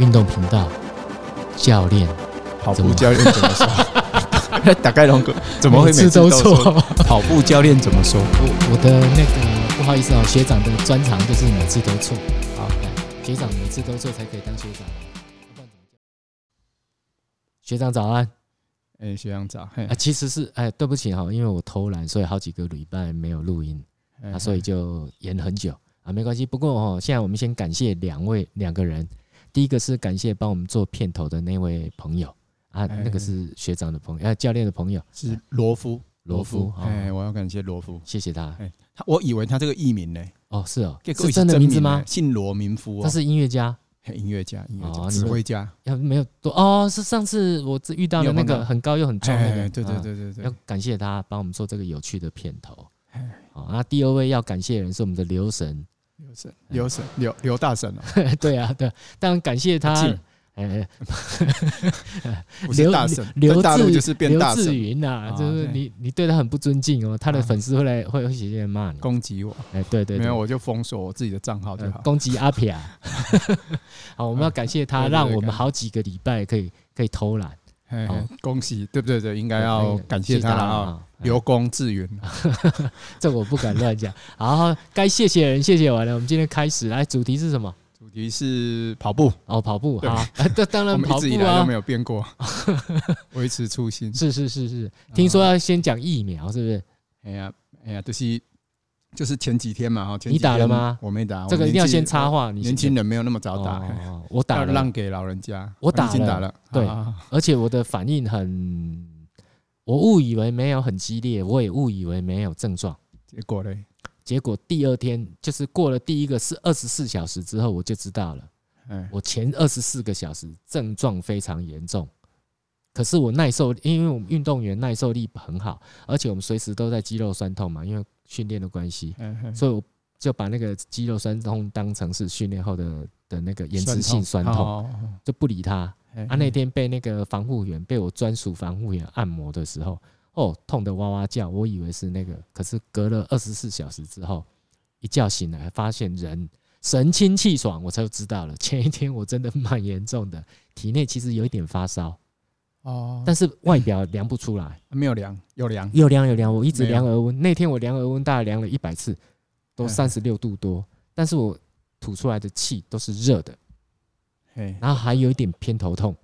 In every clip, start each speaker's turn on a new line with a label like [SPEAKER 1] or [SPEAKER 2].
[SPEAKER 1] 运动频道教练，
[SPEAKER 2] 跑
[SPEAKER 1] 怎么
[SPEAKER 2] 步教练怎么 说？打开龙哥怎么会每
[SPEAKER 1] 次
[SPEAKER 2] 次
[SPEAKER 1] 都
[SPEAKER 2] 错？
[SPEAKER 1] 错？
[SPEAKER 2] 跑步教练怎么说？
[SPEAKER 1] 我我的那个不好意思哦，学长的专长就是每次都错。好，来，学长每次都错才可以当学长哦。要不然怎么叫学长早安
[SPEAKER 2] 哎、学长早，嘿
[SPEAKER 1] 啊！，其实是哎，对不起哈、因为我偷懒，所以好几个礼拜没有录音
[SPEAKER 2] 嘿
[SPEAKER 1] 啊，所以就延很久啊，没关系。不过哦，现在我们先感谢两位两个人，第一个是感谢帮我们做片头的那位朋友啊，
[SPEAKER 2] 哎
[SPEAKER 1] 那个是学长的朋友，呃、教练的朋友
[SPEAKER 2] 是罗夫，
[SPEAKER 1] 罗夫哦哈、
[SPEAKER 2] 哎、我要感谢罗夫，
[SPEAKER 1] 谢谢他
[SPEAKER 2] 哎他我以为他这个艺名呢，
[SPEAKER 1] 哦，是哦，
[SPEAKER 2] 结
[SPEAKER 1] 是
[SPEAKER 2] 果是
[SPEAKER 1] 真的
[SPEAKER 2] 真
[SPEAKER 1] 名字
[SPEAKER 2] 呢
[SPEAKER 1] 吗？
[SPEAKER 2] 姓罗名夫
[SPEAKER 1] 他
[SPEAKER 2] 哦，
[SPEAKER 1] 是音乐家。
[SPEAKER 2] 嘿音乐家，音乐
[SPEAKER 1] 哦
[SPEAKER 2] 家，
[SPEAKER 1] 你
[SPEAKER 2] 指
[SPEAKER 1] 们
[SPEAKER 2] 挥家，
[SPEAKER 1] 要没有多哦，是上次我只遇到的那
[SPEAKER 2] 你有碰
[SPEAKER 1] 个
[SPEAKER 2] 到
[SPEAKER 1] 很高又很壮那个，
[SPEAKER 2] 哎，对对
[SPEAKER 1] 啊，
[SPEAKER 2] 对对对，
[SPEAKER 1] 要感谢他帮我们做这个有趣的片头。
[SPEAKER 2] 哎
[SPEAKER 1] 好，那第二位要感谢的人是我们的刘神，
[SPEAKER 2] 刘神，刘神，
[SPEAKER 1] 哎
[SPEAKER 2] 刘刘大神哦，
[SPEAKER 1] 对啊，对啊，当然感谢他
[SPEAKER 2] 敬，
[SPEAKER 1] 哎，
[SPEAKER 2] 不是
[SPEAKER 1] 刘
[SPEAKER 2] 大神，
[SPEAKER 1] 刘
[SPEAKER 2] 在大陆
[SPEAKER 1] 志
[SPEAKER 2] 就是变
[SPEAKER 1] 刘
[SPEAKER 2] 大
[SPEAKER 1] 志
[SPEAKER 2] 神，
[SPEAKER 1] 云呐
[SPEAKER 2] 啊，
[SPEAKER 1] 就是
[SPEAKER 2] 对
[SPEAKER 1] 你你对他很不尊敬哦，他的
[SPEAKER 2] 啊
[SPEAKER 1] 粉丝会来会会写信来骂你，
[SPEAKER 2] 攻击我，
[SPEAKER 1] 哎，对对
[SPEAKER 2] 没
[SPEAKER 1] 对
[SPEAKER 2] 有，，我就封锁我自己的账号就
[SPEAKER 1] 呃
[SPEAKER 2] 好。啊
[SPEAKER 1] 攻击阿撇啊。 好，我们要感谢
[SPEAKER 2] 对
[SPEAKER 1] 他，
[SPEAKER 2] 对对
[SPEAKER 1] 让我们
[SPEAKER 2] 感
[SPEAKER 1] 好几个礼拜可以可以偷懒，
[SPEAKER 2] 嘿
[SPEAKER 1] 好
[SPEAKER 2] 恭喜，对不对？对，应该
[SPEAKER 1] 哦对
[SPEAKER 2] 要
[SPEAKER 1] 哎
[SPEAKER 2] 感谢他了啊！
[SPEAKER 1] 啊哎
[SPEAKER 2] 刘公志云，
[SPEAKER 1] 这我不敢乱讲。好，该谢谢的人谢谢完了，我们今天开始来，主题是什么？
[SPEAKER 2] 主题是跑步，
[SPEAKER 1] 哦，跑步
[SPEAKER 2] 对
[SPEAKER 1] 好， 啊这、当
[SPEAKER 2] 我
[SPEAKER 1] 然
[SPEAKER 2] 们
[SPEAKER 1] 跑
[SPEAKER 2] 一直以
[SPEAKER 1] 步
[SPEAKER 2] 来都
[SPEAKER 1] 啊
[SPEAKER 2] 没，有变过，维持初心。
[SPEAKER 1] 是是是是，
[SPEAKER 2] 嗯
[SPEAKER 1] 听说要先讲疫苗，是不是？
[SPEAKER 2] 哎呀，哎呀，就是就是前几天嘛，哈，前
[SPEAKER 1] 你
[SPEAKER 2] 几天
[SPEAKER 1] 打了吗
[SPEAKER 2] 我没打，
[SPEAKER 1] 这
[SPEAKER 2] 啊我
[SPEAKER 1] 个一
[SPEAKER 2] 年
[SPEAKER 1] 定要
[SPEAKER 2] 纪
[SPEAKER 1] 先插话，你
[SPEAKER 2] 年轻人没有那么
[SPEAKER 1] 先
[SPEAKER 2] 早打，
[SPEAKER 1] 哦
[SPEAKER 2] 嘿
[SPEAKER 1] 哦 哦我打
[SPEAKER 2] 要
[SPEAKER 1] 了，
[SPEAKER 2] 让给老人家。
[SPEAKER 1] 我
[SPEAKER 2] 你
[SPEAKER 1] 打
[SPEAKER 2] 已经
[SPEAKER 1] 了
[SPEAKER 2] 打了，啊
[SPEAKER 1] 对
[SPEAKER 2] 好，好好
[SPEAKER 1] 而且我的反应很，我误以为没有很激烈，我也误以为没有症状。
[SPEAKER 2] 结果嘞，
[SPEAKER 1] 结果第二天就是过了第一个是二十四小时之后，我就知道了。
[SPEAKER 2] 哎，
[SPEAKER 1] 我前二十四个小时症状非常严重，可是我耐受，因为我们运动员耐受力很好，而且我们随时都在肌肉酸痛嘛，因为训练的关系，
[SPEAKER 2] 哎哎
[SPEAKER 1] 所以我就把那个肌肉酸痛当成是训练后的的那个延迟性酸
[SPEAKER 2] 好
[SPEAKER 1] 痛，
[SPEAKER 2] 好好好
[SPEAKER 1] 就不理它。
[SPEAKER 2] 哎
[SPEAKER 1] 啊，那天被那个防护员，被我专属防护员按摩的时候，哦，痛得哇哇叫，我以为是那个，可是隔了二十四小时之后，一觉醒来发现人神清气爽，我才知道了。前一天我真的蛮严重的，体内其实有一点发烧，
[SPEAKER 2] 哦，啊
[SPEAKER 1] 但是外表量不出来，
[SPEAKER 2] 没有量，有量，
[SPEAKER 1] 有量有量，我一直
[SPEAKER 2] 没有
[SPEAKER 1] 量额温，那天我量额温大概量了一百次，都
[SPEAKER 2] 嗯
[SPEAKER 1] 三十六度多，但是我吐出来的气都是热的，
[SPEAKER 2] 嘿，
[SPEAKER 1] 然后还有一点偏头痛。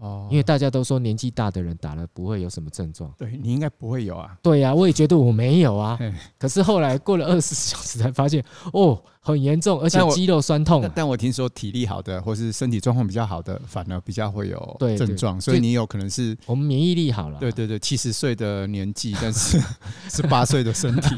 [SPEAKER 2] 哦，
[SPEAKER 1] 因为大家都说年纪大的人打了不会有什么症状。
[SPEAKER 2] 对你应该不会有啊，
[SPEAKER 1] 对呀、我也觉得我没有啊
[SPEAKER 2] 嘿，
[SPEAKER 1] 可是后来过了二十小时才发现，哦，很严重，而且
[SPEAKER 2] 但我
[SPEAKER 1] 肌肉酸痛、
[SPEAKER 2] 但
[SPEAKER 1] 啊。
[SPEAKER 2] 但我听说体力好的或是身体状况比较好的，反而比较会有
[SPEAKER 1] 对对
[SPEAKER 2] 症状，所以
[SPEAKER 1] 就啊
[SPEAKER 2] 你有可能是
[SPEAKER 1] 我们免疫力好了，
[SPEAKER 2] 对对对七十岁的年纪，但是十八岁的身体，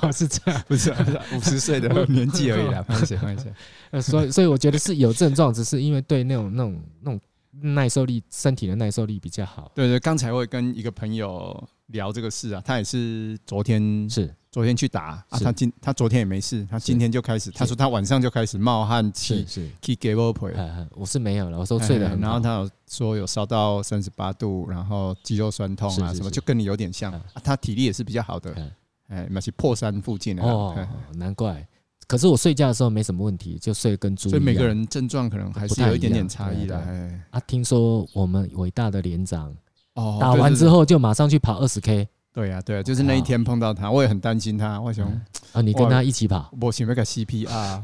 [SPEAKER 1] 哦，是这样。
[SPEAKER 2] 不是五十岁的年纪而已 啦。放心放心，
[SPEAKER 1] 呃所以所以我觉得是有症状，只是因为对那种那种那种耐受力，身体的耐受力比较好。
[SPEAKER 2] 对对，刚才我也跟一个朋友聊这个事啊，他也是昨天
[SPEAKER 1] 是
[SPEAKER 2] 昨天去打啊，
[SPEAKER 1] 是
[SPEAKER 2] 他今他昨天也没事，他今天就开始，他说他晚上就开始冒汗
[SPEAKER 1] 是
[SPEAKER 2] 气，
[SPEAKER 1] 是，
[SPEAKER 2] 去 give up 了。
[SPEAKER 1] 呃，我是没有了，我都睡得很
[SPEAKER 2] 然
[SPEAKER 1] 好
[SPEAKER 2] 后。他有说有烧到三十八度，然后肌肉酸痛
[SPEAKER 1] 是
[SPEAKER 2] 啊
[SPEAKER 1] 是
[SPEAKER 2] 什么，
[SPEAKER 1] 是
[SPEAKER 2] 就跟你有点像。
[SPEAKER 1] 嗯
[SPEAKER 2] 啊他体力也是比较好的
[SPEAKER 1] 嗯，
[SPEAKER 2] 哎，那是破三附近的啊
[SPEAKER 1] 哦，难怪。可是我睡觉的时候没什么问题，就睡得跟猪一
[SPEAKER 2] 所
[SPEAKER 1] 样。
[SPEAKER 2] 以每个人症状可能还是有一点点差异的。
[SPEAKER 1] 啊不太
[SPEAKER 2] 哎
[SPEAKER 1] 啊，听说我们伟大的连长
[SPEAKER 2] 哦
[SPEAKER 1] 打完之，后就马上去跑二十 K
[SPEAKER 2] 对啊呀对呀，就是那一天碰到他，我也很担心他，我想
[SPEAKER 1] 嗯啊，你跟
[SPEAKER 2] 哇
[SPEAKER 1] 他一起跑。
[SPEAKER 2] 我想要个 CPR，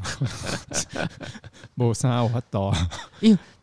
[SPEAKER 2] 没啥我懂。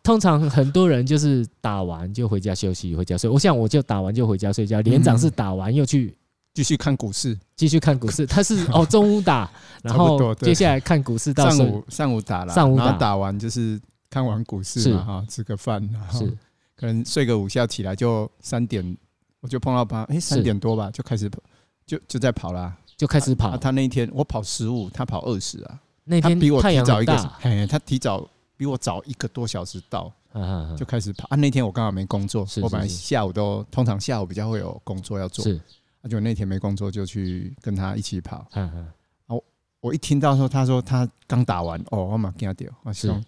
[SPEAKER 1] 通常很多人就是打完就回家休息，回家睡。我像我就打完就回家睡觉，连长是打完又
[SPEAKER 2] 嗯
[SPEAKER 1] 去
[SPEAKER 2] 继续看股市，
[SPEAKER 1] 继续看股市，他是 哦中午打，然
[SPEAKER 2] 差不
[SPEAKER 1] 后
[SPEAKER 2] 多对
[SPEAKER 1] 接下来看股市到
[SPEAKER 2] 上
[SPEAKER 1] 深
[SPEAKER 2] 午上午打了，
[SPEAKER 1] 上午打
[SPEAKER 2] 然后打完就是看完股市嘛
[SPEAKER 1] 是
[SPEAKER 2] 哈，吃个饭，然后
[SPEAKER 1] 是
[SPEAKER 2] 可能睡个午觉起来就三点，我就碰到他，哎、三点多吧就开始跑就就在跑啦。
[SPEAKER 1] 就开始
[SPEAKER 2] 啊
[SPEAKER 1] 跑。
[SPEAKER 2] 他那一天我跑十五，他跑二十啊，
[SPEAKER 1] 那
[SPEAKER 2] 他
[SPEAKER 1] 天
[SPEAKER 2] 比我
[SPEAKER 1] 太
[SPEAKER 2] 提
[SPEAKER 1] 阳
[SPEAKER 2] 早
[SPEAKER 1] 很
[SPEAKER 2] 一个
[SPEAKER 1] 大，，
[SPEAKER 2] 嘿，他提早比我早一个多小时到
[SPEAKER 1] 嗯嗯嗯
[SPEAKER 2] 就开始跑啊。那天我刚好没工作，
[SPEAKER 1] 是是
[SPEAKER 2] 我本来
[SPEAKER 1] 是
[SPEAKER 2] 下午都通常下午比较会有工作要做，
[SPEAKER 1] 是
[SPEAKER 2] 啊，就那天没工作就去跟他一起跑。
[SPEAKER 1] 嗯嗯
[SPEAKER 2] 我一听到说他说他刚打完，哦，我马惊掉，我
[SPEAKER 1] 是
[SPEAKER 2] 想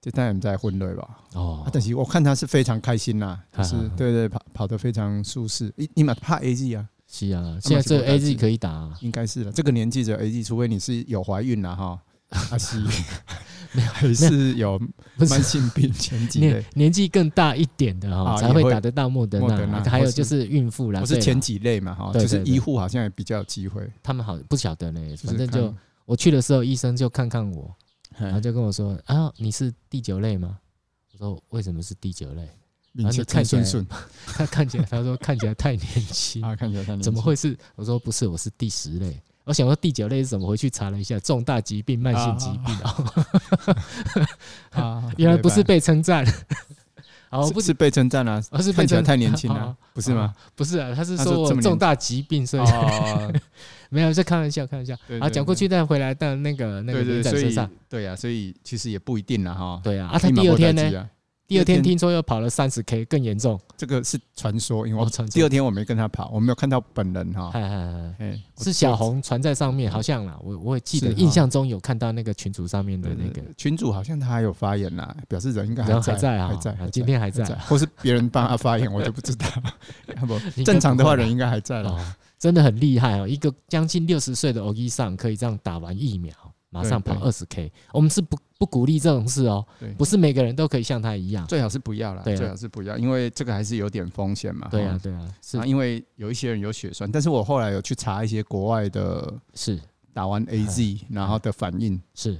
[SPEAKER 2] 这当然在混乱吧。
[SPEAKER 1] 哦
[SPEAKER 2] 啊，但是我看他是非常开心啦，就
[SPEAKER 1] 哈
[SPEAKER 2] 是
[SPEAKER 1] 哈哈
[SPEAKER 2] 对对跑跑得非常舒适。你你嘛怕 A G 啊，
[SPEAKER 1] 是啊，现在这个
[SPEAKER 2] 他们
[SPEAKER 1] A
[SPEAKER 2] 是
[SPEAKER 1] G 可以打啊，
[SPEAKER 2] 应该是了。这个年纪的 A G，除非你是有怀孕了哈，啊是，还是有
[SPEAKER 1] 不是
[SPEAKER 2] 慢性病前几类
[SPEAKER 1] 年，年纪更大一点的哈、
[SPEAKER 2] 啊
[SPEAKER 1] 才会
[SPEAKER 2] 也会
[SPEAKER 1] 打得到莫德纳
[SPEAKER 2] 莫德纳
[SPEAKER 1] 啊，还有
[SPEAKER 2] 或是
[SPEAKER 1] 就是孕妇啦，
[SPEAKER 2] 我
[SPEAKER 1] 对
[SPEAKER 2] 是
[SPEAKER 1] 啦
[SPEAKER 2] 前几类嘛哈，
[SPEAKER 1] 对
[SPEAKER 2] 就
[SPEAKER 1] 对
[SPEAKER 2] 是
[SPEAKER 1] 对
[SPEAKER 2] 医护好像也比较有机会，
[SPEAKER 1] 他们好不晓得呢，
[SPEAKER 2] 就是
[SPEAKER 1] 反正就
[SPEAKER 2] 看
[SPEAKER 1] 我去的时候，医生就看看我，然后
[SPEAKER 2] 嘿
[SPEAKER 1] 就跟我说啊，你是第九类吗？我说为什么是第九类？
[SPEAKER 2] 名气
[SPEAKER 1] 然后就看
[SPEAKER 2] 看
[SPEAKER 1] 起来
[SPEAKER 2] 顺顺
[SPEAKER 1] 他看起来，他说看起来太年 轻，
[SPEAKER 2] 啊，看起来像
[SPEAKER 1] 怎么会是？我说不是，我是第十类。我想说第九类是什么？回去查了一下，重大疾病、慢性疾病哦，
[SPEAKER 2] 啊？
[SPEAKER 1] 原来不是被称赞。 好，我
[SPEAKER 2] 是
[SPEAKER 1] 不
[SPEAKER 2] 是被称赞啊，
[SPEAKER 1] 而是被
[SPEAKER 2] 看起来
[SPEAKER 1] 称
[SPEAKER 2] 太年轻
[SPEAKER 1] 哦
[SPEAKER 2] 了，不是吗？？
[SPEAKER 1] 不是啊，他是
[SPEAKER 2] 他说
[SPEAKER 1] 说我
[SPEAKER 2] 这么年
[SPEAKER 1] 重大疾病，所以
[SPEAKER 2] 哦，
[SPEAKER 1] 没有在开玩笑，开玩笑
[SPEAKER 2] 对对
[SPEAKER 1] 啊。讲过去再回来到那个那个
[SPEAKER 2] 对
[SPEAKER 1] 连
[SPEAKER 2] 对，
[SPEAKER 1] 长
[SPEAKER 2] 所
[SPEAKER 1] 身
[SPEAKER 2] 以
[SPEAKER 1] 上，
[SPEAKER 2] 对啊，所以其实也不一定了哈。
[SPEAKER 1] 对啊。啊，他
[SPEAKER 2] 立马
[SPEAKER 1] 第二
[SPEAKER 2] 不待
[SPEAKER 1] 天
[SPEAKER 2] 机
[SPEAKER 1] 呢？
[SPEAKER 2] 啊？
[SPEAKER 1] 第二天
[SPEAKER 2] 第二天
[SPEAKER 1] 听说又跑了三十 K，更严重。
[SPEAKER 2] 这个是传说，因为我
[SPEAKER 1] 哦传说
[SPEAKER 2] 第二天我没跟他跑，我没有看到本人哈。
[SPEAKER 1] 嗨嗨嗨
[SPEAKER 2] 哎，我嗯
[SPEAKER 1] 是小红传在上面，好像啦，我我也记得
[SPEAKER 2] 是哈
[SPEAKER 1] 印象中有看到那个群组上面的
[SPEAKER 2] 对
[SPEAKER 1] 那
[SPEAKER 2] 对
[SPEAKER 1] 个，
[SPEAKER 2] 对群主好像他还有发言啦，表示人应该
[SPEAKER 1] 然后还
[SPEAKER 2] 还
[SPEAKER 1] 在
[SPEAKER 2] 在
[SPEAKER 1] 啊，
[SPEAKER 2] 还在
[SPEAKER 1] 啊
[SPEAKER 2] 还在，
[SPEAKER 1] 今天还
[SPEAKER 2] 还
[SPEAKER 1] 在
[SPEAKER 2] 在，或是别人帮他发言，我就不 知道。要不
[SPEAKER 1] 该
[SPEAKER 2] 正常的话，
[SPEAKER 1] 不会吧
[SPEAKER 2] 人应该还在了。
[SPEAKER 1] 哦，真的很厉害哦！一个将近六十岁的 OG 上可以这样打完疫苗，马上跑
[SPEAKER 2] 对
[SPEAKER 1] 二十 K，我们是不不鼓励这种事哦
[SPEAKER 2] 对，
[SPEAKER 1] 不是每个人都可以像他一样。
[SPEAKER 2] 最好是不要啦，
[SPEAKER 1] 对啊
[SPEAKER 2] 最好是不要，因为这个还是有点风险嘛。
[SPEAKER 1] 对啊，
[SPEAKER 2] 哈，
[SPEAKER 1] 对啊，是
[SPEAKER 2] 啊因为有一些人有血栓，但是我后来有去查一些国外的
[SPEAKER 1] 是
[SPEAKER 2] 打完
[SPEAKER 1] 哎
[SPEAKER 2] AZ 然后的反应，
[SPEAKER 1] 是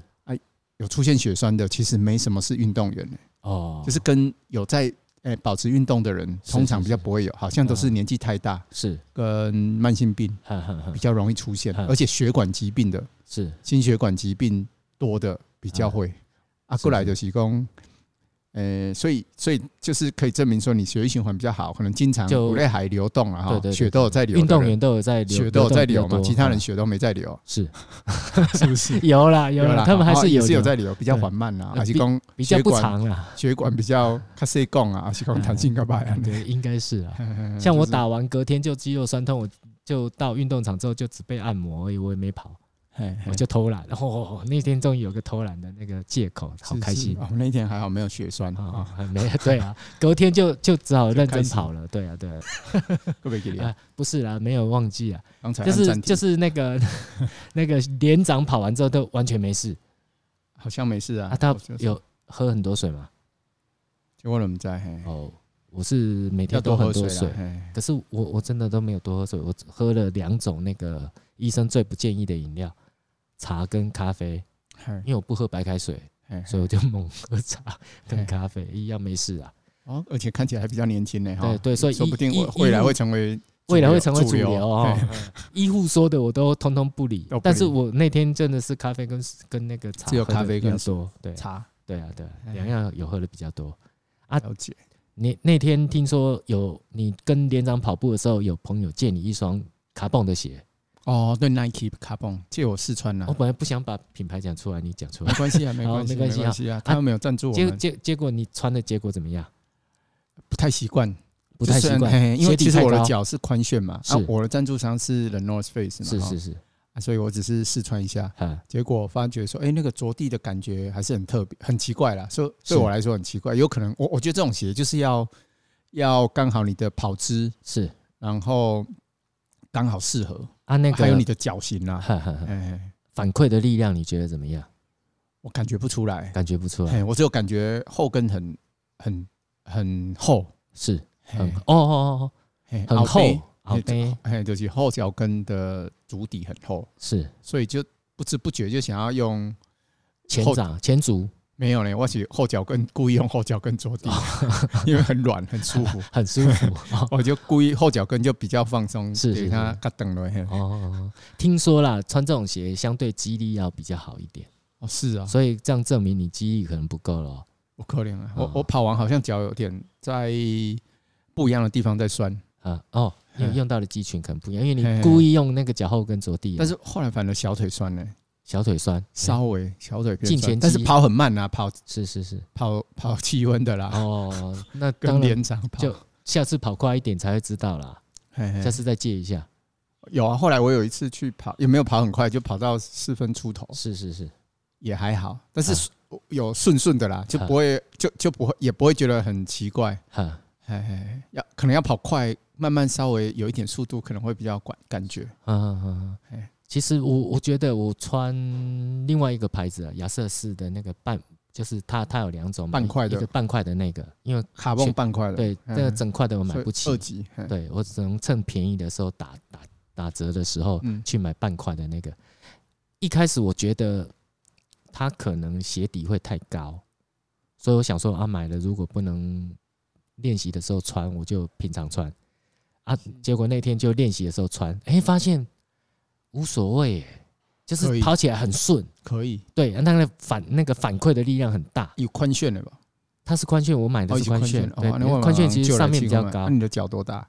[SPEAKER 2] 有出现血栓的，其实没什么是运动员、欸
[SPEAKER 1] 哦，
[SPEAKER 2] 就是跟有在诶、保持运动的人，
[SPEAKER 1] 是
[SPEAKER 2] 通常
[SPEAKER 1] 是
[SPEAKER 2] 比较不会有，好像都是
[SPEAKER 1] 嗯
[SPEAKER 2] 年纪太大
[SPEAKER 1] 是，
[SPEAKER 2] 跟慢性病
[SPEAKER 1] 哼哼哼
[SPEAKER 2] 比，较容易出现，
[SPEAKER 1] 嗯
[SPEAKER 2] 而且血管疾病的
[SPEAKER 1] 是
[SPEAKER 2] 心血管疾病多的比较会。啊，
[SPEAKER 1] 嗯是
[SPEAKER 2] 过来就是讲，呃，所以所以就是可以证明说你血液循环比较好，可能经常
[SPEAKER 1] 就
[SPEAKER 2] 骨内还流动了
[SPEAKER 1] 对对
[SPEAKER 2] 哈，
[SPEAKER 1] 对
[SPEAKER 2] 血都有在流的
[SPEAKER 1] 运
[SPEAKER 2] 人，
[SPEAKER 1] 动员都有在流，
[SPEAKER 2] 血都有在
[SPEAKER 1] 动比较
[SPEAKER 2] 流嘛，
[SPEAKER 1] 多
[SPEAKER 2] 其他
[SPEAKER 1] 嗯
[SPEAKER 2] 人血都没在流，
[SPEAKER 1] 是？
[SPEAKER 2] 是不 是
[SPEAKER 1] 有啦有啦，
[SPEAKER 2] 啦，
[SPEAKER 1] 他们还
[SPEAKER 2] 哦
[SPEAKER 1] 是
[SPEAKER 2] 也
[SPEAKER 1] 有
[SPEAKER 2] 是有
[SPEAKER 1] 流
[SPEAKER 2] 在流，比较缓慢啦，
[SPEAKER 1] 嗯
[SPEAKER 2] 还是讲
[SPEAKER 1] 比较不
[SPEAKER 2] 血管
[SPEAKER 1] 长啊啦，
[SPEAKER 2] 血管比较较细讲啊，还是讲弹性较歹啊。
[SPEAKER 1] 对，应该是啊。
[SPEAKER 2] 嗯
[SPEAKER 1] 像我打完隔天就肌肉酸痛，我就到运动场之后就只被按摩而已，我也没跑，我
[SPEAKER 2] 我
[SPEAKER 1] 就偷懒。然后那天终于有个偷懒的那个借口，好开心
[SPEAKER 2] 哦！那一天还好没有血栓
[SPEAKER 1] 啊
[SPEAKER 2] 啊，！
[SPEAKER 1] 还没对啊，隔天就就只好认真
[SPEAKER 2] 开心
[SPEAKER 1] 跑了。对啊，对啊，
[SPEAKER 2] 会不会给你
[SPEAKER 1] 啊？不是啦，没有忘记啊，
[SPEAKER 2] 刚才
[SPEAKER 1] 就
[SPEAKER 2] 按
[SPEAKER 1] 是
[SPEAKER 2] 暂停
[SPEAKER 1] 就是那个 那个连长跑完之后都完全没事
[SPEAKER 2] 好像没事啊
[SPEAKER 1] 啊，，他
[SPEAKER 2] 我就
[SPEAKER 1] 有喝很多水嘛？
[SPEAKER 2] 结果我们在嘿
[SPEAKER 1] 哦，我是每天
[SPEAKER 2] 要
[SPEAKER 1] 都
[SPEAKER 2] 多
[SPEAKER 1] 很
[SPEAKER 2] 喝
[SPEAKER 1] 多
[SPEAKER 2] 水啊
[SPEAKER 1] 水
[SPEAKER 2] 啦，，嘿
[SPEAKER 1] 可是我我真的都没有多喝水，我只喝了两种那个医生最不建议的饮料，茶跟咖啡，
[SPEAKER 2] 嘿
[SPEAKER 1] 因为我不喝白开水，
[SPEAKER 2] 嘿
[SPEAKER 1] 所以我就猛喝茶跟咖啡，一样没事啊。
[SPEAKER 2] 哦，而且看起来还比较年轻呢，哈
[SPEAKER 1] 对对所以
[SPEAKER 2] 说不定
[SPEAKER 1] 一
[SPEAKER 2] 我
[SPEAKER 1] 一
[SPEAKER 2] 未来会成为主流
[SPEAKER 1] 未来会成为主流哦
[SPEAKER 2] 嘿，
[SPEAKER 1] 医护说的我都通通不理
[SPEAKER 2] 都不，理
[SPEAKER 1] 但是我那天真的是咖啡跟跟那个茶
[SPEAKER 2] 只有
[SPEAKER 1] 喝得
[SPEAKER 2] 咖啡
[SPEAKER 1] 比较
[SPEAKER 2] 跟
[SPEAKER 1] 多，对
[SPEAKER 2] 茶
[SPEAKER 1] 对啊对啊，
[SPEAKER 2] 嗯
[SPEAKER 1] 两样有喝的比较多。
[SPEAKER 2] 了解
[SPEAKER 1] 你那天听说有你跟连长跑步的时候，有朋友借你一双卡蹦的鞋，
[SPEAKER 2] 哦，对 Nike 卡泵借我试穿了
[SPEAKER 1] 我，本来不想把品牌讲出来，你讲出
[SPEAKER 2] 没
[SPEAKER 1] 来，
[SPEAKER 2] 关系啊，没关系，
[SPEAKER 1] 哦没关
[SPEAKER 2] 没
[SPEAKER 1] 系啊
[SPEAKER 2] 关系啊，他们没有赞助我
[SPEAKER 1] 结
[SPEAKER 2] 们，
[SPEAKER 1] 结结果你穿的结果怎么样？
[SPEAKER 2] 不太习惯，
[SPEAKER 1] 不太
[SPEAKER 2] 就虽
[SPEAKER 1] 习
[SPEAKER 2] 然
[SPEAKER 1] 惯
[SPEAKER 2] 嘿嘿，因
[SPEAKER 1] 鞋
[SPEAKER 2] 为
[SPEAKER 1] 底
[SPEAKER 2] 其实
[SPEAKER 1] 太
[SPEAKER 2] 我的
[SPEAKER 1] 高
[SPEAKER 2] 脚是宽楦嘛，
[SPEAKER 1] 是
[SPEAKER 2] 啊，我的赞助商是 The North Face 嘛，
[SPEAKER 1] 是
[SPEAKER 2] 哈
[SPEAKER 1] 是是，
[SPEAKER 2] 啊所以我只是试穿一下，
[SPEAKER 1] 啊，
[SPEAKER 2] 结果发觉说，哎、那个着地的感觉还是很特别，很奇怪啦。所以
[SPEAKER 1] 是
[SPEAKER 2] 对我来说很奇怪，有可能我我觉得这种鞋就是要要刚好你的跑姿，
[SPEAKER 1] 是
[SPEAKER 2] 然后刚好适合，
[SPEAKER 1] 啊，那个
[SPEAKER 2] 还有你的脚型啦、
[SPEAKER 1] 哈哈哈
[SPEAKER 2] 哎、
[SPEAKER 1] 反馈的力量，你觉得怎么样？
[SPEAKER 2] 我感觉不出来，
[SPEAKER 1] 感觉不错啊
[SPEAKER 2] 哎、，我只有感觉后跟很很很厚，
[SPEAKER 1] 是很
[SPEAKER 2] 嘿
[SPEAKER 1] 哦哦
[SPEAKER 2] 嘿
[SPEAKER 1] 哦，很厚
[SPEAKER 2] 后，
[SPEAKER 1] 好
[SPEAKER 2] 背
[SPEAKER 1] 背
[SPEAKER 2] 哎、就是后脚跟的足底很厚，
[SPEAKER 1] 是
[SPEAKER 2] 所以就不知不觉就想要用。
[SPEAKER 1] 前
[SPEAKER 2] 后
[SPEAKER 1] 掌前足
[SPEAKER 2] 没有呢，我是后脚跟故意用后脚跟着
[SPEAKER 1] 哦
[SPEAKER 2] 地， 因为很软很舒 服。
[SPEAKER 1] 很舒服哦
[SPEAKER 2] 我就故意后脚跟就比较放松，
[SPEAKER 1] 是是
[SPEAKER 2] 给它嘎等了。嘿
[SPEAKER 1] 哦哦。听说啦，穿这种鞋相对肌力要比较好一点，
[SPEAKER 2] 哦，是啊，
[SPEAKER 1] 所以这样证明你肌力可能不够了哦。
[SPEAKER 2] 我可怜啊，我
[SPEAKER 1] 哦
[SPEAKER 2] 我跑完好像脚有点在不一样的地方在酸，
[SPEAKER 1] 啊哦，因为
[SPEAKER 2] 嗯
[SPEAKER 1] 用到的肌群可能不一样，因为
[SPEAKER 2] 嘿
[SPEAKER 1] 你
[SPEAKER 2] 嘿
[SPEAKER 1] 故意用那个脚后跟着地啊，
[SPEAKER 2] 但是后来反而小腿酸
[SPEAKER 1] 嗯
[SPEAKER 2] 呢，
[SPEAKER 1] 小腿酸，
[SPEAKER 2] 稍微小腿
[SPEAKER 1] 胫
[SPEAKER 2] 变
[SPEAKER 1] 前肌
[SPEAKER 2] 酸，但是跑很慢啊，跑
[SPEAKER 1] 是是是
[SPEAKER 2] 跑跑气温的啦，
[SPEAKER 1] 哦，那
[SPEAKER 2] 跟
[SPEAKER 1] 当然
[SPEAKER 2] 连长跑
[SPEAKER 1] 就。下次跑快一点才会知道啦，
[SPEAKER 2] 嘿嘿
[SPEAKER 1] 下次再借一下。
[SPEAKER 2] 有啊，后来我有一次去跑，也没有跑很快，就跑到四分出头，
[SPEAKER 1] 是是是，
[SPEAKER 2] 也还好，但
[SPEAKER 1] 啊
[SPEAKER 2] 是有顺顺的啦，就
[SPEAKER 1] 啊
[SPEAKER 2] 不会就就不会也不会觉得很奇怪。
[SPEAKER 1] 哈，
[SPEAKER 2] 哎哎，要可能要跑快，慢慢稍微有一点速度，可能会比较管感觉。
[SPEAKER 1] 嗯，
[SPEAKER 2] 哎
[SPEAKER 1] 其实我我觉得我穿另外一个牌子啊，亚瑟士的那个半就是它它有两种嘛，
[SPEAKER 2] 半块的
[SPEAKER 1] 一个半块的那个，因为
[SPEAKER 2] 卡泵
[SPEAKER 1] 去
[SPEAKER 2] 半块的，
[SPEAKER 1] 对那
[SPEAKER 2] 嗯
[SPEAKER 1] 个整块的我
[SPEAKER 2] 所
[SPEAKER 1] 买
[SPEAKER 2] 以
[SPEAKER 1] 不起
[SPEAKER 2] 二，级，嘿
[SPEAKER 1] 对我只能趁便宜的时候打打打折的时候
[SPEAKER 2] 嗯
[SPEAKER 1] 去买半块的那个。一开始我觉得它可能鞋底会太高，所以我想说啊，买了如果不能练习的时候穿，我就平常穿啊。结果那天就练习的时候穿，
[SPEAKER 2] 嗯
[SPEAKER 1] 哎、发现无所谓耶，就
[SPEAKER 2] 可
[SPEAKER 1] 是
[SPEAKER 2] 以
[SPEAKER 1] 跑起来很顺，
[SPEAKER 2] 可以
[SPEAKER 1] 对，啊那个反那个反馈的力量很大。
[SPEAKER 2] 有宽楦了吧？
[SPEAKER 1] 它是宽楦，我买的
[SPEAKER 2] 哦，已
[SPEAKER 1] 是
[SPEAKER 2] 经
[SPEAKER 1] 宽
[SPEAKER 2] 宽
[SPEAKER 1] 楦
[SPEAKER 2] 楦，
[SPEAKER 1] 对
[SPEAKER 2] 哦，那我
[SPEAKER 1] 宽楦
[SPEAKER 2] 马
[SPEAKER 1] 其实
[SPEAKER 2] 就来
[SPEAKER 1] 上面
[SPEAKER 2] 气
[SPEAKER 1] 比较
[SPEAKER 2] 功了
[SPEAKER 1] 高
[SPEAKER 2] 那，你的脚多大？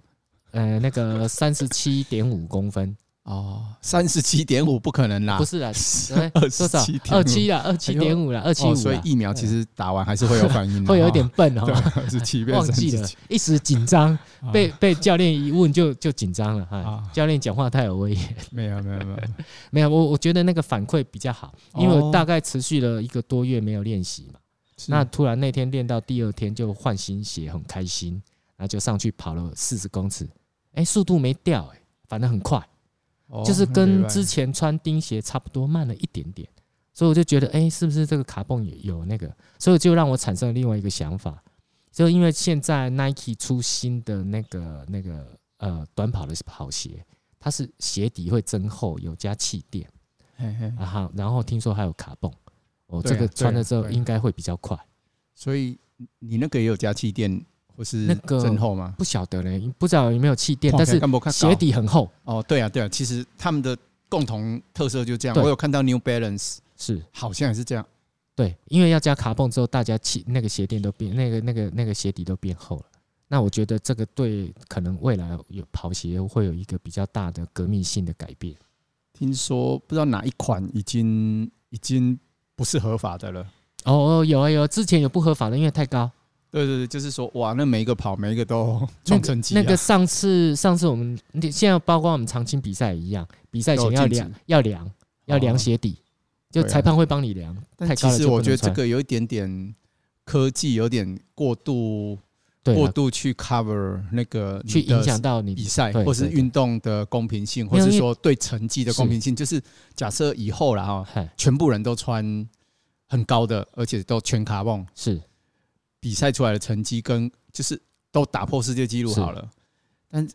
[SPEAKER 1] 呃，那个三十七点五公分，
[SPEAKER 2] 哦，三十七点五不可能啦，
[SPEAKER 1] 不是 啦，哎
[SPEAKER 2] 二
[SPEAKER 1] 多
[SPEAKER 2] 十
[SPEAKER 1] 少
[SPEAKER 2] 七？点
[SPEAKER 1] 二七啊啦，二七点五啦，二七
[SPEAKER 2] 哦，所
[SPEAKER 1] 五
[SPEAKER 2] 以
[SPEAKER 1] 啦，
[SPEAKER 2] 疫苗其实打完还是会有 反应的，
[SPEAKER 1] 会有一点笨
[SPEAKER 2] 哦
[SPEAKER 1] 哦
[SPEAKER 2] 对，， 二十七 变
[SPEAKER 1] 忘
[SPEAKER 2] 三
[SPEAKER 1] 记
[SPEAKER 2] 十
[SPEAKER 1] 了
[SPEAKER 2] 七，，
[SPEAKER 1] 一时紧张，
[SPEAKER 2] 啊
[SPEAKER 1] 被被教练一问就就紧张了哈
[SPEAKER 2] 啊。
[SPEAKER 1] 教练讲话太有威严，
[SPEAKER 2] 没有没有没有，
[SPEAKER 1] 没有我我觉得那个反馈比较好，因为我
[SPEAKER 2] 哦
[SPEAKER 1] 大概持续了一个多月没有练习嘛，那突然那天练到第二天就换新鞋，很开心，然后就上去跑了四十公尺，哎，速度没掉哎，反正很快。
[SPEAKER 2] 哦
[SPEAKER 1] 就是跟之
[SPEAKER 2] 前
[SPEAKER 1] 前穿钉鞋差不多，慢了一点点，所以我就觉得，哎、是不是这个卡泵也有那个？所以就让我产生了另外一个想法，就因为现在 Nike 出新的那个那个呃短跑的跑鞋，它是鞋底会增厚，有加气垫，啊哈，然后听说还有卡泵，哦，
[SPEAKER 2] 嗯对啊
[SPEAKER 1] 这个穿了之后
[SPEAKER 2] 对啊对啊
[SPEAKER 1] 应该会比较快，
[SPEAKER 2] 所以你那个也有加气垫或是
[SPEAKER 1] 那个
[SPEAKER 2] 增厚吗？
[SPEAKER 1] 不晓得嘞，不知道有没有气垫，但是鞋底很厚，
[SPEAKER 2] 哦，对啊对啊，其实他们的共同特色就这样。
[SPEAKER 1] 对
[SPEAKER 2] 我有看到 New Balance
[SPEAKER 1] 是。
[SPEAKER 2] 好像也是这样，
[SPEAKER 1] 对，因为要加卡泵之后，大家气那个鞋垫都变那个那个那个鞋底都变厚了。那我觉得这个对可能未来有跑鞋会有一个比较大的革命性的改变。
[SPEAKER 2] 听说不知道哪一款已经已经不是合法的了。
[SPEAKER 1] 哦哦，有啊有啊，之前有不合法的，因为太高。
[SPEAKER 2] 对对对，就是说，哇，那每一个跑，每一个都
[SPEAKER 1] 那
[SPEAKER 2] 创
[SPEAKER 1] 个
[SPEAKER 2] 成绩、啊
[SPEAKER 1] 那个上次上次我们现在包括我们长青比赛也一样，比赛前
[SPEAKER 2] 都有
[SPEAKER 1] 要
[SPEAKER 2] 哦禁
[SPEAKER 1] 量
[SPEAKER 2] 止
[SPEAKER 1] 要量要量
[SPEAKER 2] 哦
[SPEAKER 1] 鞋底，就
[SPEAKER 2] 对啊
[SPEAKER 1] 裁判会帮你量。太
[SPEAKER 2] 但
[SPEAKER 1] 高
[SPEAKER 2] 其
[SPEAKER 1] 了
[SPEAKER 2] 实
[SPEAKER 1] 就
[SPEAKER 2] 我
[SPEAKER 1] 不
[SPEAKER 2] 觉得
[SPEAKER 1] 能
[SPEAKER 2] 这
[SPEAKER 1] 穿。
[SPEAKER 2] 个有一点点科技，有点过度
[SPEAKER 1] 对
[SPEAKER 2] 过
[SPEAKER 1] 啊，
[SPEAKER 2] 度去 cover 那个
[SPEAKER 1] 去
[SPEAKER 2] 你的
[SPEAKER 1] 影响到你
[SPEAKER 2] 比赛
[SPEAKER 1] 对
[SPEAKER 2] 或是
[SPEAKER 1] 对对
[SPEAKER 2] 运动的公平性，
[SPEAKER 1] 没
[SPEAKER 2] 或
[SPEAKER 1] 有
[SPEAKER 2] 是
[SPEAKER 1] 因为
[SPEAKER 2] 说对成绩的公平性。就是假设以后啦哈，
[SPEAKER 1] 嗨，
[SPEAKER 2] 全部人都穿很高的，而且都全卡泵，
[SPEAKER 1] 是
[SPEAKER 2] 比赛出来的成绩跟就是都打破世界纪录
[SPEAKER 1] 是
[SPEAKER 2] 好了，但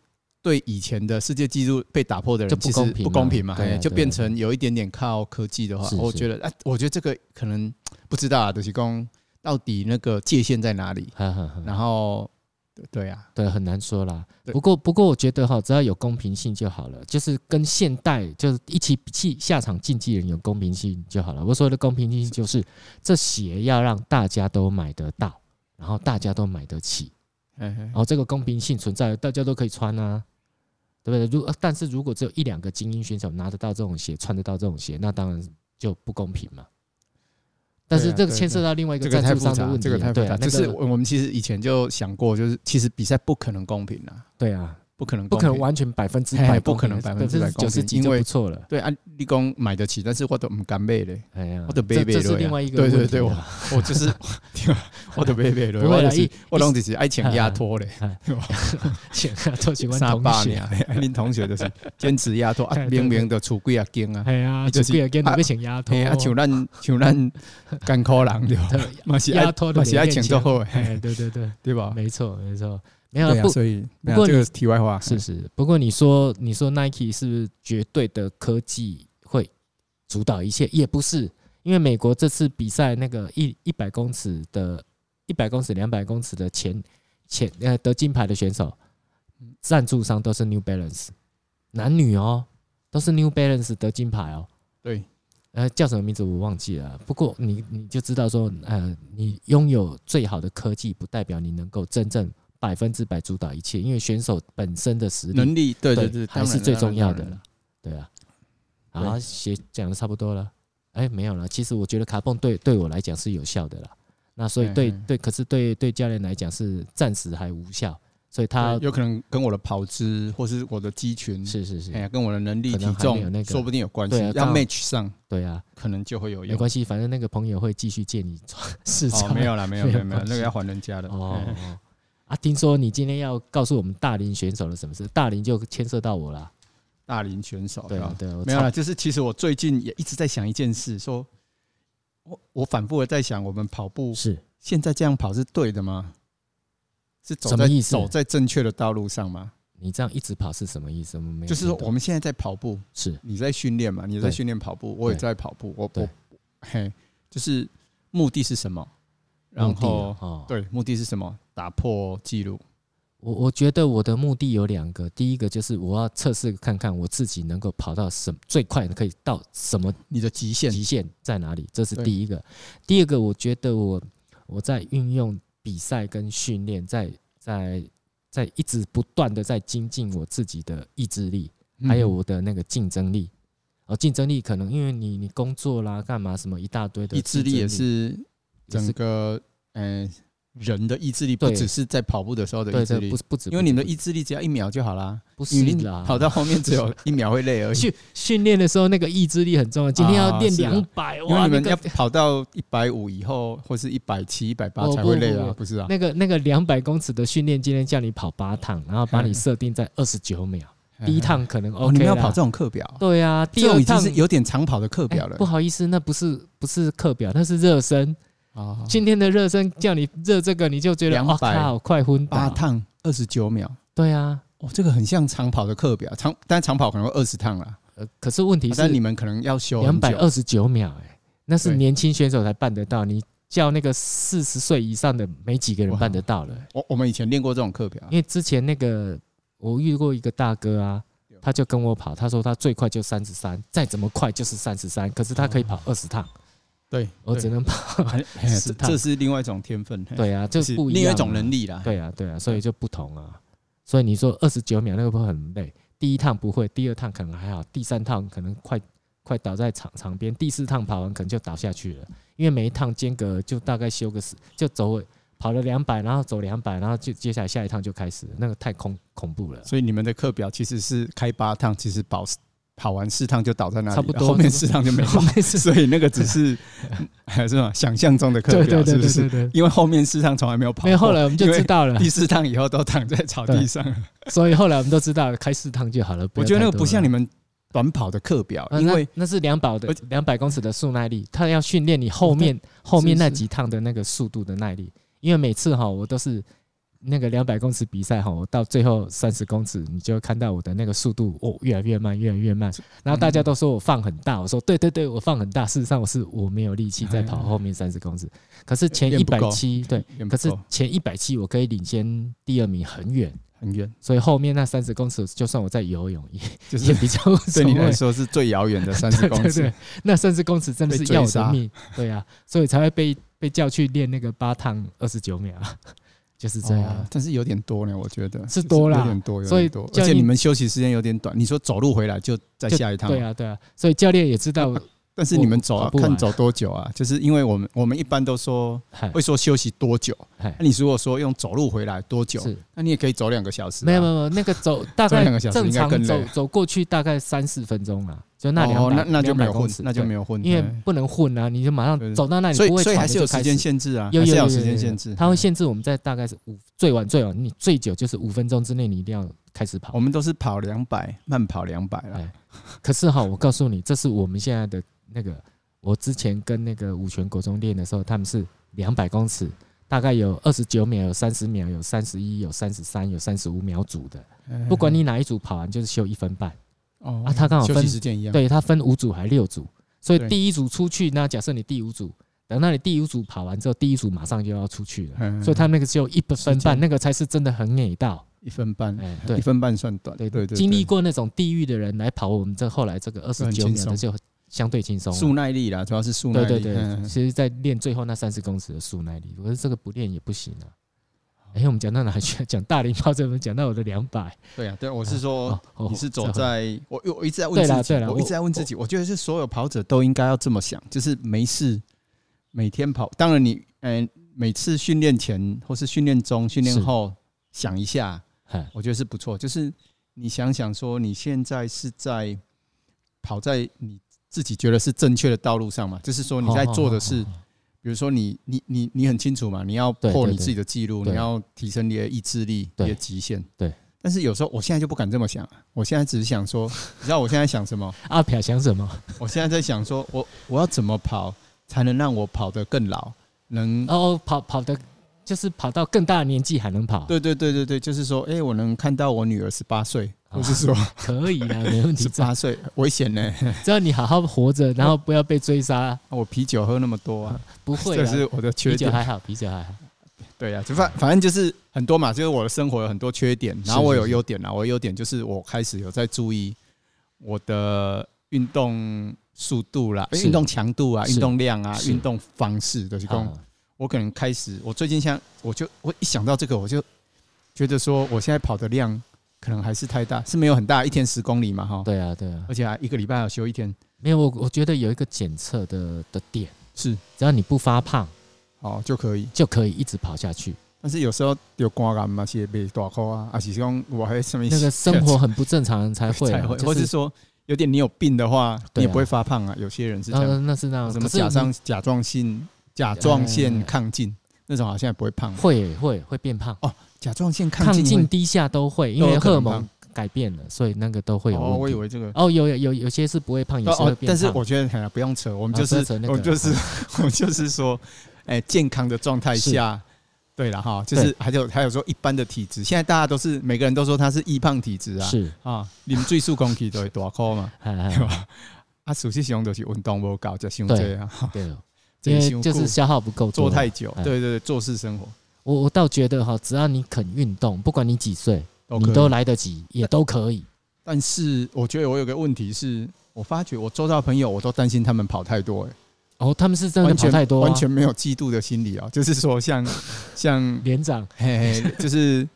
[SPEAKER 2] 对以前的世界纪录被打破的
[SPEAKER 1] 就
[SPEAKER 2] 人，
[SPEAKER 1] 不
[SPEAKER 2] 其实
[SPEAKER 1] 公平
[SPEAKER 2] 不
[SPEAKER 1] 嘛
[SPEAKER 2] 公平嘛，
[SPEAKER 1] 对啊
[SPEAKER 2] 哎就
[SPEAKER 1] 对啊
[SPEAKER 2] 变成有一点点靠科技的话，
[SPEAKER 1] 是
[SPEAKER 2] 我
[SPEAKER 1] 是
[SPEAKER 2] 觉得，哎，我觉得这个可能不知道啊，就是讲到底那个界限在哪里，
[SPEAKER 1] 哈哈哈。
[SPEAKER 2] 然后对啊，
[SPEAKER 1] 对，很难说啦。
[SPEAKER 2] 对
[SPEAKER 1] 不过，不过我觉得哈，只要有公平性就好了，就是跟现代就是一起比起下场竞技人有公平性就好了。我所谓的公平性就是，这鞋要让大家都买得到，然后大家都买得起，
[SPEAKER 2] 哎
[SPEAKER 1] 然后这个公平性存在，大家都可以穿啊，对不对？如呃但是如果只有一两个精英选手拿得到这种鞋，穿得到这种鞋，那当然就不公平嘛。但是
[SPEAKER 2] 对啊
[SPEAKER 1] 这个
[SPEAKER 2] 对
[SPEAKER 1] 牵涉到另外一
[SPEAKER 2] 这
[SPEAKER 1] 个
[SPEAKER 2] 个
[SPEAKER 1] 赞
[SPEAKER 2] 太
[SPEAKER 1] 助
[SPEAKER 2] 复
[SPEAKER 1] 商的
[SPEAKER 2] 杂，
[SPEAKER 1] 问题
[SPEAKER 2] 这
[SPEAKER 1] 了，
[SPEAKER 2] 个太复
[SPEAKER 1] 对
[SPEAKER 2] 杂。
[SPEAKER 1] 啊，
[SPEAKER 2] 就
[SPEAKER 1] 那
[SPEAKER 2] 是
[SPEAKER 1] 个
[SPEAKER 2] 我我们其实以前就想过，就是其实比赛不可能公平啊，
[SPEAKER 1] 对啊，
[SPEAKER 2] 不可能
[SPEAKER 1] 不
[SPEAKER 2] 公
[SPEAKER 1] 可
[SPEAKER 2] 平，
[SPEAKER 1] 能完全百分之
[SPEAKER 2] 嘿
[SPEAKER 1] 百
[SPEAKER 2] 不
[SPEAKER 1] 公
[SPEAKER 2] 可
[SPEAKER 1] 平
[SPEAKER 2] 能
[SPEAKER 1] 的，
[SPEAKER 2] 百分之百
[SPEAKER 1] 九
[SPEAKER 2] 公
[SPEAKER 1] 十
[SPEAKER 2] 平
[SPEAKER 1] 几
[SPEAKER 2] 因
[SPEAKER 1] 就
[SPEAKER 2] 为
[SPEAKER 1] 不错了。
[SPEAKER 2] 对啊，立功买得起，但是我都不敢买 嘞。
[SPEAKER 1] 哎呀，
[SPEAKER 2] 我的
[SPEAKER 1] 这
[SPEAKER 2] baby
[SPEAKER 1] 这是
[SPEAKER 2] 了呀
[SPEAKER 1] 另外一个
[SPEAKER 2] 对
[SPEAKER 1] 问题啊
[SPEAKER 2] 对
[SPEAKER 1] 了。
[SPEAKER 2] 对我就是我的妹妹了，
[SPEAKER 1] 不会
[SPEAKER 2] 我
[SPEAKER 1] 啦
[SPEAKER 2] 就是
[SPEAKER 1] 一
[SPEAKER 2] 我拢就是爱穿压拖嘞，
[SPEAKER 1] 请做喜欢
[SPEAKER 2] 三
[SPEAKER 1] 同
[SPEAKER 2] 八
[SPEAKER 1] 学
[SPEAKER 2] 年，，啊恁同学就是坚持压拖，啊
[SPEAKER 1] 对对对
[SPEAKER 2] 明明就出几啊 斤啊，
[SPEAKER 1] 哎呀，
[SPEAKER 2] 你就
[SPEAKER 1] 就是是跟你
[SPEAKER 2] 啊
[SPEAKER 1] 被请丫头
[SPEAKER 2] 嘿，啊像咱像咱艰苦人对吧，
[SPEAKER 1] 啊
[SPEAKER 2] 嘛是
[SPEAKER 1] 丫
[SPEAKER 2] 爱
[SPEAKER 1] 头的
[SPEAKER 2] 嘛是爱
[SPEAKER 1] 脸
[SPEAKER 2] 穿
[SPEAKER 1] 面
[SPEAKER 2] 做好
[SPEAKER 1] 前
[SPEAKER 2] 的，
[SPEAKER 1] 哎，对对对，
[SPEAKER 2] 对吧？
[SPEAKER 1] 没错没错，没有
[SPEAKER 2] 对
[SPEAKER 1] 啊
[SPEAKER 2] 啊，
[SPEAKER 1] 不
[SPEAKER 2] 所以
[SPEAKER 1] 不
[SPEAKER 2] 没有
[SPEAKER 1] 过
[SPEAKER 2] 这个是题外话，
[SPEAKER 1] 是是，不过你说你说 Nike 是不是绝对的科技会主导一切？也不是，因为美国这次比赛那个一一百公尺的，一百公尺、两百公尺的前前呃得金牌的选手，赞助商都是 New Balance，男女哦，都是 New Balance 得金牌哦。
[SPEAKER 2] 对，
[SPEAKER 1] 呃，叫什么名字我忘记了。不过你你就知道说，呃，你拥有最好的科技，不代表你能够真正百分之百主导一切，因为选手本身的实力
[SPEAKER 2] 能力对
[SPEAKER 1] 对
[SPEAKER 2] 对对，
[SPEAKER 1] 还
[SPEAKER 2] 当然
[SPEAKER 1] 是最重要的。
[SPEAKER 2] 当然当然
[SPEAKER 1] 了，对啊。
[SPEAKER 2] 对
[SPEAKER 1] 好，写讲的差不多了，哎，没有了。其实我觉得卡泵对对我来讲是有效的啦，那所以对
[SPEAKER 2] 嗯嗯
[SPEAKER 1] 对，可是对对教练来讲是暂时还无效，所以他
[SPEAKER 2] 对有可能跟我的跑姿或是我的肌群，
[SPEAKER 1] 是是
[SPEAKER 2] 哎
[SPEAKER 1] 是，
[SPEAKER 2] 呀，跟我的能力、
[SPEAKER 1] 可
[SPEAKER 2] 体
[SPEAKER 1] 能还没有那
[SPEAKER 2] 重，
[SPEAKER 1] 个
[SPEAKER 2] 说不定有关系
[SPEAKER 1] 对啊，
[SPEAKER 2] 要
[SPEAKER 1] 刚好
[SPEAKER 2] match 上
[SPEAKER 1] 对啊，
[SPEAKER 2] 可能就会有
[SPEAKER 1] 没
[SPEAKER 2] 用。
[SPEAKER 1] 关系，反正那个朋友会继续借你穿市
[SPEAKER 2] 哦，
[SPEAKER 1] 场，
[SPEAKER 2] 没有啦，没有
[SPEAKER 1] 没
[SPEAKER 2] 没
[SPEAKER 1] 有
[SPEAKER 2] 有没有，
[SPEAKER 1] 关系
[SPEAKER 2] 那个要还人家的。
[SPEAKER 1] 哦
[SPEAKER 2] 嗯。
[SPEAKER 1] 啊，听说你今天要告诉我们大龄选手了什么事？大龄就牵涉到我啦。
[SPEAKER 2] 大龄选手，
[SPEAKER 1] 对
[SPEAKER 2] 吧
[SPEAKER 1] 啊，对啊，我
[SPEAKER 2] 哦没有啦，
[SPEAKER 1] 差
[SPEAKER 2] 就是其实我最近也一直在想一件事，说我我反复的在想，我们跑步
[SPEAKER 1] 是
[SPEAKER 2] 现在这样跑是对的吗？是走
[SPEAKER 1] 什么
[SPEAKER 2] 在
[SPEAKER 1] 意思
[SPEAKER 2] 走在正确的道路上吗？
[SPEAKER 1] 你这样一直跑是什么意思？我们没有
[SPEAKER 2] 就是
[SPEAKER 1] 听
[SPEAKER 2] 说
[SPEAKER 1] 懂
[SPEAKER 2] 我们现在在跑步，
[SPEAKER 1] 是
[SPEAKER 2] 你在训练嘛？你在
[SPEAKER 1] 对
[SPEAKER 2] 训练跑步，我也
[SPEAKER 1] 对
[SPEAKER 2] 在跑步。我
[SPEAKER 1] 对
[SPEAKER 2] 我嘿，就是目的是什么？然后
[SPEAKER 1] 哦，
[SPEAKER 2] 对，目的是什么？打破记录。
[SPEAKER 1] 我我觉得我的目的有两个，第一个就是我要测试看看我自己能够跑到什最快可以到什么
[SPEAKER 2] 你的极限
[SPEAKER 1] 极限在哪里，这是
[SPEAKER 2] 对
[SPEAKER 1] 第一个。第二个，我觉得我我在运用比赛跟训练，在在在一直不断的在精进我自己的意志力，还有
[SPEAKER 2] 嗯
[SPEAKER 1] 我的那个竞争力。而竞争力可能因为你你工作啦、干嘛什么一大堆的
[SPEAKER 2] 嗯意志
[SPEAKER 1] 竞
[SPEAKER 2] 力
[SPEAKER 1] 争
[SPEAKER 2] 也是
[SPEAKER 1] 也是
[SPEAKER 2] 整个嗯、呃人的意志力，不
[SPEAKER 1] 对
[SPEAKER 2] 只是在跑步的时候的
[SPEAKER 1] 对
[SPEAKER 2] 意志
[SPEAKER 1] 对，
[SPEAKER 2] 力
[SPEAKER 1] 不，是不止
[SPEAKER 2] 因为你们的
[SPEAKER 1] 一
[SPEAKER 2] 意志力只要一秒就好啦。
[SPEAKER 1] 不
[SPEAKER 2] 因
[SPEAKER 1] 是
[SPEAKER 2] 为你
[SPEAKER 1] 啦，
[SPEAKER 2] 跑到后面只有一秒会累而已。
[SPEAKER 1] 训训练的时候那个意志力很重要，今天要
[SPEAKER 2] 啊
[SPEAKER 1] 练
[SPEAKER 2] 是啊
[SPEAKER 1] 两百、
[SPEAKER 2] 因为
[SPEAKER 1] 哇，
[SPEAKER 2] 你
[SPEAKER 1] 那
[SPEAKER 2] 们
[SPEAKER 1] 个
[SPEAKER 2] 要跑到一百五以后，或是一百七、一百八
[SPEAKER 1] 哦
[SPEAKER 2] 才会
[SPEAKER 1] 不
[SPEAKER 2] 累
[SPEAKER 1] 不
[SPEAKER 2] 啊，
[SPEAKER 1] 不
[SPEAKER 2] 不是啊？
[SPEAKER 1] 那个那个两百公尺的训练，今天叫你跑八趟，然后把你设定在二十九 秒，第一趟可能 OK
[SPEAKER 2] 哦，
[SPEAKER 1] 啦
[SPEAKER 2] 你们要跑这种课表，
[SPEAKER 1] 对啊，
[SPEAKER 2] 这
[SPEAKER 1] 第
[SPEAKER 2] 种
[SPEAKER 1] 二
[SPEAKER 2] 已经
[SPEAKER 1] 趟
[SPEAKER 2] 是有点长跑的课
[SPEAKER 1] 哎
[SPEAKER 2] 表了
[SPEAKER 1] 不好意思，那不是不是课表，那是热身。
[SPEAKER 2] 啊。
[SPEAKER 1] 今天的热身叫你热这个，你就觉得
[SPEAKER 2] 200
[SPEAKER 1] 哦靠，快昏
[SPEAKER 2] 八
[SPEAKER 1] 倒。
[SPEAKER 2] 趟二十九秒，
[SPEAKER 1] 对啊，
[SPEAKER 2] 哦，这个很像长跑的课表，长但长跑可能会二十趟啦，
[SPEAKER 1] 呃，可是问题是
[SPEAKER 2] 啊但你们可能要修
[SPEAKER 1] 两
[SPEAKER 2] 很
[SPEAKER 1] 百
[SPEAKER 2] 久。
[SPEAKER 1] 二十九秒，哎，那是
[SPEAKER 2] 对
[SPEAKER 1] 年轻选手才办得到，你叫那个四十岁以上的没几个人
[SPEAKER 2] 哇
[SPEAKER 1] 办得到了。
[SPEAKER 2] 我我们以前练过这种课表啊，
[SPEAKER 1] 因为之前那个我遇过一个大哥啊，他就跟我跑，他说他最快就三十三，再怎么快就是三十三，可是他可以跑二十趟，
[SPEAKER 2] 对，
[SPEAKER 1] 我
[SPEAKER 2] 对
[SPEAKER 1] 哦只能跑。
[SPEAKER 2] 很嘿
[SPEAKER 1] 十
[SPEAKER 2] 这
[SPEAKER 1] 趟
[SPEAKER 2] 这是另外一种天分，嘿
[SPEAKER 1] 对啊，就是不一样、
[SPEAKER 2] 另外一种能。力啦。
[SPEAKER 1] 对啊，对啊，所以就不同啊。所以你说二十九秒那个会不会很累？第一趟不会，第二趟可能还好，第三趟可能快快倒在场场边，第四趟跑完可能就倒下去了，因为每一趟间隔就大概休个十，就走跑了两百，然后走两百，然后就接下来下一趟就开始了，那个太恐恐怖 了。
[SPEAKER 2] 所以你们的课表其实是开八趟，其实跑跑完四趟就倒在那里了，
[SPEAKER 1] 差不多
[SPEAKER 2] 后面四趟就没跑
[SPEAKER 1] 后。面是
[SPEAKER 2] 所以那个只是还是什么想象中的课
[SPEAKER 1] 对对
[SPEAKER 2] 表，
[SPEAKER 1] 对
[SPEAKER 2] 啊是不
[SPEAKER 1] 对
[SPEAKER 2] 是
[SPEAKER 1] 对？对，
[SPEAKER 2] 因为后面四趟从来没有跑过，
[SPEAKER 1] 没有后来我们就知道了
[SPEAKER 2] 第，四趟以后都躺在草地上。
[SPEAKER 1] 所以后来我们都知道了开四趟就好了。
[SPEAKER 2] 我觉得那个不像你
[SPEAKER 1] 们，
[SPEAKER 2] 们短跑的课表，
[SPEAKER 1] 呃
[SPEAKER 2] 因为
[SPEAKER 1] 那那是两百的
[SPEAKER 2] 而哦
[SPEAKER 1] 两百公尺的速耐力，它要训练你后面后面
[SPEAKER 2] 是
[SPEAKER 1] 那
[SPEAKER 2] 是
[SPEAKER 1] 几趟的那个速度的耐力。因为每次哈，我都是那个两百公尺比赛哈，我到最后三十公尺，你就会看到我的那个速度哦越来越慢，越来越慢。然后大家都说我放很大，我说对对对，我放很大。事实上我是我没有力气再跑后面三十公尺，可是前
[SPEAKER 2] 练
[SPEAKER 1] 一
[SPEAKER 2] 不
[SPEAKER 1] 百
[SPEAKER 2] 够
[SPEAKER 1] 七对，
[SPEAKER 2] 远
[SPEAKER 1] 可
[SPEAKER 2] 不
[SPEAKER 1] 是
[SPEAKER 2] 够
[SPEAKER 1] 前一百七我可以领先第二名很远，
[SPEAKER 2] 很 远，
[SPEAKER 1] 所以后面那三十公尺，就算我在游 泳也
[SPEAKER 2] 就
[SPEAKER 1] 也
[SPEAKER 2] 是
[SPEAKER 1] 比较无所
[SPEAKER 2] 对
[SPEAKER 1] 谓。
[SPEAKER 2] 你来说是最遥远的三十 公
[SPEAKER 1] 对
[SPEAKER 2] 尺
[SPEAKER 1] 对，，那三十公尺真的是要我的命，对啊，所以才会被被叫去练那个八趟二十九秒， 就是这样。啊
[SPEAKER 2] 哦但是有点多呢，我觉得
[SPEAKER 1] 是多啦
[SPEAKER 2] 有点多，有
[SPEAKER 1] 所以
[SPEAKER 2] 点多，
[SPEAKER 1] 叫
[SPEAKER 2] 而且
[SPEAKER 1] 你
[SPEAKER 2] 你们休息时间有点短。你说走路回来就再
[SPEAKER 1] 就
[SPEAKER 2] 下一趟，哦
[SPEAKER 1] 对啊，对啊，所以教练也知道，
[SPEAKER 2] 但是你们走
[SPEAKER 1] 我
[SPEAKER 2] 啊
[SPEAKER 1] 不玩
[SPEAKER 2] 看走多久啊？就是因为我们我们一般都说
[SPEAKER 1] 嗨
[SPEAKER 2] 会说休息多久，
[SPEAKER 1] 嗨
[SPEAKER 2] 那你如果说用走路回来多久，
[SPEAKER 1] 是
[SPEAKER 2] 那你也可以走两个小时、啊。
[SPEAKER 1] 没有没有没有那个走大
[SPEAKER 2] 走两
[SPEAKER 1] 概
[SPEAKER 2] 个小时
[SPEAKER 1] 正
[SPEAKER 2] 应该
[SPEAKER 1] 常
[SPEAKER 2] 更累
[SPEAKER 1] 走走过去大概三四分钟啦，就那两
[SPEAKER 2] 哦，
[SPEAKER 1] 百
[SPEAKER 2] 那那就没有
[SPEAKER 1] 公
[SPEAKER 2] 混
[SPEAKER 1] 尺，，
[SPEAKER 2] 那就没有混，
[SPEAKER 1] 对，因为
[SPEAKER 2] 对
[SPEAKER 1] 不能混啊，你就马
[SPEAKER 2] 对
[SPEAKER 1] 上
[SPEAKER 2] 对
[SPEAKER 1] 走到那里
[SPEAKER 2] 所
[SPEAKER 1] 不
[SPEAKER 2] 以
[SPEAKER 1] 会
[SPEAKER 2] 所以
[SPEAKER 1] 喘
[SPEAKER 2] 还
[SPEAKER 1] 的
[SPEAKER 2] 是有
[SPEAKER 1] 就
[SPEAKER 2] 时
[SPEAKER 1] 开
[SPEAKER 2] 间
[SPEAKER 1] 始。
[SPEAKER 2] 限制啊，
[SPEAKER 1] 有有
[SPEAKER 2] 还是
[SPEAKER 1] 有
[SPEAKER 2] 要
[SPEAKER 1] 有
[SPEAKER 2] 有时间
[SPEAKER 1] 有
[SPEAKER 2] 限制。
[SPEAKER 1] 它会限制我们在大概是五最晚最晚，你最久就是五分钟之内你一定要开始跑
[SPEAKER 2] 我。们都是跑两百，慢跑两百了
[SPEAKER 1] 哎。可是哈，我告诉你，这是我们现在的那个，我之前跟那个五泉国中练的时候，他们是两百公尺，大概有二十九秒，有三十秒，有三十一，有三十三，有三十五秒组的。
[SPEAKER 2] 嗯
[SPEAKER 1] 哎不管你哪一组跑完，就是休一分半。
[SPEAKER 2] 哎哦
[SPEAKER 1] 啊他刚好
[SPEAKER 2] 休
[SPEAKER 1] 分
[SPEAKER 2] 息时间一样，
[SPEAKER 1] 对，它分五组还六组，所以
[SPEAKER 2] 对
[SPEAKER 1] 第一组出去呢，假设你第五组，等到你第五组跑完之后，第一组马上就要出去了，
[SPEAKER 2] 嗯，
[SPEAKER 1] 所以他那个只有一分
[SPEAKER 2] 时间
[SPEAKER 1] 半，那个才是真的很给到。
[SPEAKER 2] 一分半，
[SPEAKER 1] 哎，
[SPEAKER 2] 一
[SPEAKER 1] 对。
[SPEAKER 2] 分半算短，
[SPEAKER 1] 对
[SPEAKER 2] 对嗯对，
[SPEAKER 1] 经历过那种地狱的人来跑我们这后来这个二十
[SPEAKER 2] 很
[SPEAKER 1] 九
[SPEAKER 2] 轻
[SPEAKER 1] 秒的
[SPEAKER 2] 松
[SPEAKER 1] 就相对轻松了，
[SPEAKER 2] 速耐力啦，主要是速耐
[SPEAKER 1] 对
[SPEAKER 2] 力。
[SPEAKER 1] 啊对对，
[SPEAKER 2] 嗯
[SPEAKER 1] 其实，在练最后那三十公尺的速耐力，我说这个不练也不行啊。
[SPEAKER 2] 哦
[SPEAKER 1] 哎、我们讲到哪去了？讲大龄跑者，我们讲到我的两百。
[SPEAKER 2] 对啊，对，我是说
[SPEAKER 1] 哦，哦
[SPEAKER 2] 你是走
[SPEAKER 1] 这
[SPEAKER 2] 在我我一直在问
[SPEAKER 1] 对啦
[SPEAKER 2] 自己
[SPEAKER 1] 对，啦
[SPEAKER 2] 我一直在问自己，我觉得是所有跑者都应该要这么想，就是没事每天跑。当然你，嗯，每次训练前或是训练中、训练
[SPEAKER 1] 是
[SPEAKER 2] 后想一下，
[SPEAKER 1] 很
[SPEAKER 2] 我觉得是不错。就是你想想说，你现在是在跑在你自己觉得是正确的道路上嘛？就是说你在
[SPEAKER 1] 哦
[SPEAKER 2] 做的是，比如说你你你你很清楚嘛，你要
[SPEAKER 1] 对
[SPEAKER 2] 破
[SPEAKER 1] 对
[SPEAKER 2] 你
[SPEAKER 1] 对
[SPEAKER 2] 自己的记录，
[SPEAKER 1] 对
[SPEAKER 2] 你要提升你的意志力、
[SPEAKER 1] 对
[SPEAKER 2] 你的极限。
[SPEAKER 1] 对。
[SPEAKER 2] 但是有时候我现在就不敢这么想，啊我现在只是想说，你知道我现在想什么？
[SPEAKER 1] 哦阿飘想什么？
[SPEAKER 2] 我现在在想说，我我要怎么跑才能让我跑得更老，能
[SPEAKER 1] 哦，跑跑的，就是跑到更大的年纪还能跑，
[SPEAKER 2] 对对对对对，就是说，哎、我能看到我女儿十八岁，
[SPEAKER 1] 啊
[SPEAKER 2] 我 是说
[SPEAKER 1] 可以啊，没问题
[SPEAKER 2] 十。八岁危险呢、
[SPEAKER 1] 只要你好好活着，然后不要被追杀，
[SPEAKER 2] 啊我啤酒喝那么多啊，
[SPEAKER 1] 不 会
[SPEAKER 2] 这
[SPEAKER 1] 啊。
[SPEAKER 2] 是我的缺
[SPEAKER 1] 啤酒
[SPEAKER 2] 点。
[SPEAKER 1] 还好，啤酒还好。
[SPEAKER 2] 对啊，就反反正就是很多嘛，就是我的生活有很多缺点，然后
[SPEAKER 1] 是
[SPEAKER 2] 我
[SPEAKER 1] 是
[SPEAKER 2] 有
[SPEAKER 1] 是
[SPEAKER 2] 优点啊，我的优点就是我开始有在注意我的运动速度啦、
[SPEAKER 1] 是
[SPEAKER 2] 运动强度啊、
[SPEAKER 1] 是
[SPEAKER 2] 运动量啊、
[SPEAKER 1] 是
[SPEAKER 2] 运动方式的、就是说
[SPEAKER 1] 啊
[SPEAKER 2] 我可能开始，我最近像我就我一想到这个，我就觉得说我现在跑的量可能还是太大，是没有很大，一天十公里嘛哈，
[SPEAKER 1] 对啊，对啊，
[SPEAKER 2] 而且还一个礼拜要休一天，
[SPEAKER 1] 没有我，我觉得有一个检测的的点，
[SPEAKER 2] 是
[SPEAKER 1] 只要你不发胖，
[SPEAKER 2] 哦就可以。
[SPEAKER 1] 就可以一直跑下去。
[SPEAKER 2] 但是有时候有光感嘛，是被大口啊，啊，是讲我还什么
[SPEAKER 1] 那个生活很不正常人才会啊，
[SPEAKER 2] 才会，
[SPEAKER 1] 就
[SPEAKER 2] 或是
[SPEAKER 1] 是
[SPEAKER 2] 说有点你有病的话，你
[SPEAKER 1] 对啊
[SPEAKER 2] 也不会发胖啊。有些人是这样，
[SPEAKER 1] 嗯，那是那样，
[SPEAKER 2] 什
[SPEAKER 1] 可
[SPEAKER 2] 么
[SPEAKER 1] 是
[SPEAKER 2] 甲
[SPEAKER 1] 你
[SPEAKER 2] 状甲状腺甲状腺
[SPEAKER 1] 哎
[SPEAKER 2] 亢进那种，好像也不会胖。啊
[SPEAKER 1] 会会会变胖，
[SPEAKER 2] 甲状腺亢
[SPEAKER 1] 亢进
[SPEAKER 2] 进
[SPEAKER 1] 低下都会，因
[SPEAKER 2] 都有
[SPEAKER 1] 为
[SPEAKER 2] 可
[SPEAKER 1] 荷尔
[SPEAKER 2] 能
[SPEAKER 1] 蒙改变了，所以那个都会
[SPEAKER 2] 会
[SPEAKER 1] 有
[SPEAKER 2] 哦，我
[SPEAKER 1] 问
[SPEAKER 2] 以
[SPEAKER 1] 题。
[SPEAKER 2] 为这个。
[SPEAKER 1] 哦，有有有有些是不会胖，有些会
[SPEAKER 2] 哦，
[SPEAKER 1] 变
[SPEAKER 2] 但是
[SPEAKER 1] 胖。
[SPEAKER 2] 我觉得哎呀不用扯，我
[SPEAKER 1] 啊
[SPEAKER 2] 们就
[SPEAKER 1] 不
[SPEAKER 2] 是
[SPEAKER 1] 要扯那个
[SPEAKER 2] 我们就是 我们就是说，哎，健康的状态下，对了哈，就是还有还有说一般的体质，现在大家都是每个人都说他是易胖体质啊，
[SPEAKER 1] 是，
[SPEAKER 2] 啊，你们最速攻体都会大颗嘛，
[SPEAKER 1] 哎
[SPEAKER 2] 对
[SPEAKER 1] 哎，
[SPEAKER 2] 吧？啊，事实上就是运动不够，吃伤
[SPEAKER 1] 对
[SPEAKER 2] 济啊，
[SPEAKER 1] 对了，
[SPEAKER 2] 这
[SPEAKER 1] 因
[SPEAKER 2] 也
[SPEAKER 1] 为
[SPEAKER 2] 伤
[SPEAKER 1] 就是
[SPEAKER 2] 久
[SPEAKER 1] 消耗不够多
[SPEAKER 2] 做
[SPEAKER 1] 了，
[SPEAKER 2] 太久，
[SPEAKER 1] 哎
[SPEAKER 2] 对对对，做事生活
[SPEAKER 1] 我我倒觉得哈，只要你肯运动，不管你几岁，
[SPEAKER 2] 都可
[SPEAKER 1] 你
[SPEAKER 2] 以
[SPEAKER 1] 都来得及，也都可以。
[SPEAKER 2] 但是我觉得我有个问题是，我发觉我周遭朋友，我都担心他们跑太多、欸，
[SPEAKER 1] 哦，他们是真的
[SPEAKER 2] 完
[SPEAKER 1] 跑
[SPEAKER 2] 全
[SPEAKER 1] 太多啊，
[SPEAKER 2] 完全没有嫉妒的心理啊、 就是说像像
[SPEAKER 1] 连长，
[SPEAKER 2] 嘿 嘿，就是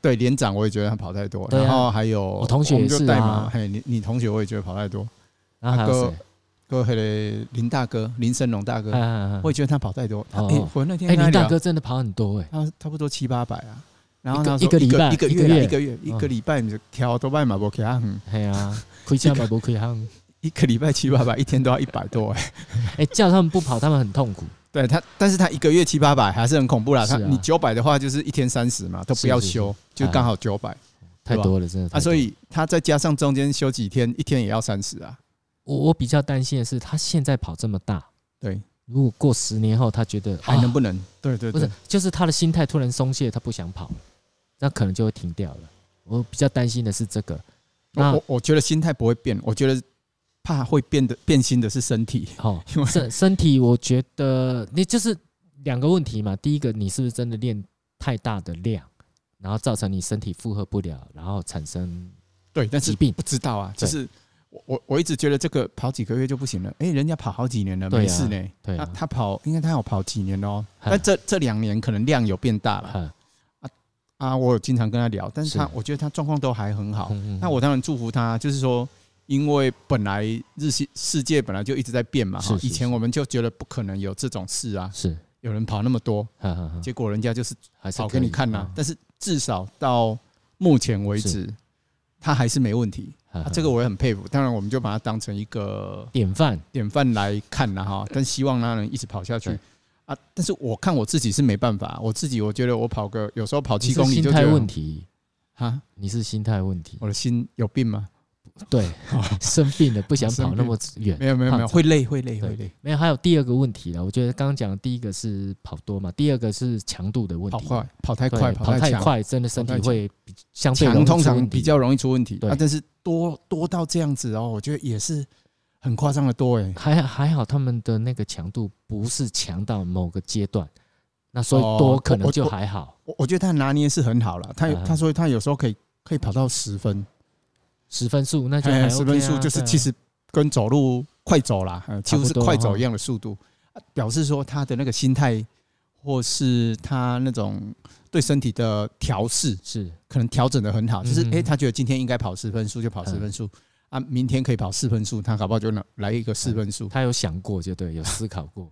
[SPEAKER 2] 对连长，我也觉得他跑太多，
[SPEAKER 1] 对啊
[SPEAKER 2] 然后还有我
[SPEAKER 1] 我同学
[SPEAKER 2] 们
[SPEAKER 1] 也
[SPEAKER 2] 就是带
[SPEAKER 1] 啊
[SPEAKER 2] 嘛，嘿，你你同学我也觉得跑太多，
[SPEAKER 1] 然后还有谁？
[SPEAKER 2] 哥还有林大哥林森龙大哥，
[SPEAKER 1] 哎哎哎
[SPEAKER 2] 我也觉得他跑太多，他
[SPEAKER 1] 哦
[SPEAKER 2] 欸我那天
[SPEAKER 1] 哎，
[SPEAKER 2] 跟他
[SPEAKER 1] 林大
[SPEAKER 2] 聊
[SPEAKER 1] 哥真的跑很多 哎，
[SPEAKER 2] 他差不多七八百啊。然后
[SPEAKER 1] 一个
[SPEAKER 2] 他
[SPEAKER 1] 一
[SPEAKER 2] 说
[SPEAKER 1] 个礼拜
[SPEAKER 2] 一个
[SPEAKER 1] 一个
[SPEAKER 2] 月啊
[SPEAKER 1] 月
[SPEAKER 2] 一个月一个
[SPEAKER 1] 嗯
[SPEAKER 2] 礼拜，你就挑都卖嘛，不给他很
[SPEAKER 1] 嘿啊，亏钱嘛不亏行。
[SPEAKER 2] 一个礼拜七八百，一天都要一百多哎、
[SPEAKER 1] 哎，叫他们不跑，他们很痛苦。
[SPEAKER 2] 对他，但是他一个月七八百还是很恐怖啦。
[SPEAKER 1] 是啊
[SPEAKER 2] 他你九百的话，就是一天三十嘛，都不要
[SPEAKER 1] 是是
[SPEAKER 2] 休，
[SPEAKER 1] 是
[SPEAKER 2] 就刚好九百
[SPEAKER 1] 太多了，真的太多
[SPEAKER 2] 啊。
[SPEAKER 1] 了
[SPEAKER 2] 所以他再加上中间休几天，一天也要三十啊。
[SPEAKER 1] 我我比较担心的是，他现在跑这么大，
[SPEAKER 2] 对，
[SPEAKER 1] 如果过十年后他觉得
[SPEAKER 2] 还能
[SPEAKER 1] 不
[SPEAKER 2] 不能？对对
[SPEAKER 1] 啊不
[SPEAKER 2] 对
[SPEAKER 1] 是，，就是他的心态突然松懈，他不想跑了，那可能就会停掉了。我比较担心的是这个。
[SPEAKER 2] 我
[SPEAKER 1] 那
[SPEAKER 2] 我我觉得心态不会变，我觉得怕会变得变心的是身体。
[SPEAKER 1] 好
[SPEAKER 2] 因，为
[SPEAKER 1] 哦身身体，我觉得你就是两个问题嘛。第一个，你是不是真的练太大的量，然后造成你身体负荷不了，然后产生
[SPEAKER 2] 对，但
[SPEAKER 1] 疾
[SPEAKER 2] 是
[SPEAKER 1] 病？
[SPEAKER 2] 不知道啊，就
[SPEAKER 1] 对
[SPEAKER 2] 是我我我一直觉得这个跑几个月就不行了。哎，人家跑好几年了，
[SPEAKER 1] 对啊
[SPEAKER 2] 没事呢。
[SPEAKER 1] 对
[SPEAKER 2] 他
[SPEAKER 1] 啊，
[SPEAKER 2] 他跑，应该他有跑几年哦。
[SPEAKER 1] 嗯
[SPEAKER 2] 但这这两年可能量有变大了。
[SPEAKER 1] 嗯
[SPEAKER 2] 啊，我有经常跟他聊，但是他
[SPEAKER 1] 是
[SPEAKER 2] 我觉得他状况都还很好。
[SPEAKER 1] 嗯嗯
[SPEAKER 2] 那我当然祝福他，就是说，因为本来日系世界本来就一直在变嘛，
[SPEAKER 1] 是
[SPEAKER 2] 哈，
[SPEAKER 1] 是
[SPEAKER 2] 以前我们就觉得不可能有这种事啊，
[SPEAKER 1] 是，
[SPEAKER 2] 有人跑那么多，
[SPEAKER 1] 哈哈哈
[SPEAKER 2] 结果人家就是
[SPEAKER 1] 还是
[SPEAKER 2] 跑
[SPEAKER 1] 可
[SPEAKER 2] 给你
[SPEAKER 1] 以
[SPEAKER 2] 看呐、
[SPEAKER 1] 嗯
[SPEAKER 2] 但是至少到目前为止，他还是没问题。
[SPEAKER 1] 哈
[SPEAKER 2] 啊
[SPEAKER 1] 哈
[SPEAKER 2] 这个我也很佩服，当然我们就把它当成一个
[SPEAKER 1] 典范
[SPEAKER 2] 典范来看了哈，但希望他能一直跑下去
[SPEAKER 1] 对。
[SPEAKER 2] 啊！但是我看我自己是没办法，我自己我觉得我跑个有时候跑
[SPEAKER 1] 你
[SPEAKER 2] 七
[SPEAKER 1] 是
[SPEAKER 2] 公里
[SPEAKER 1] 心
[SPEAKER 2] 就觉
[SPEAKER 1] 态
[SPEAKER 2] 得
[SPEAKER 1] 问
[SPEAKER 2] 很
[SPEAKER 1] 题，
[SPEAKER 2] 啊，
[SPEAKER 1] 你是心态问题，
[SPEAKER 2] 我的心有病吗？
[SPEAKER 1] 对，生病了不想跑那么远，
[SPEAKER 2] 没有没有没
[SPEAKER 1] 胖
[SPEAKER 2] 有，
[SPEAKER 1] 子
[SPEAKER 2] 会累会累
[SPEAKER 1] 啊对
[SPEAKER 2] 会累，
[SPEAKER 1] 没有，还有第二个问题了。我觉得刚刚讲的第一个是跑多嘛，第二个是强度的问
[SPEAKER 2] 跑
[SPEAKER 1] 题。
[SPEAKER 2] 快跑太
[SPEAKER 1] 对
[SPEAKER 2] 快
[SPEAKER 1] 跑
[SPEAKER 2] 太
[SPEAKER 1] 太
[SPEAKER 2] 强，
[SPEAKER 1] 快，真的身体
[SPEAKER 2] 跑太强
[SPEAKER 1] 会比相对容
[SPEAKER 2] 强
[SPEAKER 1] 易
[SPEAKER 2] 通
[SPEAKER 1] 出
[SPEAKER 2] 常
[SPEAKER 1] 问题
[SPEAKER 2] 比较容易出问题
[SPEAKER 1] 对
[SPEAKER 2] 啊。但是多多到这样子哦，我觉得也是很夸张的多哎。
[SPEAKER 1] 还还好，他们的那个强度不是强到某个阶段，那所以
[SPEAKER 2] 哦
[SPEAKER 1] 多可能
[SPEAKER 2] 我
[SPEAKER 1] 就
[SPEAKER 2] 我
[SPEAKER 1] 还好，
[SPEAKER 2] 我我觉得他拿捏是很好了，他有
[SPEAKER 1] 嗯
[SPEAKER 2] 他说他有时候可以可以跑到十分，
[SPEAKER 1] 十分数那就还
[SPEAKER 2] 哎
[SPEAKER 1] OK 啊
[SPEAKER 2] 十分数就是
[SPEAKER 1] 对啊
[SPEAKER 2] 其实跟走路快走啦，呃几乎是
[SPEAKER 1] 差不多
[SPEAKER 2] 快走一样的速度，啊表示说他的那个心态或是他那种对身体的调试
[SPEAKER 1] 是
[SPEAKER 2] 可能调整的很好，就是
[SPEAKER 1] 嗯
[SPEAKER 2] 诶，他觉得今天应该跑十分数就跑十分数啊，明天可以跑四分数，他搞不好就能来一个四分数。
[SPEAKER 1] 他有想过，就对，有思考 过，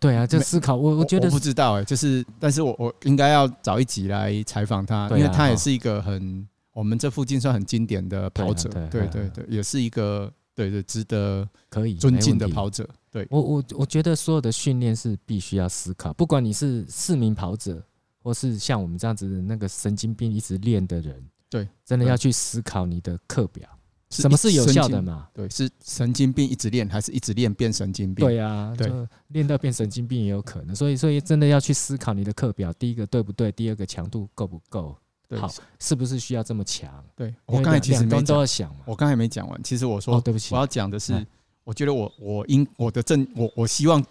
[SPEAKER 1] 对啊，就
[SPEAKER 2] 没
[SPEAKER 1] 思考。我我觉得
[SPEAKER 2] 我不知道诶，就是，但是我我应该要找一集来采访他，因
[SPEAKER 1] 对啊哦
[SPEAKER 2] 为他也是一个很我们这附近算很经典的跑者
[SPEAKER 1] 对啊，对
[SPEAKER 2] 对
[SPEAKER 1] 啊
[SPEAKER 2] 对对，也是一个对对值得
[SPEAKER 1] 可以
[SPEAKER 2] 尊敬的。
[SPEAKER 1] 没问题
[SPEAKER 2] 跑者，对
[SPEAKER 1] 我我我觉得所有的训练是必须要思考，不管你是市民跑者，或是像我们这样子的那个神经病一直练的人，
[SPEAKER 2] 对，
[SPEAKER 1] 真的要
[SPEAKER 2] 对
[SPEAKER 1] 去思考你的课表，
[SPEAKER 2] 是
[SPEAKER 1] 什么是有效
[SPEAKER 2] 神
[SPEAKER 1] 的
[SPEAKER 2] 经？
[SPEAKER 1] 嘛？
[SPEAKER 2] 对，是神经病一直练，还是一直练变神经病？
[SPEAKER 1] 对呀，
[SPEAKER 2] 对
[SPEAKER 1] 就练到变神经病也有可能。所以，所以真的要去思考你的课表，第一个对不对，第二个强度够不够，
[SPEAKER 2] 对，
[SPEAKER 1] 好是不是需要这么强？
[SPEAKER 2] 对
[SPEAKER 1] 因
[SPEAKER 2] 我
[SPEAKER 1] 为
[SPEAKER 2] 刚才
[SPEAKER 1] 两
[SPEAKER 2] 其实
[SPEAKER 1] 两
[SPEAKER 2] 没
[SPEAKER 1] 端都
[SPEAKER 2] 讲，
[SPEAKER 1] 要想嘛。
[SPEAKER 2] 我刚才没讲完。其实我
[SPEAKER 1] 哦，
[SPEAKER 2] 说
[SPEAKER 1] 对不起
[SPEAKER 2] 我，要讲的是
[SPEAKER 1] 哎，
[SPEAKER 2] 我觉得我我应我的正我我希望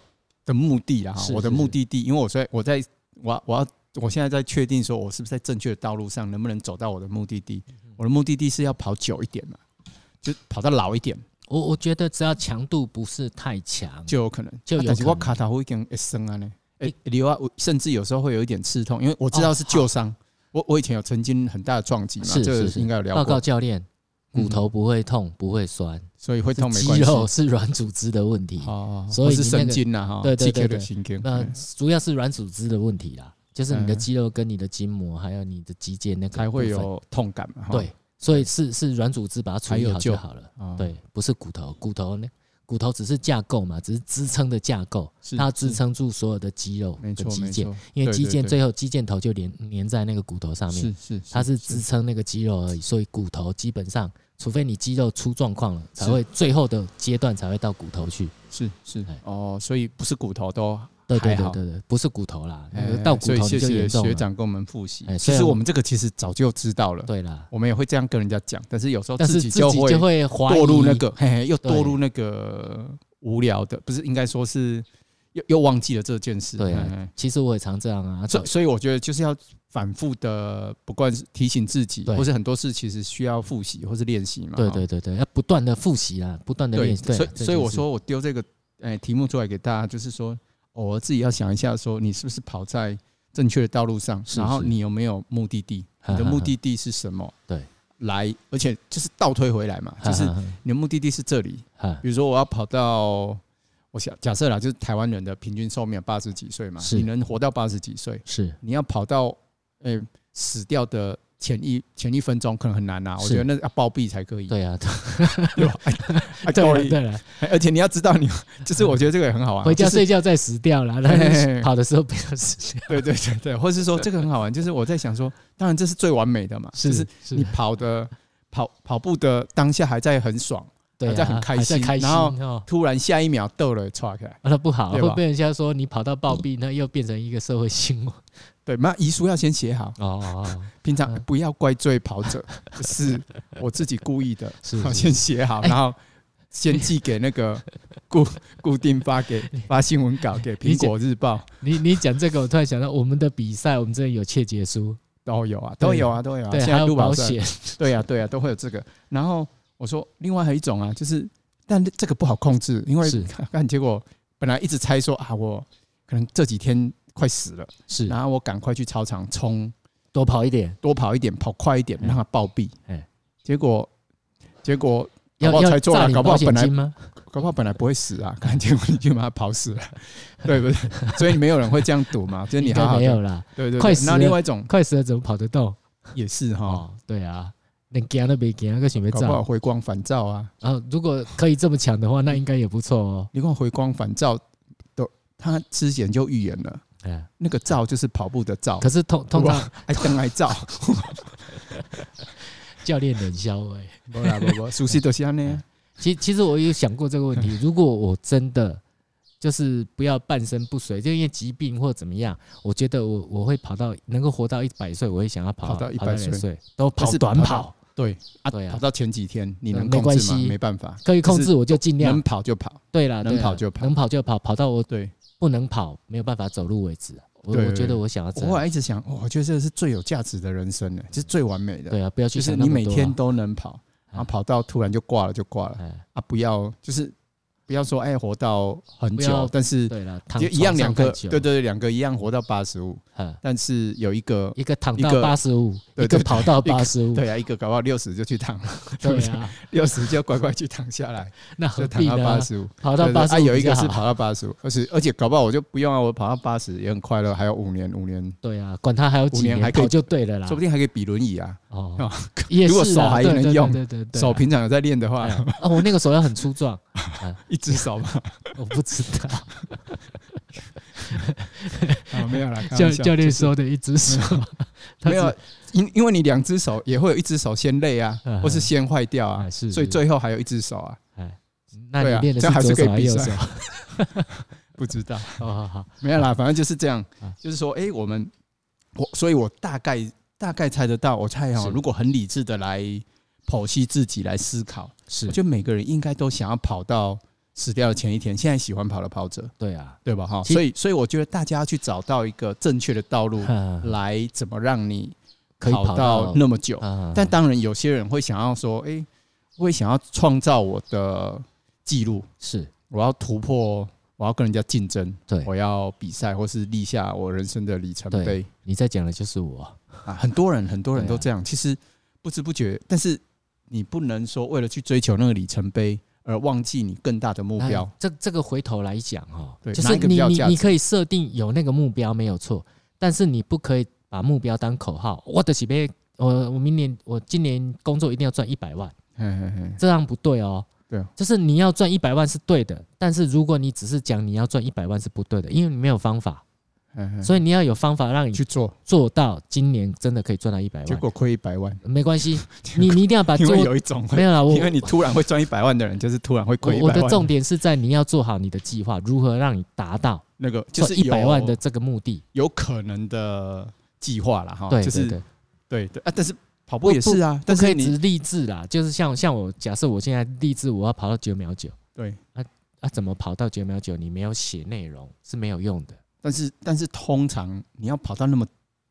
[SPEAKER 2] 的目的啊，
[SPEAKER 1] 是
[SPEAKER 2] 我的
[SPEAKER 1] 是
[SPEAKER 2] 目
[SPEAKER 1] 是
[SPEAKER 2] 的地，因为我在我在我要我要我现在在确定说我是不是在正确的道路上，能不能走到我的目的
[SPEAKER 1] 嗯
[SPEAKER 2] 地？我的目的地是要跑久一点嘛，就跑到老一点
[SPEAKER 1] 我我觉得只要强度不是太强，
[SPEAKER 2] 就有可能。
[SPEAKER 1] 就有
[SPEAKER 2] 啊但是
[SPEAKER 1] 可
[SPEAKER 2] 我
[SPEAKER 1] 能
[SPEAKER 2] 卡塔会跟一生啊呢，诶流啊，我甚至有时候会有一点刺痛，因为我知道是
[SPEAKER 1] 哦
[SPEAKER 2] 旧伤。我我以前有曾经很大的撞击嘛，
[SPEAKER 1] 是
[SPEAKER 2] 这个
[SPEAKER 1] 是是
[SPEAKER 2] 应该有聊
[SPEAKER 1] 报告
[SPEAKER 2] 过，
[SPEAKER 1] 教练，
[SPEAKER 2] 嗯
[SPEAKER 1] 骨头不会痛，不会酸，
[SPEAKER 2] 所以会痛没
[SPEAKER 1] 是
[SPEAKER 2] 关
[SPEAKER 1] 肌
[SPEAKER 2] 系。
[SPEAKER 1] 肉是软组织的问题，
[SPEAKER 2] 哦，
[SPEAKER 1] 所以
[SPEAKER 2] 不是
[SPEAKER 1] 你那
[SPEAKER 2] 神
[SPEAKER 1] 个
[SPEAKER 2] 经呐哈，
[SPEAKER 1] 对对
[SPEAKER 2] 刺激
[SPEAKER 1] 对
[SPEAKER 2] 的
[SPEAKER 1] 对
[SPEAKER 2] 神经。
[SPEAKER 1] 那
[SPEAKER 2] 嗯
[SPEAKER 1] 主要是软组织的问题啦，就是你的
[SPEAKER 2] 嗯
[SPEAKER 1] 肌肉跟你的筋膜还有你的肌腱那个
[SPEAKER 2] 才会
[SPEAKER 1] 部分
[SPEAKER 2] 有痛感嘛。哈，
[SPEAKER 1] 对，所以是是软组织把它处
[SPEAKER 2] 还
[SPEAKER 1] 理
[SPEAKER 2] 有
[SPEAKER 1] 好
[SPEAKER 2] 救
[SPEAKER 1] 就好了。
[SPEAKER 2] 哦，
[SPEAKER 1] 对，不是骨头，骨头呢？骨头只是架构嘛，只是支撑的架构，
[SPEAKER 2] 是
[SPEAKER 1] 它支撑住所有的肌肉
[SPEAKER 2] 没
[SPEAKER 1] 跟
[SPEAKER 2] 错
[SPEAKER 1] 肌
[SPEAKER 2] 没
[SPEAKER 1] 腱，
[SPEAKER 2] 错，
[SPEAKER 1] 因为
[SPEAKER 2] 对
[SPEAKER 1] 肌
[SPEAKER 2] 对
[SPEAKER 1] 腱
[SPEAKER 2] 对
[SPEAKER 1] 最后肌腱头就连连在那个骨头上面
[SPEAKER 2] 是，是，
[SPEAKER 1] 它是支撑那个肌肉而已，所以骨头基本上，除非你肌肉出状况了，才
[SPEAKER 2] 是
[SPEAKER 1] 会最后的阶段才会到骨头去。
[SPEAKER 2] 是是
[SPEAKER 1] 哎
[SPEAKER 2] 哦，所以不是骨头都
[SPEAKER 1] 对对
[SPEAKER 2] 还
[SPEAKER 1] 对
[SPEAKER 2] 好。
[SPEAKER 1] 对对，不是骨头啦，那
[SPEAKER 2] 哎
[SPEAKER 1] 个呃到骨
[SPEAKER 2] 所以
[SPEAKER 1] 头
[SPEAKER 2] 谢
[SPEAKER 1] 你就
[SPEAKER 2] 谢
[SPEAKER 1] 严重
[SPEAKER 2] 学
[SPEAKER 1] 了。
[SPEAKER 2] 长跟我们复习
[SPEAKER 1] 哎。虽
[SPEAKER 2] 其
[SPEAKER 1] 然
[SPEAKER 2] 实
[SPEAKER 1] 我
[SPEAKER 2] 我们这个其实早就知道了，
[SPEAKER 1] 对啦，
[SPEAKER 2] 我们也会这样跟人家讲，但是有时候
[SPEAKER 1] 但是
[SPEAKER 2] 自
[SPEAKER 1] 自己
[SPEAKER 2] 就会
[SPEAKER 1] 就会怀疑
[SPEAKER 2] 堕入那个，嘿嘿，又堕
[SPEAKER 1] 对
[SPEAKER 2] 入那个无聊的，不是应该说是又又忘记了这件事。
[SPEAKER 1] 对啊
[SPEAKER 2] 嘿嘿
[SPEAKER 1] 其实我也常这样啊，
[SPEAKER 2] 所以所以我觉得就是要反复的，不管是提醒自己，
[SPEAKER 1] 对
[SPEAKER 2] 或是很多事其实需要复习或是练习嘛。
[SPEAKER 1] 对
[SPEAKER 2] 哈
[SPEAKER 1] 对对对，要不断的复习啊，不断的
[SPEAKER 2] 对，
[SPEAKER 1] 练习。对啊
[SPEAKER 2] 所以
[SPEAKER 1] 这
[SPEAKER 2] 所以
[SPEAKER 1] 件
[SPEAKER 2] 我
[SPEAKER 1] 事
[SPEAKER 2] 说我丢这个诶、呃题目出来给大家，就是说偶尔自己要想一下，说你是不是跑在正确的道路上，
[SPEAKER 1] 是
[SPEAKER 2] 然后
[SPEAKER 1] 是
[SPEAKER 2] 你有没有目的地，
[SPEAKER 1] 哈
[SPEAKER 2] 你的
[SPEAKER 1] 哈
[SPEAKER 2] 目
[SPEAKER 1] 哈
[SPEAKER 2] 的地是什么？
[SPEAKER 1] 对，
[SPEAKER 2] 来，而且就是倒推回来嘛，就是
[SPEAKER 1] 哈哈
[SPEAKER 2] 你的目的地是这里，
[SPEAKER 1] 哈哈
[SPEAKER 2] 比如说我要跑到。我想假设啦，就是台湾人的平均寿命八十几岁嘛，
[SPEAKER 1] 是
[SPEAKER 2] 你能活到八十几岁，
[SPEAKER 1] 是
[SPEAKER 2] 你要跑到诶、呃死掉的前一前一分钟可能很难啊，我
[SPEAKER 1] 是
[SPEAKER 2] 觉得那要暴毙才可以，
[SPEAKER 1] 对啊，
[SPEAKER 2] 对吧？哎哎
[SPEAKER 1] 对
[SPEAKER 2] 道
[SPEAKER 1] 了
[SPEAKER 2] 理
[SPEAKER 1] 对了，
[SPEAKER 2] 哎而且你要知道你，就是我觉得这个也很好玩。啊
[SPEAKER 1] 回家
[SPEAKER 2] 就是
[SPEAKER 1] 睡觉再死掉了，
[SPEAKER 2] 嘿嘿
[SPEAKER 1] 然
[SPEAKER 2] 嘿
[SPEAKER 1] 后跑的时候不要死掉。
[SPEAKER 2] 对对对对，或是说这个很好玩，就是我在想说，当然这是最完美的嘛，就是
[SPEAKER 1] 是
[SPEAKER 2] 你跑的跑跑步的当下还在很爽，
[SPEAKER 1] 对
[SPEAKER 2] 还
[SPEAKER 1] 啊，
[SPEAKER 2] 在很开
[SPEAKER 1] 还在
[SPEAKER 2] 心
[SPEAKER 1] 开心
[SPEAKER 2] 然后
[SPEAKER 1] 哦。
[SPEAKER 2] 突然下一秒逗了岔开。
[SPEAKER 1] 啊那不好，
[SPEAKER 2] 对吧嗯
[SPEAKER 1] 会被人家说你跑到暴毙，那又变成一个社会新闻。
[SPEAKER 2] 对，那遗书要先写好，
[SPEAKER 1] 哦哦，哦
[SPEAKER 2] 平常
[SPEAKER 1] 嗯
[SPEAKER 2] 不要怪罪跑 者，是我自己故意的，
[SPEAKER 1] 是
[SPEAKER 2] 好
[SPEAKER 1] 是
[SPEAKER 2] 先写好，然后先寄给那个固固定发 给发新闻稿给
[SPEAKER 1] 你
[SPEAKER 2] 苹果日报。
[SPEAKER 1] 你你讲这个，我突然想到我们的比赛，我们这里有切结书，
[SPEAKER 2] 都有啊，都有啊，都有啊。
[SPEAKER 1] 对，
[SPEAKER 2] 现
[SPEAKER 1] 还
[SPEAKER 2] 在
[SPEAKER 1] 有
[SPEAKER 2] 录
[SPEAKER 1] 保
[SPEAKER 2] 保
[SPEAKER 1] 险，
[SPEAKER 2] 对呀、啊对呀、都会有这个。然后我说，另外还有一种啊，就是，但这个不好控制，因为
[SPEAKER 1] 是
[SPEAKER 2] 看 看结果本来一直猜说啊，我可能这几天快死了，
[SPEAKER 1] 是
[SPEAKER 2] 然后我赶快去操场冲，
[SPEAKER 1] 多跑一点，
[SPEAKER 2] 多跑一点，跑快一点，
[SPEAKER 1] 嗯
[SPEAKER 2] 让它暴毙。
[SPEAKER 1] 哎
[SPEAKER 2] 结果，结果搞
[SPEAKER 1] 要
[SPEAKER 2] 不好
[SPEAKER 1] 要
[SPEAKER 2] 猜错
[SPEAKER 1] 诈
[SPEAKER 2] 了，
[SPEAKER 1] 领
[SPEAKER 2] 搞不好
[SPEAKER 1] 保险
[SPEAKER 2] 本来
[SPEAKER 1] 金吗？
[SPEAKER 2] 搞不好本来不会死啊， 看结果你就把它 跑死了，对不对？所以没有人会这样赌嘛，就是你
[SPEAKER 1] 应
[SPEAKER 2] 好
[SPEAKER 1] 该
[SPEAKER 2] 好
[SPEAKER 1] 没
[SPEAKER 2] 的，
[SPEAKER 1] 有啦，
[SPEAKER 2] 对对对。
[SPEAKER 1] 快死
[SPEAKER 2] 然
[SPEAKER 1] 了
[SPEAKER 2] 后另外一种
[SPEAKER 1] 快死了怎么跑得动？
[SPEAKER 2] 也是哈，
[SPEAKER 1] 哦，对啊，连惊都没惊，个想要
[SPEAKER 2] 搞不好嗯
[SPEAKER 1] 照。
[SPEAKER 2] 回光返照啊。
[SPEAKER 1] 然后如果可以这么强的话，那应该也不错哦。
[SPEAKER 2] 你看回光返照都，他之前就预言了，
[SPEAKER 1] 哎，
[SPEAKER 2] 那个照就是跑步的照
[SPEAKER 1] 可，是通通常
[SPEAKER 2] 还灯 还照，
[SPEAKER 1] 教练冷笑 哎、
[SPEAKER 2] 不啦不不，熟悉都是安尼，
[SPEAKER 1] 其其实我有想过这个问 题，如果我真的就是不要半身不遂，就因为疾病或怎么样，我觉得我我会跑到能够活到一百岁，我会想要跑
[SPEAKER 2] 跑到100岁
[SPEAKER 1] 两岁，都跑短
[SPEAKER 2] 但是跑
[SPEAKER 1] 跑，
[SPEAKER 2] 对啊，
[SPEAKER 1] 对啊
[SPEAKER 2] 跑到前几天你能
[SPEAKER 1] 嗯
[SPEAKER 2] 控
[SPEAKER 1] 没关
[SPEAKER 2] 制吗？
[SPEAKER 1] 系
[SPEAKER 2] 没办法，
[SPEAKER 1] 可以控
[SPEAKER 2] 就是
[SPEAKER 1] 制我就尽量
[SPEAKER 2] 能。跑就跑，
[SPEAKER 1] 对啦，
[SPEAKER 2] 能
[SPEAKER 1] 对啦啊
[SPEAKER 2] 跑就跑
[SPEAKER 1] 能跑就跑，跑到我
[SPEAKER 2] 对。
[SPEAKER 1] 不能跑，没有办法走路为止。啊我
[SPEAKER 2] 对
[SPEAKER 1] 我觉得我想要这
[SPEAKER 2] 我后
[SPEAKER 1] 样，
[SPEAKER 2] 来一直想，哦我觉得这是最有价值的人生呢，就是最完美的，
[SPEAKER 1] 对啊，不要去
[SPEAKER 2] 就是
[SPEAKER 1] 想
[SPEAKER 2] 你
[SPEAKER 1] 那么
[SPEAKER 2] 每
[SPEAKER 1] 多啊啊
[SPEAKER 2] 天都能跑，然后跑到突然就挂了就挂了
[SPEAKER 1] 哎，
[SPEAKER 2] 啊，不要就是不要说哎活到很
[SPEAKER 1] 不要
[SPEAKER 2] 久，但是
[SPEAKER 1] 对了，躺
[SPEAKER 2] 就一样
[SPEAKER 1] 床
[SPEAKER 2] 两
[SPEAKER 1] 上太
[SPEAKER 2] 个，
[SPEAKER 1] 久
[SPEAKER 2] 对对对，两个一样活到八十五，
[SPEAKER 1] 哎
[SPEAKER 2] 但是有一个
[SPEAKER 1] 一个躺
[SPEAKER 2] 一
[SPEAKER 1] 到
[SPEAKER 2] 个
[SPEAKER 1] 八十五，
[SPEAKER 2] 对
[SPEAKER 1] 一个
[SPEAKER 2] 对
[SPEAKER 1] 跑到
[SPEAKER 2] 一个
[SPEAKER 1] 八十五，
[SPEAKER 2] 对啊，一个搞不好六十就去躺了，对不
[SPEAKER 1] 对
[SPEAKER 2] 对？
[SPEAKER 1] 啊，
[SPEAKER 2] 六十就乖乖去躺下来，
[SPEAKER 1] 那
[SPEAKER 2] 就
[SPEAKER 1] 何
[SPEAKER 2] 躺
[SPEAKER 1] 必
[SPEAKER 2] 到八
[SPEAKER 1] 呢？
[SPEAKER 2] 十五。
[SPEAKER 1] 跑到
[SPEAKER 2] 对对
[SPEAKER 1] 八
[SPEAKER 2] 啊，
[SPEAKER 1] 十五
[SPEAKER 2] 有一个是跑到八十五，而且而且搞不好我就不用啊，我跑到八十也很快乐，还有五年，五年
[SPEAKER 1] 对啊，管他还有几
[SPEAKER 2] 五年还可以
[SPEAKER 1] 跑就对了啦
[SPEAKER 2] 说。不定还可以比轮椅啊。
[SPEAKER 1] 哦，也
[SPEAKER 2] 如果
[SPEAKER 1] 是
[SPEAKER 2] 手
[SPEAKER 1] 啊
[SPEAKER 2] 还
[SPEAKER 1] 对
[SPEAKER 2] 能
[SPEAKER 1] 对
[SPEAKER 2] 用
[SPEAKER 1] 对对对，
[SPEAKER 2] 手
[SPEAKER 1] 平
[SPEAKER 2] 平常有在练的话，
[SPEAKER 1] 啊，我那个手要很粗壮，
[SPEAKER 2] 一只手嘛，
[SPEAKER 1] 我不知 道
[SPEAKER 2] 啊没有啦，开玩
[SPEAKER 1] 教
[SPEAKER 2] 笑
[SPEAKER 1] 教练
[SPEAKER 2] 就是
[SPEAKER 1] 说的一只手，它
[SPEAKER 2] 没
[SPEAKER 1] 是
[SPEAKER 2] 有，啊因因为你两只手也会有一只手先累啊
[SPEAKER 1] 嗯，
[SPEAKER 2] 或是先坏掉啊
[SPEAKER 1] 哎，是
[SPEAKER 2] 所以
[SPEAKER 1] 是
[SPEAKER 2] 最后还有一只手啊，
[SPEAKER 1] 哎那你
[SPEAKER 2] 对啊
[SPEAKER 1] 练的
[SPEAKER 2] 这样还
[SPEAKER 1] 左
[SPEAKER 2] 是可以
[SPEAKER 1] 手还
[SPEAKER 2] 比
[SPEAKER 1] 右
[SPEAKER 2] 赛
[SPEAKER 1] 手？
[SPEAKER 2] 不知 道，
[SPEAKER 1] 好好好，
[SPEAKER 2] 没有啦，反正就是这样
[SPEAKER 1] 啊，
[SPEAKER 2] 就是说，哎，我们我，所以我大概大概猜得到，我猜
[SPEAKER 1] 是
[SPEAKER 2] 哦，如果很理智的来剖析自己，来思考，
[SPEAKER 1] 是
[SPEAKER 2] 我，觉得每个人应该都想要跑到死掉的前一天，现在喜欢跑的跑者，
[SPEAKER 1] 对啊，
[SPEAKER 2] 对吧？哈，
[SPEAKER 1] 其
[SPEAKER 2] 所以所以我觉得大家要去找到一个正确的道路，
[SPEAKER 1] 嗯
[SPEAKER 2] 来怎么让你
[SPEAKER 1] 可以跑
[SPEAKER 2] 到那么久。
[SPEAKER 1] 啊
[SPEAKER 2] 但当然，有些人会想要说，诶，我也想要创造我的记录，
[SPEAKER 1] 是
[SPEAKER 2] 我要突破，我要跟人家竞争，
[SPEAKER 1] 对
[SPEAKER 2] 我要比赛，或是立下我人生的里程
[SPEAKER 1] 对
[SPEAKER 2] 碑
[SPEAKER 1] 你在讲的就是我，
[SPEAKER 2] 啊！很多人，很多人
[SPEAKER 1] 对啊
[SPEAKER 2] 都这样，其实不知不觉，但是你不能说为了去追求那个里程碑而忘记你更大的目标
[SPEAKER 1] 那。这这个回头来讲哈，
[SPEAKER 2] 对
[SPEAKER 1] 就
[SPEAKER 2] 哪
[SPEAKER 1] 是
[SPEAKER 2] 一个
[SPEAKER 1] 你
[SPEAKER 2] 比较
[SPEAKER 1] 你
[SPEAKER 2] 价
[SPEAKER 1] 你
[SPEAKER 2] 值
[SPEAKER 1] 可以设定有那个目标没有错，但是你不可以把目标当口号。我的喜被我我明年我今年工作一定要赚一百万，
[SPEAKER 2] 嘿嘿嘿，
[SPEAKER 1] 这样不对哦。
[SPEAKER 2] 对啊
[SPEAKER 1] 就是你要赚一百万是对的，但是如果你只是讲你要赚一百万是不对的，因为你没有方法，
[SPEAKER 2] 嘿嘿
[SPEAKER 1] 所以你要有方法让你
[SPEAKER 2] 去做，
[SPEAKER 1] 做到今年真的可以赚到一百
[SPEAKER 2] 结
[SPEAKER 1] 万。
[SPEAKER 2] 果亏一百万，
[SPEAKER 1] 没关 系，你你一定要把
[SPEAKER 2] 因
[SPEAKER 1] 做
[SPEAKER 2] 为有一种会
[SPEAKER 1] 没有啦，我
[SPEAKER 2] 因为你突然会赚一百万的人，就是突然会
[SPEAKER 1] 我
[SPEAKER 2] 亏一百
[SPEAKER 1] 我
[SPEAKER 2] 万。
[SPEAKER 1] 的重点是在你要做好你的计划，如何让你达到
[SPEAKER 2] 那个就
[SPEAKER 1] 赚
[SPEAKER 2] 是
[SPEAKER 1] 一百
[SPEAKER 2] 有
[SPEAKER 1] 万的这个目的。
[SPEAKER 2] 有可能的计划啦，哈，
[SPEAKER 1] 对
[SPEAKER 2] 哦就
[SPEAKER 1] 对
[SPEAKER 2] 是
[SPEAKER 1] 对，
[SPEAKER 2] 对对啊，但是跑步也是啊，
[SPEAKER 1] 不
[SPEAKER 2] 但
[SPEAKER 1] 可
[SPEAKER 2] 是
[SPEAKER 1] 以只
[SPEAKER 2] 你
[SPEAKER 1] 励志啦，就是像像我假设我现在励志我要跑到九秒九
[SPEAKER 2] 对，
[SPEAKER 1] 啊，怎么跑到九秒九？你没有写内容是没有用的，
[SPEAKER 2] 但是但是通常你要跑到那么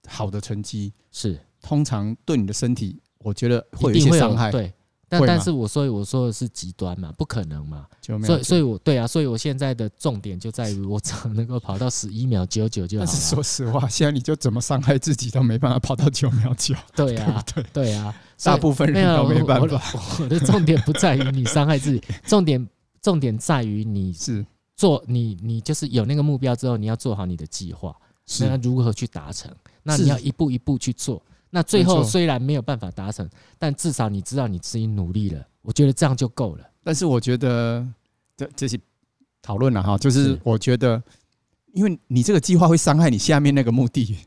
[SPEAKER 2] 好的成绩，
[SPEAKER 1] 是
[SPEAKER 2] 通常对你的身体，我觉得会有
[SPEAKER 1] 一
[SPEAKER 2] 一
[SPEAKER 1] 定
[SPEAKER 2] 些
[SPEAKER 1] 会
[SPEAKER 2] 伤害。
[SPEAKER 1] 对。但
[SPEAKER 2] 会吗
[SPEAKER 1] 但是我所以我说的是极端嘛，不可能嘛，
[SPEAKER 2] 就没有
[SPEAKER 1] 所以所以我对啊，所以我现在的重点就在于我只要能够跑到十一秒九九就好
[SPEAKER 2] 但是
[SPEAKER 1] 了
[SPEAKER 2] 说，实话，现在你就怎么伤害自己都没办法跑到九秒九，
[SPEAKER 1] 对
[SPEAKER 2] 对
[SPEAKER 1] 啊
[SPEAKER 2] 不对？
[SPEAKER 1] 对啊， 所以
[SPEAKER 2] 大部分
[SPEAKER 1] 没
[SPEAKER 2] 人
[SPEAKER 1] 有
[SPEAKER 2] 都没办法，
[SPEAKER 1] 我我我的重点不在于你伤害自 己，重点重点在于你
[SPEAKER 2] 是
[SPEAKER 1] 做你你就是有那个目标之后，你要做好你的计划，那
[SPEAKER 2] 是，
[SPEAKER 1] 如何去达成？那
[SPEAKER 2] 是
[SPEAKER 1] 你要一步一步去做。那最
[SPEAKER 2] 没
[SPEAKER 1] 后
[SPEAKER 2] 错
[SPEAKER 1] 虽然没有办法达成，但至少你知道你自己努力了，我觉得这样就够了。
[SPEAKER 2] 但是我觉得这这些讨论了哈，就是
[SPEAKER 1] 是
[SPEAKER 2] 我觉得，因为你这个计划会伤害你下面那个目 的，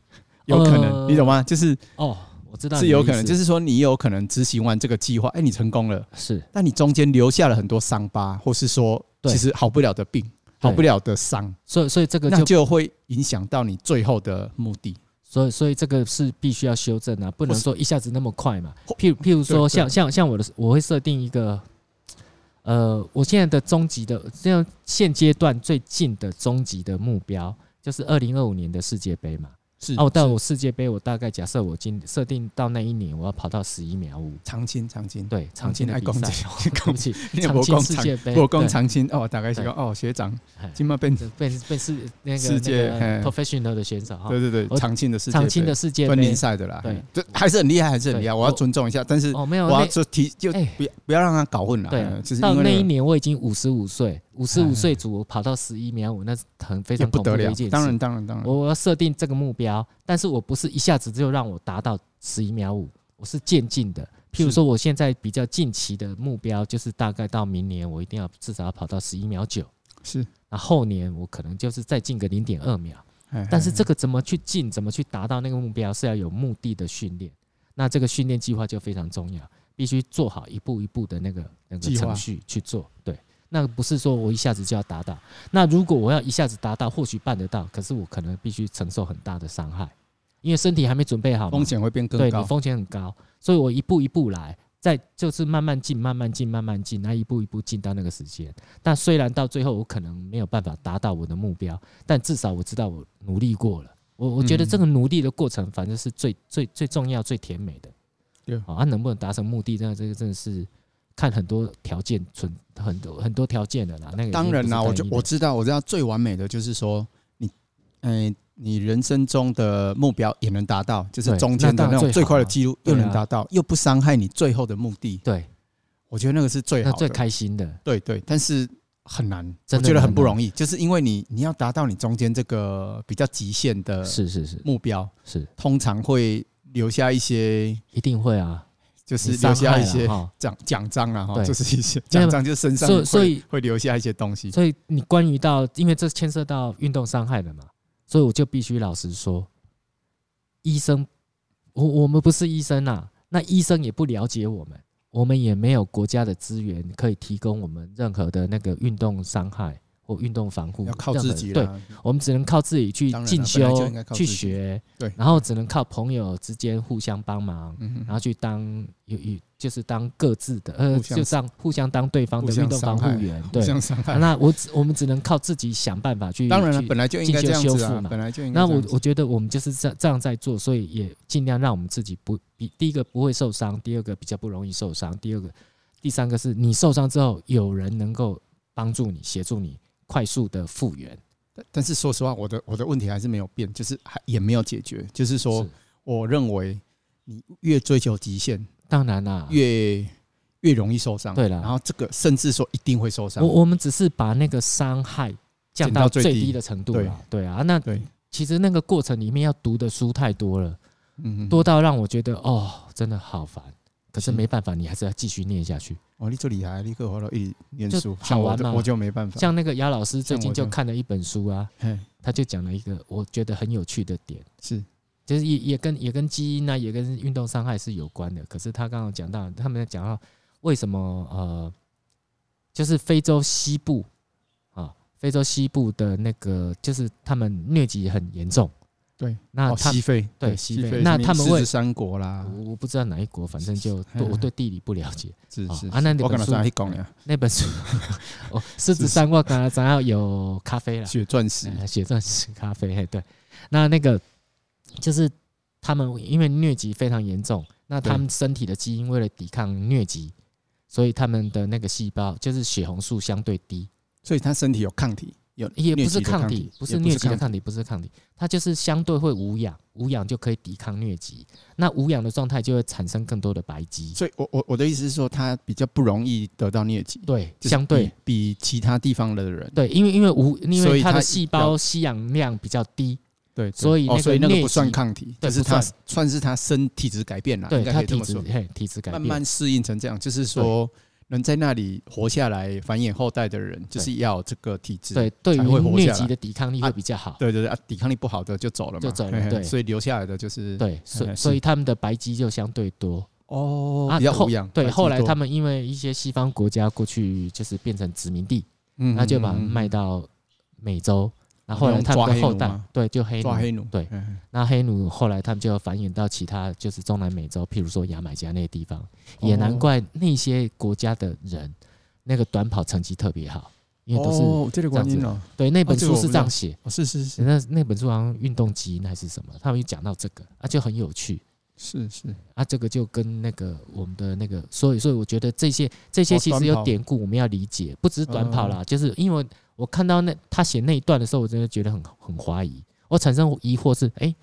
[SPEAKER 2] 有可能，
[SPEAKER 1] 呃
[SPEAKER 2] 你懂吗？就是
[SPEAKER 1] 哦，我知道
[SPEAKER 2] 是有可能，就是是说你有可能执行完这个计划，哎、你成功了，
[SPEAKER 1] 是
[SPEAKER 2] 但你中间留下了很多伤疤，或是说
[SPEAKER 1] 对
[SPEAKER 2] 其实好不了的病，好不了的伤，
[SPEAKER 1] 所以所以这个
[SPEAKER 2] 那
[SPEAKER 1] 就
[SPEAKER 2] 就会影响到你最后的目的。
[SPEAKER 1] 所以所以这个是必须要修正啊，不能
[SPEAKER 2] 或是
[SPEAKER 1] 说一下子那么快嘛
[SPEAKER 2] 或。
[SPEAKER 1] 譬如譬如说
[SPEAKER 2] 对对
[SPEAKER 1] 像像像我的，我会设定一个，呃，我现在的终极的这样现阶段最近的终极的目标就是二零二五年的世界杯嘛。
[SPEAKER 2] 是
[SPEAKER 1] 哦，但
[SPEAKER 2] 是
[SPEAKER 1] 我世界杯我大概假设我今设定到那一年我要跑到十一秒五，
[SPEAKER 2] 长青，长青，
[SPEAKER 1] 对，长
[SPEAKER 2] 长
[SPEAKER 1] 青的
[SPEAKER 2] 哦爱
[SPEAKER 1] 比
[SPEAKER 2] 攻
[SPEAKER 1] 赛。
[SPEAKER 2] 击，
[SPEAKER 1] 对不起，
[SPEAKER 2] 你也
[SPEAKER 1] 长
[SPEAKER 2] 不
[SPEAKER 1] 青
[SPEAKER 2] 讲
[SPEAKER 1] 世
[SPEAKER 2] 长
[SPEAKER 1] 界杯，
[SPEAKER 2] 我讲
[SPEAKER 1] 对
[SPEAKER 2] 长青哦，大概是个哦学长，
[SPEAKER 1] 哎
[SPEAKER 2] 今麦变
[SPEAKER 1] 这被被是那个
[SPEAKER 2] 世界
[SPEAKER 1] 那个
[SPEAKER 2] 嘿
[SPEAKER 1] professional 的选手哈
[SPEAKER 2] 对，对
[SPEAKER 1] 我
[SPEAKER 2] 对，长青的世界杯，
[SPEAKER 1] 长青的世界
[SPEAKER 2] 分
[SPEAKER 1] 杯
[SPEAKER 2] 龄赛的啦，
[SPEAKER 1] 对
[SPEAKER 2] 这还是很厉害，还是很厉害，
[SPEAKER 1] 对
[SPEAKER 2] 我要
[SPEAKER 1] 我
[SPEAKER 2] 尊重一下，但是
[SPEAKER 1] 哦，没有
[SPEAKER 2] 我
[SPEAKER 1] 那
[SPEAKER 2] 要说提就
[SPEAKER 1] 哎
[SPEAKER 2] 不要不要让他搞混了，
[SPEAKER 1] 对
[SPEAKER 2] 嗯
[SPEAKER 1] 啊，
[SPEAKER 2] 就是
[SPEAKER 1] 到
[SPEAKER 2] 因为
[SPEAKER 1] 那
[SPEAKER 2] 那
[SPEAKER 1] 一
[SPEAKER 2] 个
[SPEAKER 1] 年我已经五十五岁，五十
[SPEAKER 2] 哎
[SPEAKER 1] 五岁组我跑到十一秒五，那是很非
[SPEAKER 2] 也
[SPEAKER 1] 常
[SPEAKER 2] 不
[SPEAKER 1] 恐怖
[SPEAKER 2] 得
[SPEAKER 1] 的
[SPEAKER 2] 了
[SPEAKER 1] 一件事。，
[SPEAKER 2] 当然当然当然，
[SPEAKER 1] 我我要设定这个目标，但是我不是一下子就让我达到十一秒五，我是渐进的。譬如
[SPEAKER 2] 是
[SPEAKER 1] 说，我现在比较近期的目标就是大概到明年，我一定要至少要跑到十一秒九。
[SPEAKER 2] 是，
[SPEAKER 1] 那后年我可能就是再进个零点二秒。
[SPEAKER 2] 哎
[SPEAKER 1] 但是这个怎么去进，怎么去达到那个目标，是要有目的的训练。那这个训练计划就非常重要，必须做好一步一步的那个那个
[SPEAKER 2] 计划
[SPEAKER 1] 程序去做。对，那个不是说我一下子就要达到。那如果我要一下子达到，或许办得到，可是我可能必须承受很大的伤害，因为身体还没准备好嘛，
[SPEAKER 2] 风险会变更
[SPEAKER 1] 对你
[SPEAKER 2] 高。
[SPEAKER 1] 风险很高，所以我一步一步来，再就是慢慢进，慢慢进，慢慢进，那一步一步进到那个时间。但虽然到最后我可能没有办法达到我的目标，但至少我知道我努力过了。我我
[SPEAKER 2] 嗯
[SPEAKER 1] 觉得这个努力的过程，反正是最最最重要、最甜美的。
[SPEAKER 2] 对
[SPEAKER 1] 好啊，能不能达成目的，那这个真的是看很多条件存很多很多条件的啦。那个
[SPEAKER 2] 当然啦，我就
[SPEAKER 1] 就
[SPEAKER 2] 我知道，我知道最完美的就是说你，嗯、你人生中的目标也能达到，就是
[SPEAKER 1] 对
[SPEAKER 2] 中间
[SPEAKER 1] 那
[SPEAKER 2] 的
[SPEAKER 1] 当然
[SPEAKER 2] 那种
[SPEAKER 1] 最
[SPEAKER 2] 最
[SPEAKER 1] 好啊
[SPEAKER 2] 快的记录又
[SPEAKER 1] 对
[SPEAKER 2] 能
[SPEAKER 1] 啊
[SPEAKER 2] 达到，又不伤害你最后的目的。
[SPEAKER 1] 对，
[SPEAKER 2] 我觉得那个是最
[SPEAKER 1] 那
[SPEAKER 2] 好
[SPEAKER 1] 最
[SPEAKER 2] 的。
[SPEAKER 1] 开心的
[SPEAKER 2] 对对，但是很难，
[SPEAKER 1] 真
[SPEAKER 2] 我
[SPEAKER 1] 的
[SPEAKER 2] 觉得很
[SPEAKER 1] 很
[SPEAKER 2] 不
[SPEAKER 1] 难
[SPEAKER 2] 容易，就是因为你你要达到你中间这个比较极限的
[SPEAKER 1] 是是是
[SPEAKER 2] 目标，
[SPEAKER 1] 是，
[SPEAKER 2] 通常会留下一些，
[SPEAKER 1] 一定会啊，
[SPEAKER 2] 就是
[SPEAKER 1] 你
[SPEAKER 2] 留
[SPEAKER 1] 伤
[SPEAKER 2] 下
[SPEAKER 1] 害
[SPEAKER 2] 一
[SPEAKER 1] 了
[SPEAKER 2] 些
[SPEAKER 1] 哈
[SPEAKER 2] 奖奖章啊，哈，
[SPEAKER 1] 对
[SPEAKER 2] 就是一些奖章，就身上
[SPEAKER 1] 所以所以
[SPEAKER 2] 会会留下一些东西。
[SPEAKER 1] 所以你关于到，因为这牵涉到运动伤害了嘛，所以我就必须老实说，医生我我们不是医生啊，那医生也不了解我们，我们也没有国家的资源可以提供我们任何的那个运动伤害或运动防护，
[SPEAKER 2] 要靠自己
[SPEAKER 1] 任何对，
[SPEAKER 2] 啦。
[SPEAKER 1] 我们只能靠自己去
[SPEAKER 2] 当然啦
[SPEAKER 1] 进
[SPEAKER 2] 本来就
[SPEAKER 1] 修
[SPEAKER 2] 应该、靠
[SPEAKER 1] 去
[SPEAKER 2] 自己
[SPEAKER 1] 学，
[SPEAKER 2] 对
[SPEAKER 1] 然后只能靠朋友之间互相帮忙，
[SPEAKER 2] 嗯
[SPEAKER 1] 然
[SPEAKER 2] 哼，
[SPEAKER 1] 后去当有有就是当各自的呃，
[SPEAKER 2] 互相
[SPEAKER 1] 就当互相当对方
[SPEAKER 2] 互
[SPEAKER 1] 的运
[SPEAKER 2] 相
[SPEAKER 1] 动防
[SPEAKER 2] 伤
[SPEAKER 1] 护
[SPEAKER 2] 害，
[SPEAKER 1] 员，
[SPEAKER 2] 互
[SPEAKER 1] 对。
[SPEAKER 2] 相伤
[SPEAKER 1] 啊
[SPEAKER 2] 害。
[SPEAKER 1] 那我只我们只能靠自己想办法去。
[SPEAKER 2] 当然了，
[SPEAKER 1] 去
[SPEAKER 2] 本来就应该这
[SPEAKER 1] 进修
[SPEAKER 2] 样子
[SPEAKER 1] 修复
[SPEAKER 2] 啊
[SPEAKER 1] 嘛，
[SPEAKER 2] 本来就应该
[SPEAKER 1] 那
[SPEAKER 2] 这
[SPEAKER 1] 我
[SPEAKER 2] 样子。
[SPEAKER 1] 我觉得我们就是这这样在做，所以也尽量让我们自己不比第一个不会受伤，第二个比较不容易受伤，第二个第三个是你受伤之后有人能够帮助你协助你快速的复原。
[SPEAKER 2] 但但是说实话，我的我的问题还是没有变，就是还也没有解决。就是说
[SPEAKER 1] 是，
[SPEAKER 2] 我认为你越追求极限，
[SPEAKER 1] 当然啦，
[SPEAKER 2] 越越容易受伤。
[SPEAKER 1] 对啦
[SPEAKER 2] 然后这个甚至说一定会受伤
[SPEAKER 1] 我。我们只是把那个伤害降
[SPEAKER 2] 减到
[SPEAKER 1] 到
[SPEAKER 2] 最
[SPEAKER 1] 最
[SPEAKER 2] 低
[SPEAKER 1] 低的程度了。对啊，那
[SPEAKER 2] 对，
[SPEAKER 1] 其实那个过程里面要读的书太多了，
[SPEAKER 2] 嗯，
[SPEAKER 1] 多到让我觉得哦，真的好烦。可是
[SPEAKER 2] 是
[SPEAKER 1] 没办法，你还是要继续念下去。
[SPEAKER 2] 哦，你这厉害，立刻回到一直念
[SPEAKER 1] 就
[SPEAKER 2] 书，
[SPEAKER 1] 好
[SPEAKER 2] 像我
[SPEAKER 1] 玩
[SPEAKER 2] 的
[SPEAKER 1] 嘛
[SPEAKER 2] 我就没办法。
[SPEAKER 1] 像那个姚老师最
[SPEAKER 2] 像
[SPEAKER 1] 近
[SPEAKER 2] 我
[SPEAKER 1] 就
[SPEAKER 2] 就
[SPEAKER 1] 看了一本书啊，
[SPEAKER 2] 嘿
[SPEAKER 1] 他就讲了一个我觉得很有趣的点，
[SPEAKER 2] 是
[SPEAKER 1] 就是也也跟也跟基因啊，也跟运动伤害是有关的。可是他刚刚讲到，他们在讲到为什么呃，就是非洲西部啊，非洲西部的那个就是他们疟疾很严重，
[SPEAKER 2] 对，
[SPEAKER 1] 那
[SPEAKER 2] 哦
[SPEAKER 1] 啊他、
[SPEAKER 2] 西啊非
[SPEAKER 1] 对西
[SPEAKER 2] 西
[SPEAKER 1] 非
[SPEAKER 2] 非，
[SPEAKER 1] 那
[SPEAKER 2] 什么
[SPEAKER 1] 他们
[SPEAKER 2] 狮
[SPEAKER 1] 会哦
[SPEAKER 2] 子三国啦，
[SPEAKER 1] 我我不知道哪一国，反正就 对我对地理不了解
[SPEAKER 2] 是
[SPEAKER 1] 啊
[SPEAKER 2] 是
[SPEAKER 1] 啊。那
[SPEAKER 2] 是
[SPEAKER 1] 那
[SPEAKER 2] 我跟
[SPEAKER 1] 本
[SPEAKER 2] 他
[SPEAKER 1] 书
[SPEAKER 2] 说去讲呀，
[SPEAKER 1] 那本书 哦，狮子
[SPEAKER 2] 是
[SPEAKER 1] 山我刚才讲到有咖啡啦，
[SPEAKER 2] 血钻石，
[SPEAKER 1] 呃血钻石咖啡，嘿，对。那那个就是他们因为疟疾非常严重，那他们身体的基因为了抵抗疟疾，所以他们的那个细胞就是血红素相对低，
[SPEAKER 2] 所以他身体有抗体，有
[SPEAKER 1] 也
[SPEAKER 2] 疟
[SPEAKER 1] 不
[SPEAKER 2] 疾
[SPEAKER 1] 是
[SPEAKER 2] 的
[SPEAKER 1] 抗
[SPEAKER 2] 体
[SPEAKER 1] 体，，不是
[SPEAKER 2] 也
[SPEAKER 1] 疟疾的
[SPEAKER 2] 抗
[SPEAKER 1] 抗体，不是抗体，它就是相对会无氧，无氧就可以抵抗疟疾。那无氧的状态就会产生更多的白
[SPEAKER 2] 体。
[SPEAKER 1] 肌，
[SPEAKER 2] 所以我我我的意思是说，他比较不容易得到疟疾，
[SPEAKER 1] 对，
[SPEAKER 2] 就是
[SPEAKER 1] 相对
[SPEAKER 2] 比比其他地方的人，
[SPEAKER 1] 对，因为因为无因
[SPEAKER 2] 所
[SPEAKER 1] 为
[SPEAKER 2] 以
[SPEAKER 1] 它
[SPEAKER 2] 它
[SPEAKER 1] 的细胞吸氧量比较低，
[SPEAKER 2] 对，对
[SPEAKER 1] 所以那
[SPEAKER 2] 哦
[SPEAKER 1] 个
[SPEAKER 2] 所以那
[SPEAKER 1] 疟
[SPEAKER 2] 个
[SPEAKER 1] 疾
[SPEAKER 2] 不算抗体，
[SPEAKER 1] 对
[SPEAKER 2] 就是
[SPEAKER 1] 不
[SPEAKER 2] 他
[SPEAKER 1] 算
[SPEAKER 2] 算是他身体质改变了，
[SPEAKER 1] 对
[SPEAKER 2] 啊应该
[SPEAKER 1] 它
[SPEAKER 2] 可以这
[SPEAKER 1] 体
[SPEAKER 2] 么
[SPEAKER 1] 质
[SPEAKER 2] 说，
[SPEAKER 1] 嘿体质改
[SPEAKER 2] 慢
[SPEAKER 1] 变，
[SPEAKER 2] 慢适应成这样，就是说。能在那里活下来、繁衍后代的人，就是要有这个体质。
[SPEAKER 1] 对对于
[SPEAKER 2] 才会活下
[SPEAKER 1] 疟
[SPEAKER 2] 来
[SPEAKER 1] 疾的抵抗力会比较好。
[SPEAKER 2] 对对对啊，抵抗力不好的就走了嘛，
[SPEAKER 1] 就走了
[SPEAKER 2] 嘿嘿
[SPEAKER 1] 对
[SPEAKER 2] 所以留下来的就是
[SPEAKER 1] 对，所以
[SPEAKER 2] 哎是
[SPEAKER 1] 所以他们的白肌就相对多
[SPEAKER 2] 哦
[SPEAKER 1] 啊
[SPEAKER 2] 比较
[SPEAKER 1] 后
[SPEAKER 2] 无恙。
[SPEAKER 1] 对，后来他
[SPEAKER 2] 们
[SPEAKER 1] 们因为一些西方国家过去就是变成殖民地，
[SPEAKER 2] 嗯
[SPEAKER 1] 那就把它卖到美洲。然后后来他们的后
[SPEAKER 2] 那种抓黑奴
[SPEAKER 1] 代
[SPEAKER 2] 吗
[SPEAKER 1] 对，就黑奴
[SPEAKER 2] 抓。黑奴，
[SPEAKER 1] 对
[SPEAKER 2] 嘿，嘿
[SPEAKER 1] 那黑奴后来他们就繁衍到其他就是中南美洲，譬如说牙买加那些地方，
[SPEAKER 2] 哦
[SPEAKER 1] 也难怪那些国家的人那个短跑成绩特别好，因为都是
[SPEAKER 2] 哦这个观念哦，
[SPEAKER 1] 对那本
[SPEAKER 2] 这个
[SPEAKER 1] 书
[SPEAKER 2] 我
[SPEAKER 1] 是
[SPEAKER 2] 不
[SPEAKER 1] 这样
[SPEAKER 2] 知道
[SPEAKER 1] 写，
[SPEAKER 2] 哦是是是
[SPEAKER 1] 那那本书好像运动基因还是什么，他们就讲到这个啊，就很有趣。
[SPEAKER 2] 是是，
[SPEAKER 1] 啊，这个就跟那个我们的那个，所以所以我觉得这些这些
[SPEAKER 2] 哦
[SPEAKER 1] 其实
[SPEAKER 2] 短
[SPEAKER 1] 有
[SPEAKER 2] 跑嗯
[SPEAKER 1] 典故，我们要理解，不只是短跑啦，就是因为我看到那他写那一段的时候，我真的觉得很很怀疑，我产生疑惑是，哎、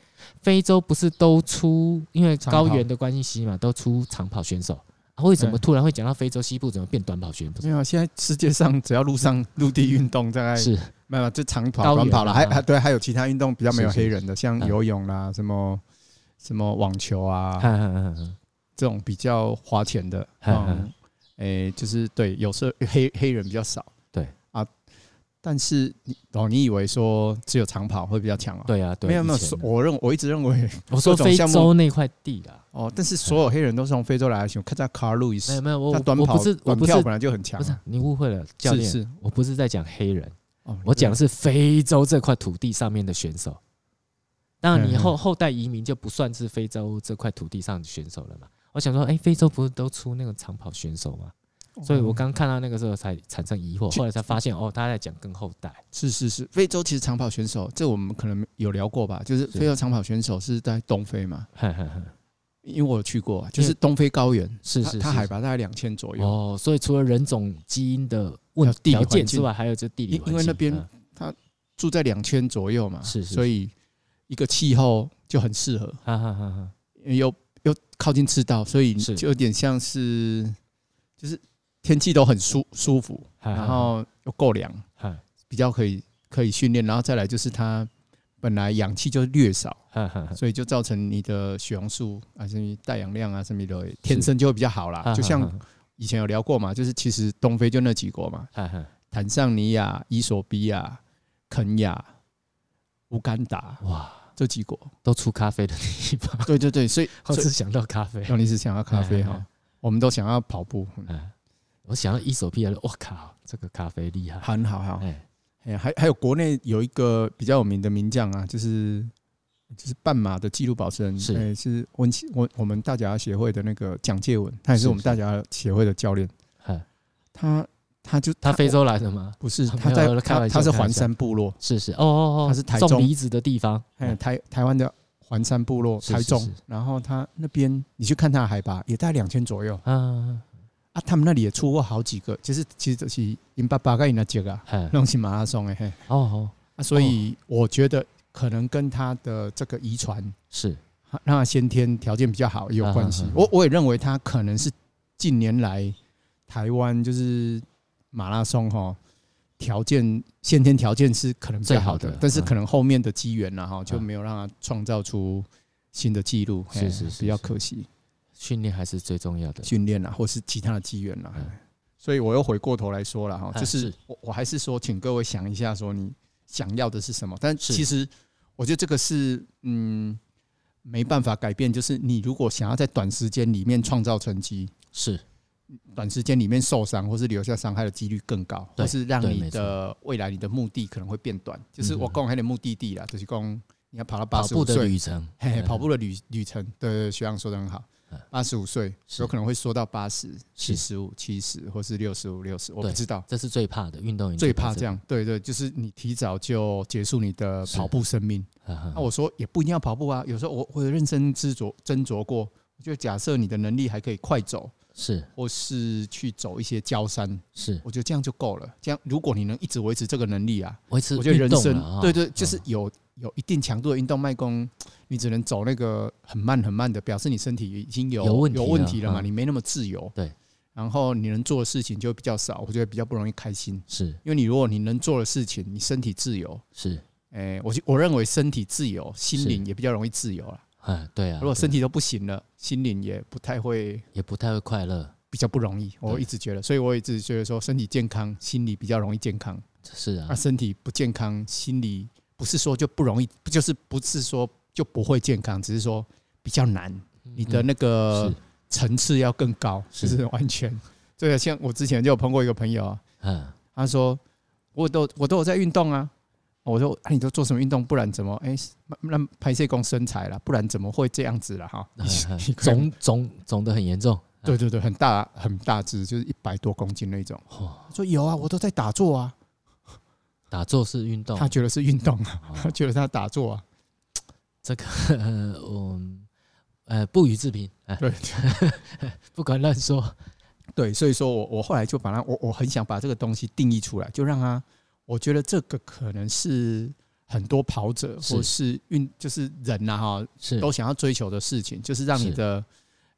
[SPEAKER 1] 非洲不是都出因为
[SPEAKER 2] 长
[SPEAKER 1] 高
[SPEAKER 2] 跑
[SPEAKER 1] 原的关系嘛，都出长跑选手，啊、为什么
[SPEAKER 2] 嗯
[SPEAKER 1] 突然会讲到非洲西部怎么变短跑选手？
[SPEAKER 2] 没有，现在世界上只要陆上 陆地运动，大概
[SPEAKER 1] 是
[SPEAKER 2] 没有就长跑、
[SPEAKER 1] 高
[SPEAKER 2] 短
[SPEAKER 1] 原
[SPEAKER 2] 跑了，还
[SPEAKER 1] 啊
[SPEAKER 2] 还对，还有其他运动比较没有
[SPEAKER 1] 是是
[SPEAKER 2] 黑人的，像
[SPEAKER 1] 嗯
[SPEAKER 2] 游泳啦，什么什么网球啊，
[SPEAKER 1] 哈哈哈哈
[SPEAKER 2] 这种比较花钱的，
[SPEAKER 1] 嗯
[SPEAKER 2] 嗯，诶、就是对，有时候黑黑人比较少，
[SPEAKER 1] 对
[SPEAKER 2] 啊，但是你哦，你以为说只有长跑会比比较强啊？，
[SPEAKER 1] 对啊，对，
[SPEAKER 2] 没有没有
[SPEAKER 1] 以前，的
[SPEAKER 2] 我认我一直认为
[SPEAKER 1] 我说
[SPEAKER 2] 各种
[SPEAKER 1] 非
[SPEAKER 2] 项目
[SPEAKER 1] 洲那块地啦，
[SPEAKER 2] 哦，但是所有黑人都是从非洲来的，像看在卡尔路
[SPEAKER 1] 没
[SPEAKER 2] 易
[SPEAKER 1] 有
[SPEAKER 2] 斯，
[SPEAKER 1] 没有，我
[SPEAKER 2] 他
[SPEAKER 1] 我
[SPEAKER 2] 短跑
[SPEAKER 1] 不是我
[SPEAKER 2] 短
[SPEAKER 1] 不是
[SPEAKER 2] 跳本来就很强
[SPEAKER 1] 不是
[SPEAKER 2] 啊，
[SPEAKER 1] 你误会了，教
[SPEAKER 2] 是
[SPEAKER 1] 练，
[SPEAKER 2] 是，
[SPEAKER 1] 我不是在讲黑人。
[SPEAKER 2] 哦，
[SPEAKER 1] 我讲的是非洲这块土地上面的选手。当然，你
[SPEAKER 2] 嗯
[SPEAKER 1] 后后代移民就不算是非洲这块土地上的选手了嘛。我想说，哎、非洲不是都出那个长跑选手吗？
[SPEAKER 2] 对，
[SPEAKER 1] 所以我
[SPEAKER 2] 哦
[SPEAKER 1] 刚看到那个时候才产生疑惑，
[SPEAKER 2] 去
[SPEAKER 1] 后来才发现哦，他在讲更后代。
[SPEAKER 2] 是是是，非洲其实长跑选手，这我们可能有聊过吧，就是
[SPEAKER 1] 是
[SPEAKER 2] 非洲长跑选手是在东非嘛，
[SPEAKER 1] 哼哼哼
[SPEAKER 2] 因为我有去过啊，就
[SPEAKER 1] 因为
[SPEAKER 2] 是东非高原，
[SPEAKER 1] 嗯是
[SPEAKER 2] 它
[SPEAKER 1] 是
[SPEAKER 2] 它海
[SPEAKER 1] 是。
[SPEAKER 2] 拔大概两千左右，
[SPEAKER 1] 哦，所以除了人种基因的问
[SPEAKER 2] 还有地理
[SPEAKER 1] 条件
[SPEAKER 2] 环境
[SPEAKER 1] 之外，还有就地理
[SPEAKER 2] 因
[SPEAKER 1] 环境。
[SPEAKER 2] 因为那边
[SPEAKER 1] 嗯
[SPEAKER 2] 住在两千左右嘛，
[SPEAKER 1] 是是
[SPEAKER 2] 所以一个气候就很适合，
[SPEAKER 1] 哈哈哈哈，
[SPEAKER 2] 又又靠近赤道，所以
[SPEAKER 1] 是
[SPEAKER 2] 就有点像是，就是天气都很舒舒服，
[SPEAKER 1] 哈哈
[SPEAKER 2] 然后又够凉，
[SPEAKER 1] 哈
[SPEAKER 2] 比较可以可以训练，然后再来就是它本来氧气就略少，
[SPEAKER 1] 哈哈哈
[SPEAKER 2] 所以就造成你的血红素啊、什么带氧量啊什么的，天生就会比较好啦。
[SPEAKER 1] 哈，
[SPEAKER 2] 就像
[SPEAKER 1] 哈
[SPEAKER 2] 以前有聊过嘛，就是其实东非就那几国嘛，
[SPEAKER 1] 哈哈，
[SPEAKER 2] 坦桑尼亚、伊索比亚、肯亚、乌干达。
[SPEAKER 1] 哇，
[SPEAKER 2] 这几国。
[SPEAKER 1] 都出咖啡的地方，
[SPEAKER 2] 对对 对，所以
[SPEAKER 1] 我
[SPEAKER 2] 所以
[SPEAKER 1] 只想到咖啡。
[SPEAKER 2] 让你是想要咖啡
[SPEAKER 1] 哎哎
[SPEAKER 2] 哈
[SPEAKER 1] 哎，
[SPEAKER 2] 我们都想要跑步，嗯
[SPEAKER 1] 嗯，我想要一手批来的，我靠，这个咖啡厉害。
[SPEAKER 2] 很好好。
[SPEAKER 1] 哎，
[SPEAKER 2] 哎，还还有国内有一个比较有名的名将啊，就是就是半马的纪录保持人，
[SPEAKER 1] 是
[SPEAKER 2] 哎是温琪我我们大甲协会的那个蒋介文，他也是
[SPEAKER 1] 是
[SPEAKER 2] 我们
[SPEAKER 1] 是
[SPEAKER 2] 大甲协会的教练，
[SPEAKER 1] 哎
[SPEAKER 2] 他他就
[SPEAKER 1] 他非洲来的吗？
[SPEAKER 2] 不是
[SPEAKER 1] 啊
[SPEAKER 2] 他
[SPEAKER 1] 没有
[SPEAKER 2] 在
[SPEAKER 1] 开玩
[SPEAKER 2] 他
[SPEAKER 1] 笑
[SPEAKER 2] 他是
[SPEAKER 1] 开玩
[SPEAKER 2] 环
[SPEAKER 1] 笑
[SPEAKER 2] 山部落，
[SPEAKER 1] 是是，哦哦哦，
[SPEAKER 2] 他是台中
[SPEAKER 1] 种梨子的地方。
[SPEAKER 2] 哎，台台湾的环山部落，
[SPEAKER 1] 哦是是
[SPEAKER 2] 台中
[SPEAKER 1] 是，
[SPEAKER 2] 然后他那边你去看他的海拔也在两千左右
[SPEAKER 1] 啊，
[SPEAKER 2] 啊，他们那里也出过好几个，就是其实就是因爸爸跟因的姐 啊，
[SPEAKER 1] 哎，
[SPEAKER 2] 弄起马拉松哎嘿，
[SPEAKER 1] 哦哦，
[SPEAKER 2] 啊，所以我觉得可能跟他的这个遗传，
[SPEAKER 1] 是
[SPEAKER 2] 让他先天条件比较好也有关系
[SPEAKER 1] 啊啊啊。啊
[SPEAKER 2] 我我也认为他可能是近年来台湾就是马拉松哈条件先天条件是可能比较好
[SPEAKER 1] 最好的，
[SPEAKER 2] 的
[SPEAKER 1] 啊
[SPEAKER 2] 但是可能后面的机缘了哈就没有让他创造出新的记录，
[SPEAKER 1] 是
[SPEAKER 2] 嘿
[SPEAKER 1] 是是
[SPEAKER 2] 比较
[SPEAKER 1] 是
[SPEAKER 2] 可惜。
[SPEAKER 1] 训练还是最重要的。
[SPEAKER 2] 训练啊啦，或是其他的机缘啦
[SPEAKER 1] 嗯。
[SPEAKER 2] 所以我又回过头来说了哈，
[SPEAKER 1] 哎
[SPEAKER 2] 就是
[SPEAKER 1] 是
[SPEAKER 2] 我我还是说，请各位想一下，说你想要的是什么？但
[SPEAKER 1] 是
[SPEAKER 2] 其实我觉得这个是嗯没办法改变，就是你如果想要在短时间里面创造成绩，
[SPEAKER 1] 是
[SPEAKER 2] 短时间里面受伤或是留下伤害的几率更高，
[SPEAKER 1] 对
[SPEAKER 2] 或是让
[SPEAKER 1] 对
[SPEAKER 2] 你
[SPEAKER 1] 没错
[SPEAKER 2] 的未来你的目的可能会变短。就是
[SPEAKER 1] 嗯
[SPEAKER 2] 我讲还的目的地啦，就是讲你要跑到八
[SPEAKER 1] 跑
[SPEAKER 2] 十
[SPEAKER 1] 步
[SPEAKER 2] 五
[SPEAKER 1] 的
[SPEAKER 2] 岁，
[SPEAKER 1] 旅程，
[SPEAKER 2] 嘿嘿，跑
[SPEAKER 1] 嗯
[SPEAKER 2] 步的旅旅程，对对，对学长说的很好
[SPEAKER 1] 嗯，
[SPEAKER 2] 八十五岁
[SPEAKER 1] 是
[SPEAKER 2] 有可能会缩到八十、七
[SPEAKER 1] 嗯是
[SPEAKER 2] 十五、七十，或是六十五、六十，我不
[SPEAKER 1] 对
[SPEAKER 2] 知道，
[SPEAKER 1] 这是最怕的，运动员
[SPEAKER 2] 最怕这。样。对对，就是你提早就结束你的
[SPEAKER 1] 是
[SPEAKER 2] 跑步生命。
[SPEAKER 1] 那
[SPEAKER 2] 那我说也不一定要跑步啊，有时候我我有认真斟酌斟酌过，就假设你的能力还可以快走，
[SPEAKER 1] 是
[SPEAKER 2] 或是去走一些郊山，
[SPEAKER 1] 是
[SPEAKER 2] 我觉得这样就够了。这样如果你能一直维持这个能力啊，
[SPEAKER 1] 维持
[SPEAKER 2] 我觉得
[SPEAKER 1] 运
[SPEAKER 2] 人
[SPEAKER 1] 动
[SPEAKER 2] 生
[SPEAKER 1] 了啊
[SPEAKER 2] 对对，就是
[SPEAKER 1] 嗯
[SPEAKER 2] 有有一定强度的运动脉弓，你只能走那个很慢很慢的，表示你身体已经有
[SPEAKER 1] 有问题
[SPEAKER 2] 有
[SPEAKER 1] 了
[SPEAKER 2] 问题了嘛，
[SPEAKER 1] 嗯
[SPEAKER 2] 你没那么自由。
[SPEAKER 1] 对，
[SPEAKER 2] 然后你能做的事情就比较少，我觉得比较不容易开心，
[SPEAKER 1] 是
[SPEAKER 2] 因为你如果你能做的事情，你身体自由，
[SPEAKER 1] 是
[SPEAKER 2] 哎、我我认为身体自由，心
[SPEAKER 1] 是
[SPEAKER 2] 灵也比较容易自由了。
[SPEAKER 1] 啊，对啊。
[SPEAKER 2] 如果
[SPEAKER 1] 对
[SPEAKER 2] 身体都不行了，心灵也不太会。
[SPEAKER 1] 也不太会快乐，
[SPEAKER 2] 比较不容易，我
[SPEAKER 1] 对
[SPEAKER 2] 一直觉得，所以我一直觉得说，身体健康，心理比较容易健康。
[SPEAKER 1] 是啊
[SPEAKER 2] 那、，身体不健康，心理不是说就不容易，就是不是说就不会健康，只是说比较难，你的
[SPEAKER 1] 嗯
[SPEAKER 2] 那个
[SPEAKER 1] 是
[SPEAKER 2] 层次要更高，
[SPEAKER 1] 是
[SPEAKER 2] 就是完全。对，像我之前就有碰过一个朋友啊，
[SPEAKER 1] 嗯
[SPEAKER 2] 他说我都我都有在运动啊，我说啊你都做什么运动？不然怎么哎那那拍摄工身材了？不然怎么会这样子了哈？你
[SPEAKER 1] 嗯嗯
[SPEAKER 2] 你可能
[SPEAKER 1] 肿肿肿的很严重。
[SPEAKER 2] 对对对，很大很大只，就是一百多公斤那种。
[SPEAKER 1] 哦，
[SPEAKER 2] 他说有啊，我都在打坐啊，
[SPEAKER 1] 打坐是运动
[SPEAKER 2] 他，觉得是运动啊，
[SPEAKER 1] 哦
[SPEAKER 2] 他觉得他打坐啊，
[SPEAKER 1] 这个 嗯呃不予置评，哎
[SPEAKER 2] 对。
[SPEAKER 1] 不敢乱说。
[SPEAKER 2] 对，所以说我我后来就把它，我我很想把这个东西定义出来，就让它，我觉得这个可能是很多跑者
[SPEAKER 1] 是
[SPEAKER 2] 或是运就是人呐、哈，
[SPEAKER 1] 是
[SPEAKER 2] 都想要追求的事情，就是让你
[SPEAKER 1] 是
[SPEAKER 2] 的，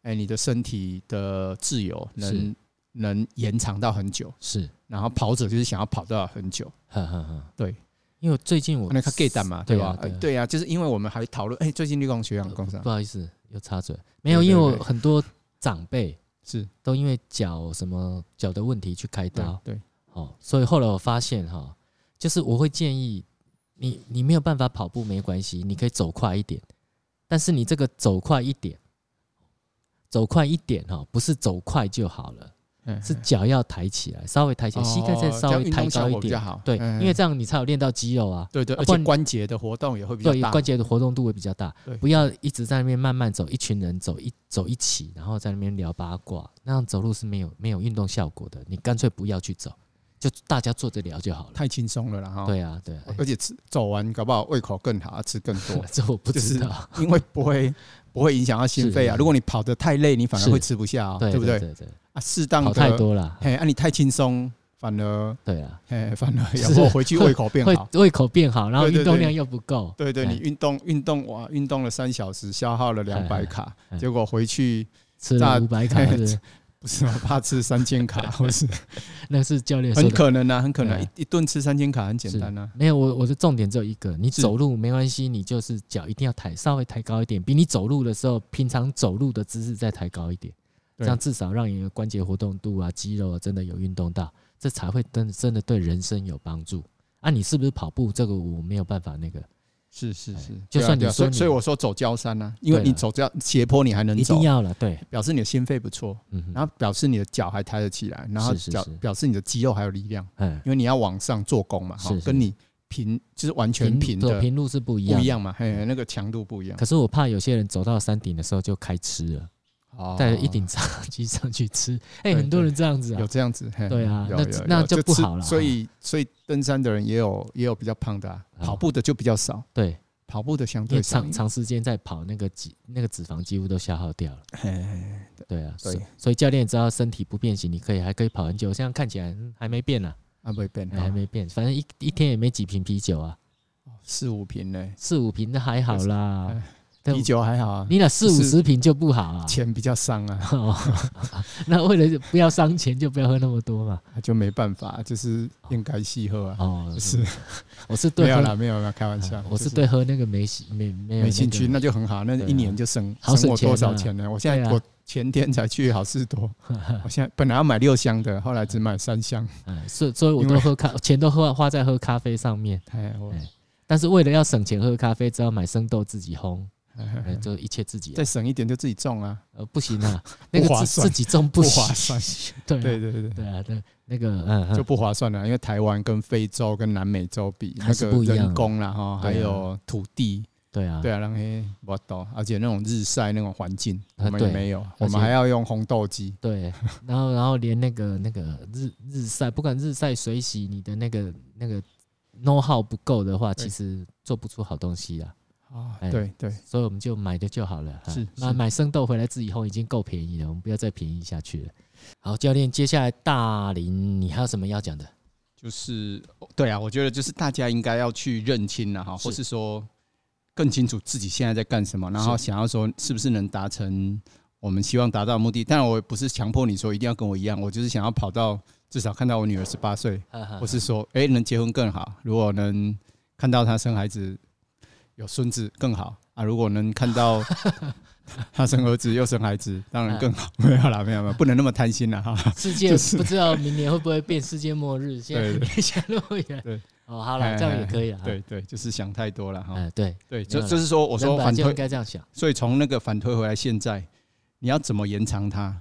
[SPEAKER 2] 哎、你的身体的自由能
[SPEAKER 1] 是
[SPEAKER 2] 能延长到很久，
[SPEAKER 1] 是，
[SPEAKER 2] 然后跑者就是想要跑到很久，
[SPEAKER 1] 哈哈哈。
[SPEAKER 2] 对，啊
[SPEAKER 1] 因为最近我
[SPEAKER 2] 那他 get 单嘛，对
[SPEAKER 1] 对啊
[SPEAKER 2] 吧？
[SPEAKER 1] 对
[SPEAKER 2] 呃
[SPEAKER 1] 啊呃
[SPEAKER 2] 对啊，就是因为我们还讨论，哎、最近绿光学长工上
[SPEAKER 1] 不好意思又插嘴，没有，
[SPEAKER 2] 对对
[SPEAKER 1] 因为我
[SPEAKER 2] 对
[SPEAKER 1] 很多长辈
[SPEAKER 2] 是
[SPEAKER 1] 都因为脚什么脚的问题去开
[SPEAKER 2] 对
[SPEAKER 1] 刀，
[SPEAKER 2] 对
[SPEAKER 1] 哦，所以后来我发现哈、就是我会建议你，你没有办法跑步没关系，你可以走快一点，但是你这个走快一点，走快一点哈、不是走快就好了，
[SPEAKER 2] 嗯
[SPEAKER 1] 是脚要抬起来，稍微抬起来，膝盖再
[SPEAKER 2] 哦
[SPEAKER 1] 稍
[SPEAKER 2] 这样
[SPEAKER 1] 微
[SPEAKER 2] 运
[SPEAKER 1] 抬
[SPEAKER 2] 动效
[SPEAKER 1] 高一
[SPEAKER 2] 果比较
[SPEAKER 1] 点，
[SPEAKER 2] 好，
[SPEAKER 1] 对，
[SPEAKER 2] 嗯
[SPEAKER 1] 因为这样你才有练到肌肉啊，
[SPEAKER 2] 对对，
[SPEAKER 1] 啊
[SPEAKER 2] 而
[SPEAKER 1] 不
[SPEAKER 2] 且
[SPEAKER 1] 然
[SPEAKER 2] 关节的活动也会比较
[SPEAKER 1] 对，
[SPEAKER 2] 大，
[SPEAKER 1] 关节的活动度会比较大
[SPEAKER 2] 对，
[SPEAKER 1] 不要一直在那边慢慢走，一群人走一走一起，然后在那边聊八卦，那样走路是没有没有运动效果的。你干脆不要去走，就大家坐着聊就好了。
[SPEAKER 2] 太轻松了啦哈。
[SPEAKER 1] 对啊，对啊，，
[SPEAKER 2] 而且吃走完搞不好胃口更好，吃更多
[SPEAKER 1] 这我不知道。
[SPEAKER 2] 因为不会不会影响到心肺啊。
[SPEAKER 1] 是
[SPEAKER 2] 如果你跑得太累，你反而
[SPEAKER 1] 是
[SPEAKER 2] 会吃不下啊，
[SPEAKER 1] 对
[SPEAKER 2] 不对？
[SPEAKER 1] 对对，
[SPEAKER 2] 啊，适当
[SPEAKER 1] 跑
[SPEAKER 2] 的
[SPEAKER 1] 太，多了。
[SPEAKER 2] 嘿，啊，你太轻松，反而
[SPEAKER 1] 对啊，
[SPEAKER 2] 嘿，反而
[SPEAKER 1] 是
[SPEAKER 2] 然后回去胃口变
[SPEAKER 1] 会
[SPEAKER 2] 好。
[SPEAKER 1] 胃口变好，然后
[SPEAKER 2] 对对
[SPEAKER 1] 运动
[SPEAKER 2] 对
[SPEAKER 1] 量又不够。
[SPEAKER 2] 对对，
[SPEAKER 1] 哎
[SPEAKER 2] 你运动运动哇，运动了三小时，消耗了两百卡
[SPEAKER 1] 哎，哎
[SPEAKER 2] 结果回去
[SPEAKER 1] 吃了
[SPEAKER 2] 那
[SPEAKER 1] 五百卡，是不是
[SPEAKER 2] 不是吗？怕吃三 千卡，或是
[SPEAKER 1] 那是教练说
[SPEAKER 2] 很
[SPEAKER 1] 的。
[SPEAKER 2] 可能啊，很可能
[SPEAKER 1] 对
[SPEAKER 2] 一
[SPEAKER 1] 啊
[SPEAKER 2] 一顿吃三千卡很简
[SPEAKER 1] 是
[SPEAKER 2] 单啊。
[SPEAKER 1] 没有，我我的重点只有一个，你
[SPEAKER 2] 是
[SPEAKER 1] 走路没关系，你就是脚一定要抬稍微抬高一点，比你走路的时候平常走路的姿势再抬高一点，
[SPEAKER 2] 对
[SPEAKER 1] 这样至少让你的关节活动度啊、肌肉啊真的有运动到，这才会真真的对人生有帮助。啊，你是不是跑步这个我没有办法那个，
[SPEAKER 2] 是是是，
[SPEAKER 1] 就
[SPEAKER 2] 对啊
[SPEAKER 1] 算你
[SPEAKER 2] 对啊所
[SPEAKER 1] 说
[SPEAKER 2] 以
[SPEAKER 1] 你
[SPEAKER 2] 所以我说走焦山呢、因为
[SPEAKER 1] 对
[SPEAKER 2] 你
[SPEAKER 1] 了
[SPEAKER 2] 走这样斜坡你还能
[SPEAKER 1] 一
[SPEAKER 2] 走啊
[SPEAKER 1] 定，要了，对，
[SPEAKER 2] 表示你的心肺不错，
[SPEAKER 1] 嗯哼，
[SPEAKER 2] 然后表示你的脚还抬得起来，然后
[SPEAKER 1] 是是
[SPEAKER 2] 脚
[SPEAKER 1] 是
[SPEAKER 2] 表示你的肌肉还有力量，
[SPEAKER 1] 嗯，
[SPEAKER 2] 因为你要往上做功嘛，哈
[SPEAKER 1] 是，是
[SPEAKER 2] 跟你平就是完全平
[SPEAKER 1] 走
[SPEAKER 2] 的
[SPEAKER 1] 平路是不一
[SPEAKER 2] 不
[SPEAKER 1] 样
[SPEAKER 2] 一
[SPEAKER 1] 的，
[SPEAKER 2] 样嘛，嘿，那个强度不一样。
[SPEAKER 1] 可是我怕有些人走到山顶的时候就开吃了，
[SPEAKER 2] 哦
[SPEAKER 1] 带着一顶炸鸡上去吃，哎，
[SPEAKER 2] 对
[SPEAKER 1] 很多人这样子
[SPEAKER 2] 有
[SPEAKER 1] 啊，
[SPEAKER 2] 这样子，嘿
[SPEAKER 1] 对啊
[SPEAKER 2] 有
[SPEAKER 1] 那
[SPEAKER 2] 有有
[SPEAKER 1] 那就不
[SPEAKER 2] 吃
[SPEAKER 1] 好嗯了
[SPEAKER 2] 所以所以登山的人也有也有比较胖的啊，
[SPEAKER 1] 啊
[SPEAKER 2] 跑步的就比较少，
[SPEAKER 1] 对，
[SPEAKER 2] 跑步的相
[SPEAKER 1] 因
[SPEAKER 2] 对
[SPEAKER 1] 为
[SPEAKER 2] 少
[SPEAKER 1] 长。长时间在跑，那个脂那个脂肪几乎都消耗掉了，
[SPEAKER 2] 嘿嘿嘿
[SPEAKER 1] 对啊，
[SPEAKER 2] 对
[SPEAKER 1] 所以所以教练只要身体不变形，你可以还可以跑很久，这样看起来嗯还没变呢，
[SPEAKER 2] 啊，不会变，
[SPEAKER 1] 哎还
[SPEAKER 2] 哦
[SPEAKER 1] 没变，反正一一天也没几瓶啤酒啊，
[SPEAKER 2] 四五瓶呢，
[SPEAKER 1] 四五瓶那还好啦
[SPEAKER 2] 哎，
[SPEAKER 1] 但
[SPEAKER 2] 啤酒还好啊，
[SPEAKER 1] 你俩四五
[SPEAKER 2] 是
[SPEAKER 1] 十瓶就不好啊。
[SPEAKER 2] 钱比较伤啊，
[SPEAKER 1] 哦， 那为了不要伤钱，就不要喝那么多嘛。
[SPEAKER 2] 就没办法，就是应该细喝啊，
[SPEAKER 1] 哦，
[SPEAKER 2] 是
[SPEAKER 1] 我是对
[SPEAKER 2] 没有
[SPEAKER 1] 喝
[SPEAKER 2] 啦，没有啦，开玩笑
[SPEAKER 1] 啊，我是
[SPEAKER 2] 就是
[SPEAKER 1] 对喝那个没兴没没有
[SPEAKER 2] 没兴趣，
[SPEAKER 1] 那
[SPEAKER 2] 那就很好，那
[SPEAKER 1] 对啊
[SPEAKER 2] 一年就省
[SPEAKER 1] 好省
[SPEAKER 2] 省我多少
[SPEAKER 1] 钱
[SPEAKER 2] 钱呢？我现在
[SPEAKER 1] 对啊
[SPEAKER 2] 我前天才去好事多，我现在本来要买六箱的，后来只买三箱，
[SPEAKER 1] 个哎，所以所以我
[SPEAKER 2] 因为
[SPEAKER 1] 都喝咖，钱都花花在喝咖啡上面。
[SPEAKER 2] 哎，我
[SPEAKER 1] 哎但是为了要省钱喝咖啡，只要买生豆自己烘，
[SPEAKER 2] 哎
[SPEAKER 1] 哎就一切自己来。
[SPEAKER 2] 再省一点就自己种啊，
[SPEAKER 1] 呃，不行 啊，那个
[SPEAKER 2] 不划
[SPEAKER 1] 自
[SPEAKER 2] 算
[SPEAKER 1] 自己种 不
[SPEAKER 2] 不划
[SPEAKER 1] 行 对啊
[SPEAKER 2] 算 对对对。
[SPEAKER 1] 对啊，对那个嗯
[SPEAKER 2] 就
[SPEAKER 1] 嗯，
[SPEAKER 2] 不划算了，因为台湾跟非洲跟南美洲比，
[SPEAKER 1] 还
[SPEAKER 2] 那
[SPEAKER 1] 是
[SPEAKER 2] 个
[SPEAKER 1] 不一样
[SPEAKER 2] 人工啦哈，
[SPEAKER 1] 对啊
[SPEAKER 2] 还有土地，
[SPEAKER 1] 对啊，
[SPEAKER 2] 对啊，让黑我懂，而且那种日晒那种环境，
[SPEAKER 1] 啊
[SPEAKER 2] 我们也
[SPEAKER 1] 对
[SPEAKER 2] 没有，
[SPEAKER 1] 且
[SPEAKER 2] 我们还要用烘豆机，
[SPEAKER 1] 对，然后然后连那个那个日日晒，不管日晒水洗，你的那个那个 know how 不够的话，
[SPEAKER 2] 对
[SPEAKER 1] 其实做不出好东西啊。
[SPEAKER 2] 啊，
[SPEAKER 1] 哎
[SPEAKER 2] 对对，
[SPEAKER 1] 所以我们就买的就好了。啊
[SPEAKER 2] 是
[SPEAKER 1] 那
[SPEAKER 2] 是
[SPEAKER 1] 买生豆回来自己烘已经够便宜了，我们不要再便宜下去了。好，教练，接下来大林，你还有什么要讲的？
[SPEAKER 2] 就是对啊，我觉得就是大家应该要去认清了哈，
[SPEAKER 1] 是
[SPEAKER 2] 或是说更清楚自己现在在干什么，然后
[SPEAKER 1] 是
[SPEAKER 2] 想要说是不是能达成我们希望达到的目的。当然，我也不是强迫你说一定要跟我一样，我就是想要跑到至少看到我女儿十八岁，
[SPEAKER 1] 啊
[SPEAKER 2] 或是说，哎、能结婚更好。如果能看到她生孩子有孙子更好啊。如果能看 到她生儿子又生孩子，当然更好。
[SPEAKER 1] 啊
[SPEAKER 2] 没有啦，没有没有，不能那么贪心啦哈。
[SPEAKER 1] 世界不知道明年会不会变世界末日？现在
[SPEAKER 2] 对对
[SPEAKER 1] 别想那么远。
[SPEAKER 2] 对，
[SPEAKER 1] 哦，好了，
[SPEAKER 2] 哎
[SPEAKER 1] 这样也可以了。，
[SPEAKER 2] 对对，就是想太多了哈。
[SPEAKER 1] 嗯，对，没
[SPEAKER 2] 对，
[SPEAKER 1] 有
[SPEAKER 2] 就
[SPEAKER 1] 啦
[SPEAKER 2] 就是说，我
[SPEAKER 1] 人
[SPEAKER 2] 说
[SPEAKER 1] 本来
[SPEAKER 2] 反
[SPEAKER 1] 就应
[SPEAKER 2] 推，
[SPEAKER 1] 该这样想。
[SPEAKER 2] 所以从那个反推回来，现在你要怎么延长它？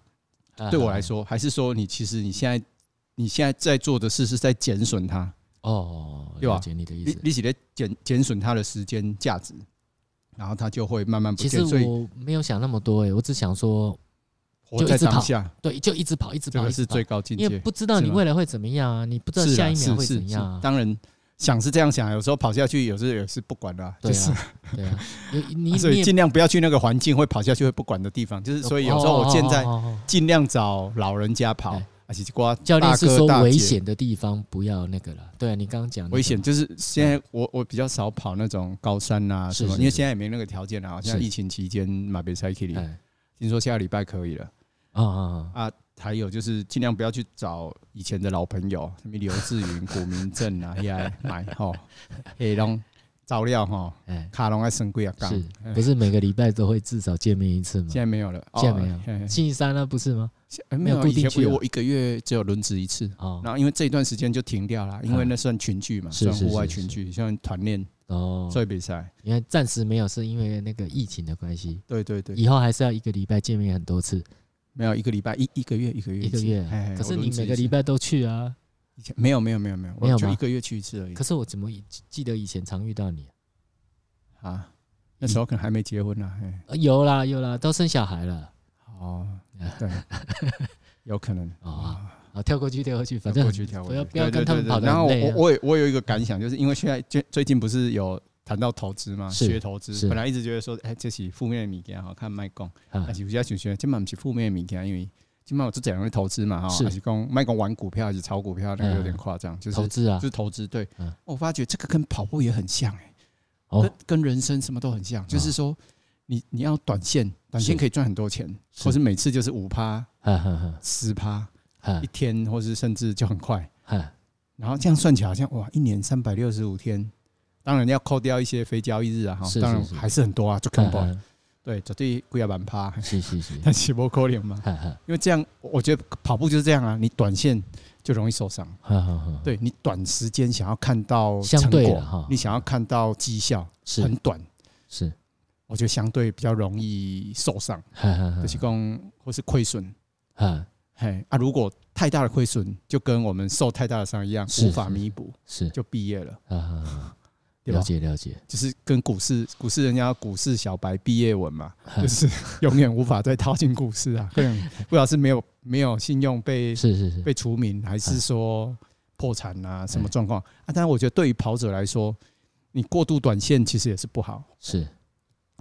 [SPEAKER 1] 啊
[SPEAKER 2] 对我来，说，还是说你其实你现在你现在在做的事是在减损它，
[SPEAKER 1] 哦，
[SPEAKER 2] 对吧
[SPEAKER 1] 了解你的意
[SPEAKER 2] 你
[SPEAKER 1] 思。
[SPEAKER 2] 你是在减减损它的时间价值，然后它就会慢慢不
[SPEAKER 1] 其实
[SPEAKER 2] 见。所以
[SPEAKER 1] 我没有想那么多，哎，我只想说，
[SPEAKER 2] 活在当
[SPEAKER 1] 就一直
[SPEAKER 2] 下，
[SPEAKER 1] 对，就一直跑，一直
[SPEAKER 2] 这
[SPEAKER 1] 跑，
[SPEAKER 2] 个
[SPEAKER 1] 一
[SPEAKER 2] 是
[SPEAKER 1] 直跑
[SPEAKER 2] 最高境
[SPEAKER 1] 因为
[SPEAKER 2] 界。
[SPEAKER 1] 不知道
[SPEAKER 2] 是
[SPEAKER 1] 你
[SPEAKER 2] 吗
[SPEAKER 1] 未来会怎么样啊，你不知道
[SPEAKER 2] 是
[SPEAKER 1] 下
[SPEAKER 2] 啦
[SPEAKER 1] 一秒
[SPEAKER 2] 是
[SPEAKER 1] 会
[SPEAKER 2] 是
[SPEAKER 1] 怎样
[SPEAKER 2] 是
[SPEAKER 1] 啊。
[SPEAKER 2] 当然想是这样想，有时候跑下去，有时候也是不管了啊，
[SPEAKER 1] 对
[SPEAKER 2] 就是
[SPEAKER 1] 啊，对啊，有 你
[SPEAKER 2] 所
[SPEAKER 1] 你
[SPEAKER 2] 以
[SPEAKER 1] 也
[SPEAKER 2] 尽量不要去那个环境会跑下去会不管的地方。就是所以有时候我现在
[SPEAKER 1] 哦哦哦哦哦
[SPEAKER 2] 尽量找老人家跑
[SPEAKER 1] 哎，
[SPEAKER 2] 而且瓜
[SPEAKER 1] 教练
[SPEAKER 2] 大
[SPEAKER 1] 是
[SPEAKER 2] 哥
[SPEAKER 1] 说
[SPEAKER 2] 大
[SPEAKER 1] 危
[SPEAKER 2] 姐
[SPEAKER 1] 险的地方不要那个了。对啊，你刚刚讲那个
[SPEAKER 2] 危险，就是现在我我比较少跑那种高山啊
[SPEAKER 1] 是
[SPEAKER 2] 什么，
[SPEAKER 1] 是
[SPEAKER 2] 因为
[SPEAKER 1] 是
[SPEAKER 2] 现在也没那个条件啊。现在
[SPEAKER 1] 是
[SPEAKER 2] 疫情期间马别赛 k 里，
[SPEAKER 1] 哎
[SPEAKER 2] 听说下个礼拜可以了。
[SPEAKER 1] 啊啊啊
[SPEAKER 2] 还有就是尽量不要去找以前的老朋友，什么刘志云、古明正 啊，遐买吼，黑龙照料吼，
[SPEAKER 1] 哎，
[SPEAKER 2] 卡龙爱升贵啊杠，
[SPEAKER 1] 是
[SPEAKER 2] 嗯
[SPEAKER 1] 不是每个礼拜都会至少见面一次吗
[SPEAKER 2] 现？在没有了，
[SPEAKER 1] 现在没有
[SPEAKER 2] 哦嘿
[SPEAKER 1] 星期三呢不是吗？
[SPEAKER 2] 现哎
[SPEAKER 1] 没
[SPEAKER 2] 没
[SPEAKER 1] 有
[SPEAKER 2] 有
[SPEAKER 1] 固
[SPEAKER 2] 以
[SPEAKER 1] 定
[SPEAKER 2] 前
[SPEAKER 1] 去啊
[SPEAKER 2] 我我一个月只有轮值一次，
[SPEAKER 1] 哦
[SPEAKER 2] 然后因为这一段时间就停掉了，因为
[SPEAKER 1] 嗯
[SPEAKER 2] 那算群聚嘛，
[SPEAKER 1] 是
[SPEAKER 2] 算
[SPEAKER 1] 是
[SPEAKER 2] 户外
[SPEAKER 1] 是
[SPEAKER 2] 群
[SPEAKER 1] 是
[SPEAKER 2] 聚，像团练
[SPEAKER 1] 哦，
[SPEAKER 2] 所以比赛，
[SPEAKER 1] 因为暂时没有，是因为那个疫情的关系，
[SPEAKER 2] 对对对，
[SPEAKER 1] 以后还是要一个礼拜见面很多次，
[SPEAKER 2] 没有一个礼拜一一个月一个月
[SPEAKER 1] 一个
[SPEAKER 2] 次
[SPEAKER 1] 月啊
[SPEAKER 2] 嘿嘿。
[SPEAKER 1] 可是
[SPEAKER 2] 我
[SPEAKER 1] 你
[SPEAKER 2] 轮值
[SPEAKER 1] 每
[SPEAKER 2] 一
[SPEAKER 1] 个
[SPEAKER 2] 次
[SPEAKER 1] 礼拜都去啊，
[SPEAKER 2] 以前没有没有没有没有，
[SPEAKER 1] 没有
[SPEAKER 2] 我就
[SPEAKER 1] 吗
[SPEAKER 2] 一个月去一次而已
[SPEAKER 1] 可是我怎么以记得以前常遇到你啊？
[SPEAKER 2] 啊，那时候可能还没结婚呢，嘿。
[SPEAKER 1] 呃有啦有啦，都生小孩了。
[SPEAKER 2] 哦，对， 有可能
[SPEAKER 1] 哦啊好，跳过去，跳过去，反正
[SPEAKER 2] 过去跳过
[SPEAKER 1] 不要
[SPEAKER 2] 去
[SPEAKER 1] 不要
[SPEAKER 2] 对
[SPEAKER 1] 跟
[SPEAKER 2] 对
[SPEAKER 1] 他们
[SPEAKER 2] 对
[SPEAKER 1] 跑得
[SPEAKER 2] 对然后
[SPEAKER 1] 很累啊
[SPEAKER 2] 我我也我有一个感想，就是因为现在最最近不是有谈到投资嘛，
[SPEAKER 1] 是
[SPEAKER 2] 学投
[SPEAKER 1] 是
[SPEAKER 2] 资，本来一直觉得说，哎，这是负面的物件，好看卖讲，
[SPEAKER 1] 啊
[SPEAKER 2] 但是有些想想，今晚不是负面的物件，因为今晚我做怎样的投资嘛，哈，
[SPEAKER 1] 是
[SPEAKER 2] 还是讲卖讲玩股票还是炒股票，那个有点夸张，就是
[SPEAKER 1] 投资啊
[SPEAKER 2] 就，是投资，对
[SPEAKER 1] 嗯，
[SPEAKER 2] 我发觉这个跟跑步也很像，哎，
[SPEAKER 1] 哦
[SPEAKER 2] 跟跟人生什么都很像，就是说。你你要短线，短线
[SPEAKER 1] 是
[SPEAKER 2] 可以赚很多钱，
[SPEAKER 1] 是
[SPEAKER 2] 或是每次就是五趴、
[SPEAKER 1] 哈哈哈
[SPEAKER 2] 十趴，
[SPEAKER 1] 哈
[SPEAKER 2] 一天，或是甚至就很快。
[SPEAKER 1] 哈，
[SPEAKER 2] 然后这样算起来，好像哇，一年三百六十五天，当然要扣掉一些非交易日啊，哈
[SPEAKER 1] 是，是
[SPEAKER 2] 当然
[SPEAKER 1] 是嗯
[SPEAKER 2] 还是很多啊，就
[SPEAKER 1] 哈
[SPEAKER 2] 更多。
[SPEAKER 1] 哈
[SPEAKER 2] 对，绝对贵啊，万趴，
[SPEAKER 1] 是是是，
[SPEAKER 2] 但是不可能嘛，
[SPEAKER 1] 哈哈
[SPEAKER 2] 因为这样，我我觉得跑步就是这样啊，你短线就容易受伤。
[SPEAKER 1] 呵呵呵，
[SPEAKER 2] 对你短时间想要看到
[SPEAKER 1] 相
[SPEAKER 2] 成
[SPEAKER 1] 对
[SPEAKER 2] 果
[SPEAKER 1] 了哈
[SPEAKER 2] 你想要看到绩效，
[SPEAKER 1] 是
[SPEAKER 2] 很短，
[SPEAKER 1] 是，
[SPEAKER 2] 我觉得相对比较容易受伤，
[SPEAKER 1] 呵呵呵
[SPEAKER 2] 就是讲或是亏损。
[SPEAKER 1] 呵
[SPEAKER 2] 嘿啊，如果太大的亏损，就跟我们受太大的伤一样，
[SPEAKER 1] 是
[SPEAKER 2] 无法弥补，
[SPEAKER 1] 是
[SPEAKER 2] 就毕业了，
[SPEAKER 1] 啊，呵呵
[SPEAKER 2] 对
[SPEAKER 1] 了
[SPEAKER 2] 吧？
[SPEAKER 1] 解了解，
[SPEAKER 2] 就是跟股市，股市人家股市小白毕业文嘛，
[SPEAKER 1] 呵
[SPEAKER 2] 就是永远无法再踏进股市 啊，可能不知道是没有没有信用被
[SPEAKER 1] 是是是，
[SPEAKER 2] 被除名，还是
[SPEAKER 1] 嗯
[SPEAKER 2] 说破产啊，什么状况啊？但是我觉得对于跑者来说，你过度短线其实也是不好，
[SPEAKER 1] 是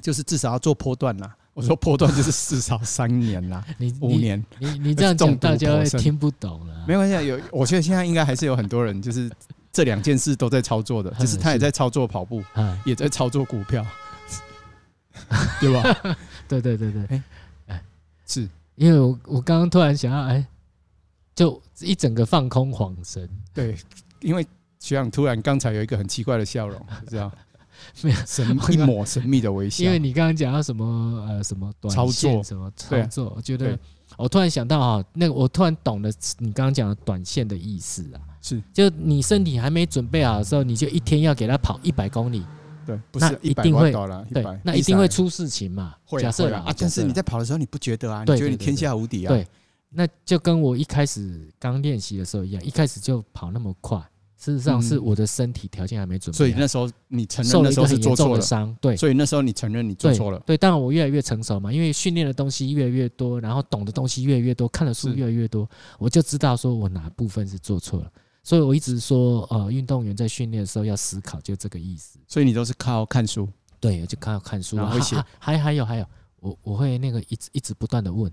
[SPEAKER 2] 就是至少要做波段啦。我说波段就是至少三年啦，
[SPEAKER 1] 你
[SPEAKER 2] 五
[SPEAKER 1] 你
[SPEAKER 2] 年
[SPEAKER 1] 你你 这样讲，
[SPEAKER 2] 中毒
[SPEAKER 1] 大家会
[SPEAKER 2] 颇深
[SPEAKER 1] 听不懂了。
[SPEAKER 2] 没关系啊。有，我觉得现在应该还是有很多人就是这两件事都在操作的，
[SPEAKER 1] 嗯
[SPEAKER 2] 就是他也
[SPEAKER 1] 是
[SPEAKER 2] 在操作跑步，
[SPEAKER 1] 啊，
[SPEAKER 2] 也在操作股票，对吧？
[SPEAKER 1] 对对对对，
[SPEAKER 2] 是
[SPEAKER 1] 因为我我刚刚突然想要，哎，就一整个放空恍神，
[SPEAKER 2] 对，因为学长突然刚才有一个很奇怪的笑容，不知道
[SPEAKER 1] 没有
[SPEAKER 2] 神一抹神秘的微笑，
[SPEAKER 1] 因为你刚刚讲到什么呃什么短
[SPEAKER 2] 操
[SPEAKER 1] 线
[SPEAKER 2] 作
[SPEAKER 1] 什么操
[SPEAKER 2] 对啊
[SPEAKER 1] 作，我觉得
[SPEAKER 2] 对
[SPEAKER 1] 我突然想到哈，那个我突然懂了你刚刚讲的短线的意思啊，
[SPEAKER 2] 是
[SPEAKER 1] 就你身体还没准备好的时候，你就一天要给他跑一百公里，
[SPEAKER 2] 对，不
[SPEAKER 1] 那
[SPEAKER 2] 是
[SPEAKER 1] 一
[SPEAKER 2] 一百
[SPEAKER 1] 定会
[SPEAKER 2] 万到了，
[SPEAKER 1] 对
[SPEAKER 2] 100，
[SPEAKER 1] 那一定会
[SPEAKER 2] 100
[SPEAKER 1] 出事情嘛。
[SPEAKER 2] 会啊
[SPEAKER 1] 假设
[SPEAKER 2] 会
[SPEAKER 1] 啦
[SPEAKER 2] 啊啊，但是你，
[SPEAKER 1] 假设
[SPEAKER 2] 在跑的时候你不觉得啊，
[SPEAKER 1] 对
[SPEAKER 2] 你觉得
[SPEAKER 1] 对
[SPEAKER 2] 你
[SPEAKER 1] 对
[SPEAKER 2] 天下无敌啊，
[SPEAKER 1] 对那就跟我一开始刚练习的时候一样，一开始就跑那么快，事实上
[SPEAKER 2] 嗯
[SPEAKER 1] 是我的身体条件还没准备好，啊
[SPEAKER 2] 所以那时候你承认
[SPEAKER 1] 受
[SPEAKER 2] 那
[SPEAKER 1] 了一
[SPEAKER 2] 时
[SPEAKER 1] 个
[SPEAKER 2] 候是
[SPEAKER 1] 很严
[SPEAKER 2] 做
[SPEAKER 1] 重
[SPEAKER 2] 错
[SPEAKER 1] 的
[SPEAKER 2] 了，
[SPEAKER 1] 伤，对。
[SPEAKER 2] 所以那时候你承认你做
[SPEAKER 1] 对
[SPEAKER 2] 错了，
[SPEAKER 1] 对，当然我越来越成熟嘛，因为训练的东西越来越多，然后懂的东西越来越多，看的书
[SPEAKER 2] 是
[SPEAKER 1] 越来越多，我就知道说我哪部分是做错了。所以我一直说，呃，运动员在训练的时候要思考，就这个意思。
[SPEAKER 2] 所以你都是靠看书，
[SPEAKER 1] 对，就看看书啊，
[SPEAKER 2] 然后
[SPEAKER 1] 还
[SPEAKER 2] 会写
[SPEAKER 1] 还 还还有还有，我我会那个一直一直不断的问，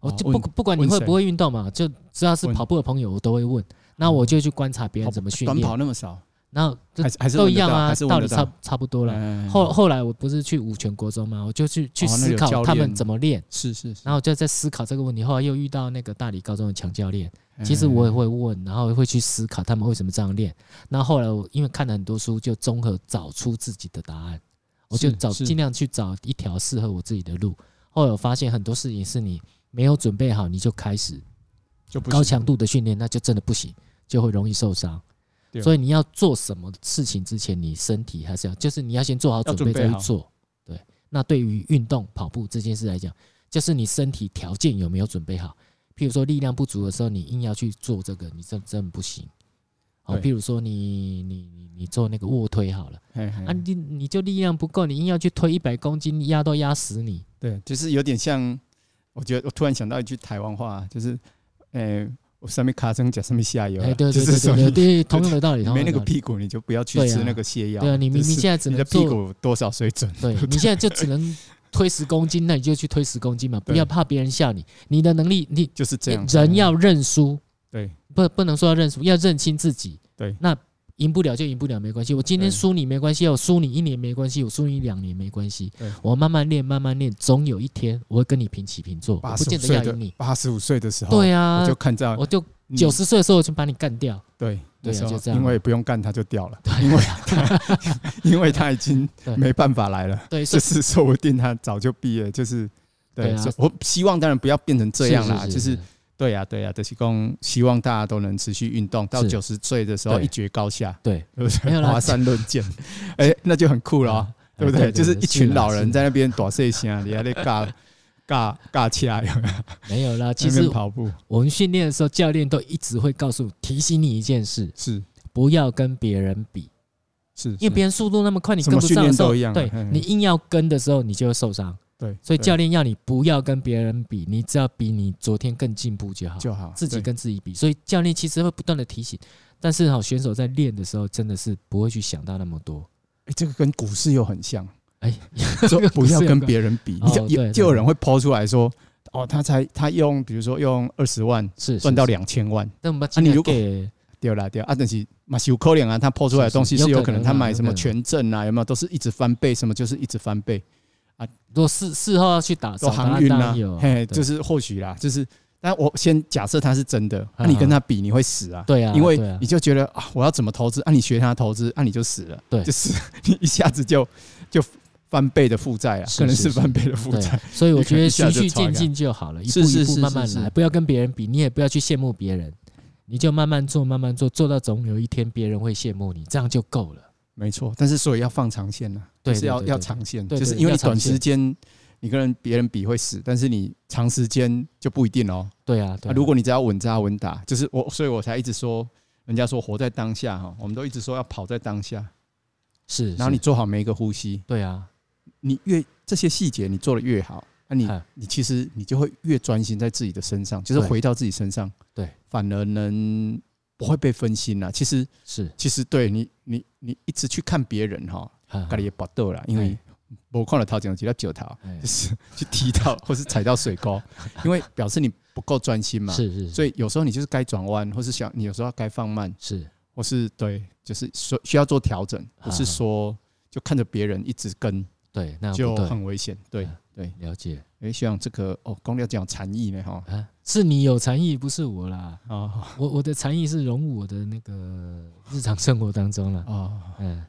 [SPEAKER 1] 我
[SPEAKER 2] 哦
[SPEAKER 1] 就不
[SPEAKER 2] 问
[SPEAKER 1] 不管你
[SPEAKER 2] 问
[SPEAKER 1] 会
[SPEAKER 2] 谁
[SPEAKER 1] 不会运动嘛，就只要是
[SPEAKER 2] 问
[SPEAKER 1] 跑步的朋友，我都会问。那我就去观察别人怎么训
[SPEAKER 2] 短跑
[SPEAKER 1] 练，
[SPEAKER 2] 那么少，
[SPEAKER 1] 然后这
[SPEAKER 2] 还是还是
[SPEAKER 1] 都
[SPEAKER 2] 问
[SPEAKER 1] 一
[SPEAKER 2] 得
[SPEAKER 1] 样
[SPEAKER 2] 到
[SPEAKER 1] 啊
[SPEAKER 2] 还是，
[SPEAKER 1] 道
[SPEAKER 2] 问
[SPEAKER 1] 理
[SPEAKER 2] 得到
[SPEAKER 1] 差差不多了。
[SPEAKER 2] 嗯
[SPEAKER 1] 后后来我不是去五泉国中嘛，我就去去
[SPEAKER 2] 哦那
[SPEAKER 1] 思
[SPEAKER 2] 有
[SPEAKER 1] 考
[SPEAKER 2] 教
[SPEAKER 1] 他们
[SPEAKER 2] 练
[SPEAKER 1] 怎么练，
[SPEAKER 2] 是是，是
[SPEAKER 1] 然后就在思考这个问题。后来又遇到那个大理高中的强教练，其实
[SPEAKER 2] 嗯
[SPEAKER 1] 我也会问，然后会去思考他们为什么这样练。那后来我因为看了很多书，就综合找出自己的答案，我就是找
[SPEAKER 2] 是
[SPEAKER 1] 尽量去找一条适合我自己的路。后来我发现很多事情是你没有准备好，你就开始
[SPEAKER 2] 就不
[SPEAKER 1] 高
[SPEAKER 2] 行
[SPEAKER 1] 强度的训练，那就真的不行，就会容易受伤。
[SPEAKER 2] 对啊
[SPEAKER 1] 所以你要做什么事情之前，你身体还是要，就是你要先做好准备
[SPEAKER 2] 要准备
[SPEAKER 1] 再去
[SPEAKER 2] 好
[SPEAKER 1] 做。对，那对于运动跑步这件事来讲，就是你身体条件有没有准备好。譬如说力量不足的时候，你硬要去做这个，你这真的不行。好，
[SPEAKER 2] 对
[SPEAKER 1] 譬如说你你你你做那个卧推好了，
[SPEAKER 2] 嘿嘿
[SPEAKER 1] 啊你你就力量不够，你硬要去推一百公斤，你压都压死你。
[SPEAKER 2] 对，就是有点像，我觉得我突然想到一句台湾话，就是，诶、我上面卡声讲上面下游啊，
[SPEAKER 1] 哎，对
[SPEAKER 2] 就
[SPEAKER 1] 对
[SPEAKER 2] 是
[SPEAKER 1] 对
[SPEAKER 2] 说
[SPEAKER 1] 对
[SPEAKER 2] 你
[SPEAKER 1] 对，同样的道理，同
[SPEAKER 2] 没
[SPEAKER 1] 样的
[SPEAKER 2] 那个
[SPEAKER 1] 道理。
[SPEAKER 2] 屁股，你就不要去
[SPEAKER 1] 对啊
[SPEAKER 2] 吃那个泻药。
[SPEAKER 1] 对啊，你明
[SPEAKER 2] 就
[SPEAKER 1] 明
[SPEAKER 2] 是
[SPEAKER 1] 现在只
[SPEAKER 2] 你
[SPEAKER 1] 能
[SPEAKER 2] 的屁
[SPEAKER 1] 做
[SPEAKER 2] 股多少水准？
[SPEAKER 1] 对你现在就只能推十公斤，那你就去推十公斤嘛，不
[SPEAKER 2] 对
[SPEAKER 1] 要怕别人笑你。你的能力，你
[SPEAKER 2] 就是这样。
[SPEAKER 1] 人要认输，
[SPEAKER 2] 对
[SPEAKER 1] 不不能说要认输，要认清自己。
[SPEAKER 2] 对
[SPEAKER 1] 那赢不了就赢不了，没关系。我今天
[SPEAKER 2] 对
[SPEAKER 1] 输你没关系，我输你一年没关系，我输你两年没关系
[SPEAKER 2] 对。
[SPEAKER 1] 我慢慢练，慢慢练，总有一天我会跟你平起平坐，我
[SPEAKER 2] 八
[SPEAKER 1] 不
[SPEAKER 2] 十五
[SPEAKER 1] 见得
[SPEAKER 2] 岁
[SPEAKER 1] 要
[SPEAKER 2] 的
[SPEAKER 1] 赢你。
[SPEAKER 2] 八十五岁的时候，
[SPEAKER 1] 对
[SPEAKER 2] 我
[SPEAKER 1] 啊
[SPEAKER 2] 就，嗯看到
[SPEAKER 1] 我就
[SPEAKER 2] 你
[SPEAKER 1] 九十岁的时候我就把你干掉。
[SPEAKER 2] 对
[SPEAKER 1] 对啊
[SPEAKER 2] 那时候
[SPEAKER 1] 就这样
[SPEAKER 2] 因为不用干它就掉了，因为它 因为它已经
[SPEAKER 1] 对
[SPEAKER 2] 没办法来了，
[SPEAKER 1] 对，所
[SPEAKER 2] 就
[SPEAKER 1] 以
[SPEAKER 2] 是说不定它早就毕业，就是
[SPEAKER 1] 对
[SPEAKER 2] 对。
[SPEAKER 1] 啊
[SPEAKER 2] 所以我希望当然不要变成这样啦，
[SPEAKER 1] 是
[SPEAKER 2] 就是对呀、对呀、啊就是讲希望大家都能持续运动，到
[SPEAKER 1] 是
[SPEAKER 2] 九十岁的时候
[SPEAKER 1] 对
[SPEAKER 2] 一决高下，
[SPEAKER 1] 对，
[SPEAKER 2] 对不
[SPEAKER 1] 没有
[SPEAKER 2] 对？
[SPEAKER 1] 啦
[SPEAKER 2] 华山论 剑，哎、那就很酷了、
[SPEAKER 1] 啊
[SPEAKER 2] 哦，对
[SPEAKER 1] 哎
[SPEAKER 2] 不对？就是一群老人。
[SPEAKER 1] 啦
[SPEAKER 2] 在那边打碎声，你还 在尬尬尬起来，
[SPEAKER 1] 是没有啦，其
[SPEAKER 2] 那
[SPEAKER 1] 实
[SPEAKER 2] 边跑步
[SPEAKER 1] 我们训练的时候，教练都一直会告诉提醒你一件事：
[SPEAKER 2] 是
[SPEAKER 1] 不要跟别人比，
[SPEAKER 2] 是，
[SPEAKER 1] 因为
[SPEAKER 2] 是
[SPEAKER 1] 别人速度那么快，你
[SPEAKER 2] 嗯什
[SPEAKER 1] 跟
[SPEAKER 2] 么
[SPEAKER 1] 不上的时候，
[SPEAKER 2] 训练都一样啊
[SPEAKER 1] 对
[SPEAKER 2] 嘿嘿
[SPEAKER 1] 你硬要跟的时候，你就会受伤。
[SPEAKER 2] 对，
[SPEAKER 1] 所以
[SPEAKER 2] 对
[SPEAKER 1] 教练要你不要跟别人比，你只要比你昨天更进步就好，
[SPEAKER 2] 就好，
[SPEAKER 1] 自己
[SPEAKER 2] 对
[SPEAKER 1] 跟自己比。所以教练其实会不断的提醒，但是好选手在练的时候，真的是不会去想到那么多。
[SPEAKER 2] 哎这个跟股市又很像，
[SPEAKER 1] 哎，
[SPEAKER 2] 说不要跟别
[SPEAKER 1] 人
[SPEAKER 2] 人比，
[SPEAKER 1] 哦
[SPEAKER 2] 你就
[SPEAKER 1] 对对
[SPEAKER 2] 有就有人会抛出来说，哦，他才他用比如说用二十万
[SPEAKER 1] 是
[SPEAKER 2] 赚到，
[SPEAKER 1] 是是
[SPEAKER 2] 两千万。
[SPEAKER 1] 但我们
[SPEAKER 2] 啊你如果
[SPEAKER 1] 给
[SPEAKER 2] 对啦，对啦啊，但是嘛是有可能啊，他抛出来的东西
[SPEAKER 1] 是是
[SPEAKER 2] 是
[SPEAKER 1] 有
[SPEAKER 2] 有可能，
[SPEAKER 1] 可能啊
[SPEAKER 2] 他买什
[SPEAKER 1] 有
[SPEAKER 2] 么
[SPEAKER 1] 可能
[SPEAKER 2] 权证啊，有没有都是一直翻倍，什么就是一直翻倍，
[SPEAKER 1] 如果事事后要去打
[SPEAKER 2] 都
[SPEAKER 1] 找他
[SPEAKER 2] 航运
[SPEAKER 1] 当
[SPEAKER 2] 啊
[SPEAKER 1] 然有，
[SPEAKER 2] 嘿，
[SPEAKER 1] 对
[SPEAKER 2] 就是或许啦，就是，但我先假设他是真的，那、
[SPEAKER 1] 啊
[SPEAKER 2] 你跟他比你会死啊，
[SPEAKER 1] 对啊，
[SPEAKER 2] 因为
[SPEAKER 1] 对啊
[SPEAKER 2] 你就觉得啊，我要怎么投资，啊，你学他投资，啊，你就死了，
[SPEAKER 1] 对
[SPEAKER 2] 就是 你一下子就就翻倍的负债啊，
[SPEAKER 1] 是
[SPEAKER 2] 可能
[SPEAKER 1] 是
[SPEAKER 2] 是
[SPEAKER 1] 是
[SPEAKER 2] 翻倍的负
[SPEAKER 1] 对
[SPEAKER 2] 债，
[SPEAKER 1] 所以我觉得
[SPEAKER 2] 一下
[SPEAKER 1] 循
[SPEAKER 2] 就
[SPEAKER 1] 序
[SPEAKER 2] 超
[SPEAKER 1] 渐
[SPEAKER 2] 感
[SPEAKER 1] 进就好了，一步
[SPEAKER 2] 是是
[SPEAKER 1] 一步
[SPEAKER 2] 是
[SPEAKER 1] 慢慢
[SPEAKER 2] 是是
[SPEAKER 1] 来，不要跟别人比，你也不要去羡慕别人，你就慢慢做，慢慢做，做到总有一天别人会羡慕你，这样就够了。
[SPEAKER 2] 没错，但是所以要放长线呐、
[SPEAKER 1] 对
[SPEAKER 2] 就是要
[SPEAKER 1] 对对
[SPEAKER 2] 要
[SPEAKER 1] 对
[SPEAKER 2] 长线，
[SPEAKER 1] 对
[SPEAKER 2] 就是
[SPEAKER 1] 对
[SPEAKER 2] 因为
[SPEAKER 1] 要
[SPEAKER 2] 你
[SPEAKER 1] 长
[SPEAKER 2] 短
[SPEAKER 1] 线
[SPEAKER 2] 时间你跟人别人比会死，但是你长时间就不一定哦。
[SPEAKER 1] 对啊，对啊
[SPEAKER 2] 啊、如果你只要稳扎稳打，就是我，所以我才一直说，人家说活在当下哈，我们都一直说要跑在当下，
[SPEAKER 1] 是，
[SPEAKER 2] 然后你
[SPEAKER 1] 是
[SPEAKER 2] 做好每一个呼吸，
[SPEAKER 1] 对啊，
[SPEAKER 2] 你越这些细节你做的越好，那、你
[SPEAKER 1] 嗯
[SPEAKER 2] 你其实你就会越专心在自己的身上，就是
[SPEAKER 1] 对
[SPEAKER 2] 回到自己身上，
[SPEAKER 1] 对，
[SPEAKER 2] 反而能不会被分心啦。其实
[SPEAKER 1] 是，
[SPEAKER 2] 其实对你你你一直去看别人哈，
[SPEAKER 1] 哈
[SPEAKER 2] 咖喱也不豆啦，因为我看了头前有几条九桃，
[SPEAKER 1] 哎
[SPEAKER 2] 就是 去踢到或是踩到水沟，因为表示你不够专心嘛。
[SPEAKER 1] 是是，
[SPEAKER 2] 所
[SPEAKER 1] 以
[SPEAKER 2] 以有时候你就是该转弯，或是想你有时候该放慢，
[SPEAKER 1] 是
[SPEAKER 2] 或是对，就是说需要做调整，
[SPEAKER 1] 啊
[SPEAKER 2] 不是说就看着别人一直跟
[SPEAKER 1] 对，那
[SPEAKER 2] 就
[SPEAKER 1] 啊不对，
[SPEAKER 2] 很危险。对
[SPEAKER 1] 啊
[SPEAKER 2] 对，
[SPEAKER 1] 了解
[SPEAKER 2] 哎，学长这个哦，光要讲禅意呢哈
[SPEAKER 1] 啊，是你有禅意，不是我啦。
[SPEAKER 2] 啊
[SPEAKER 1] 我我的禅意是融入我的那个日常生活当中了。
[SPEAKER 2] 啊，
[SPEAKER 1] 嗯，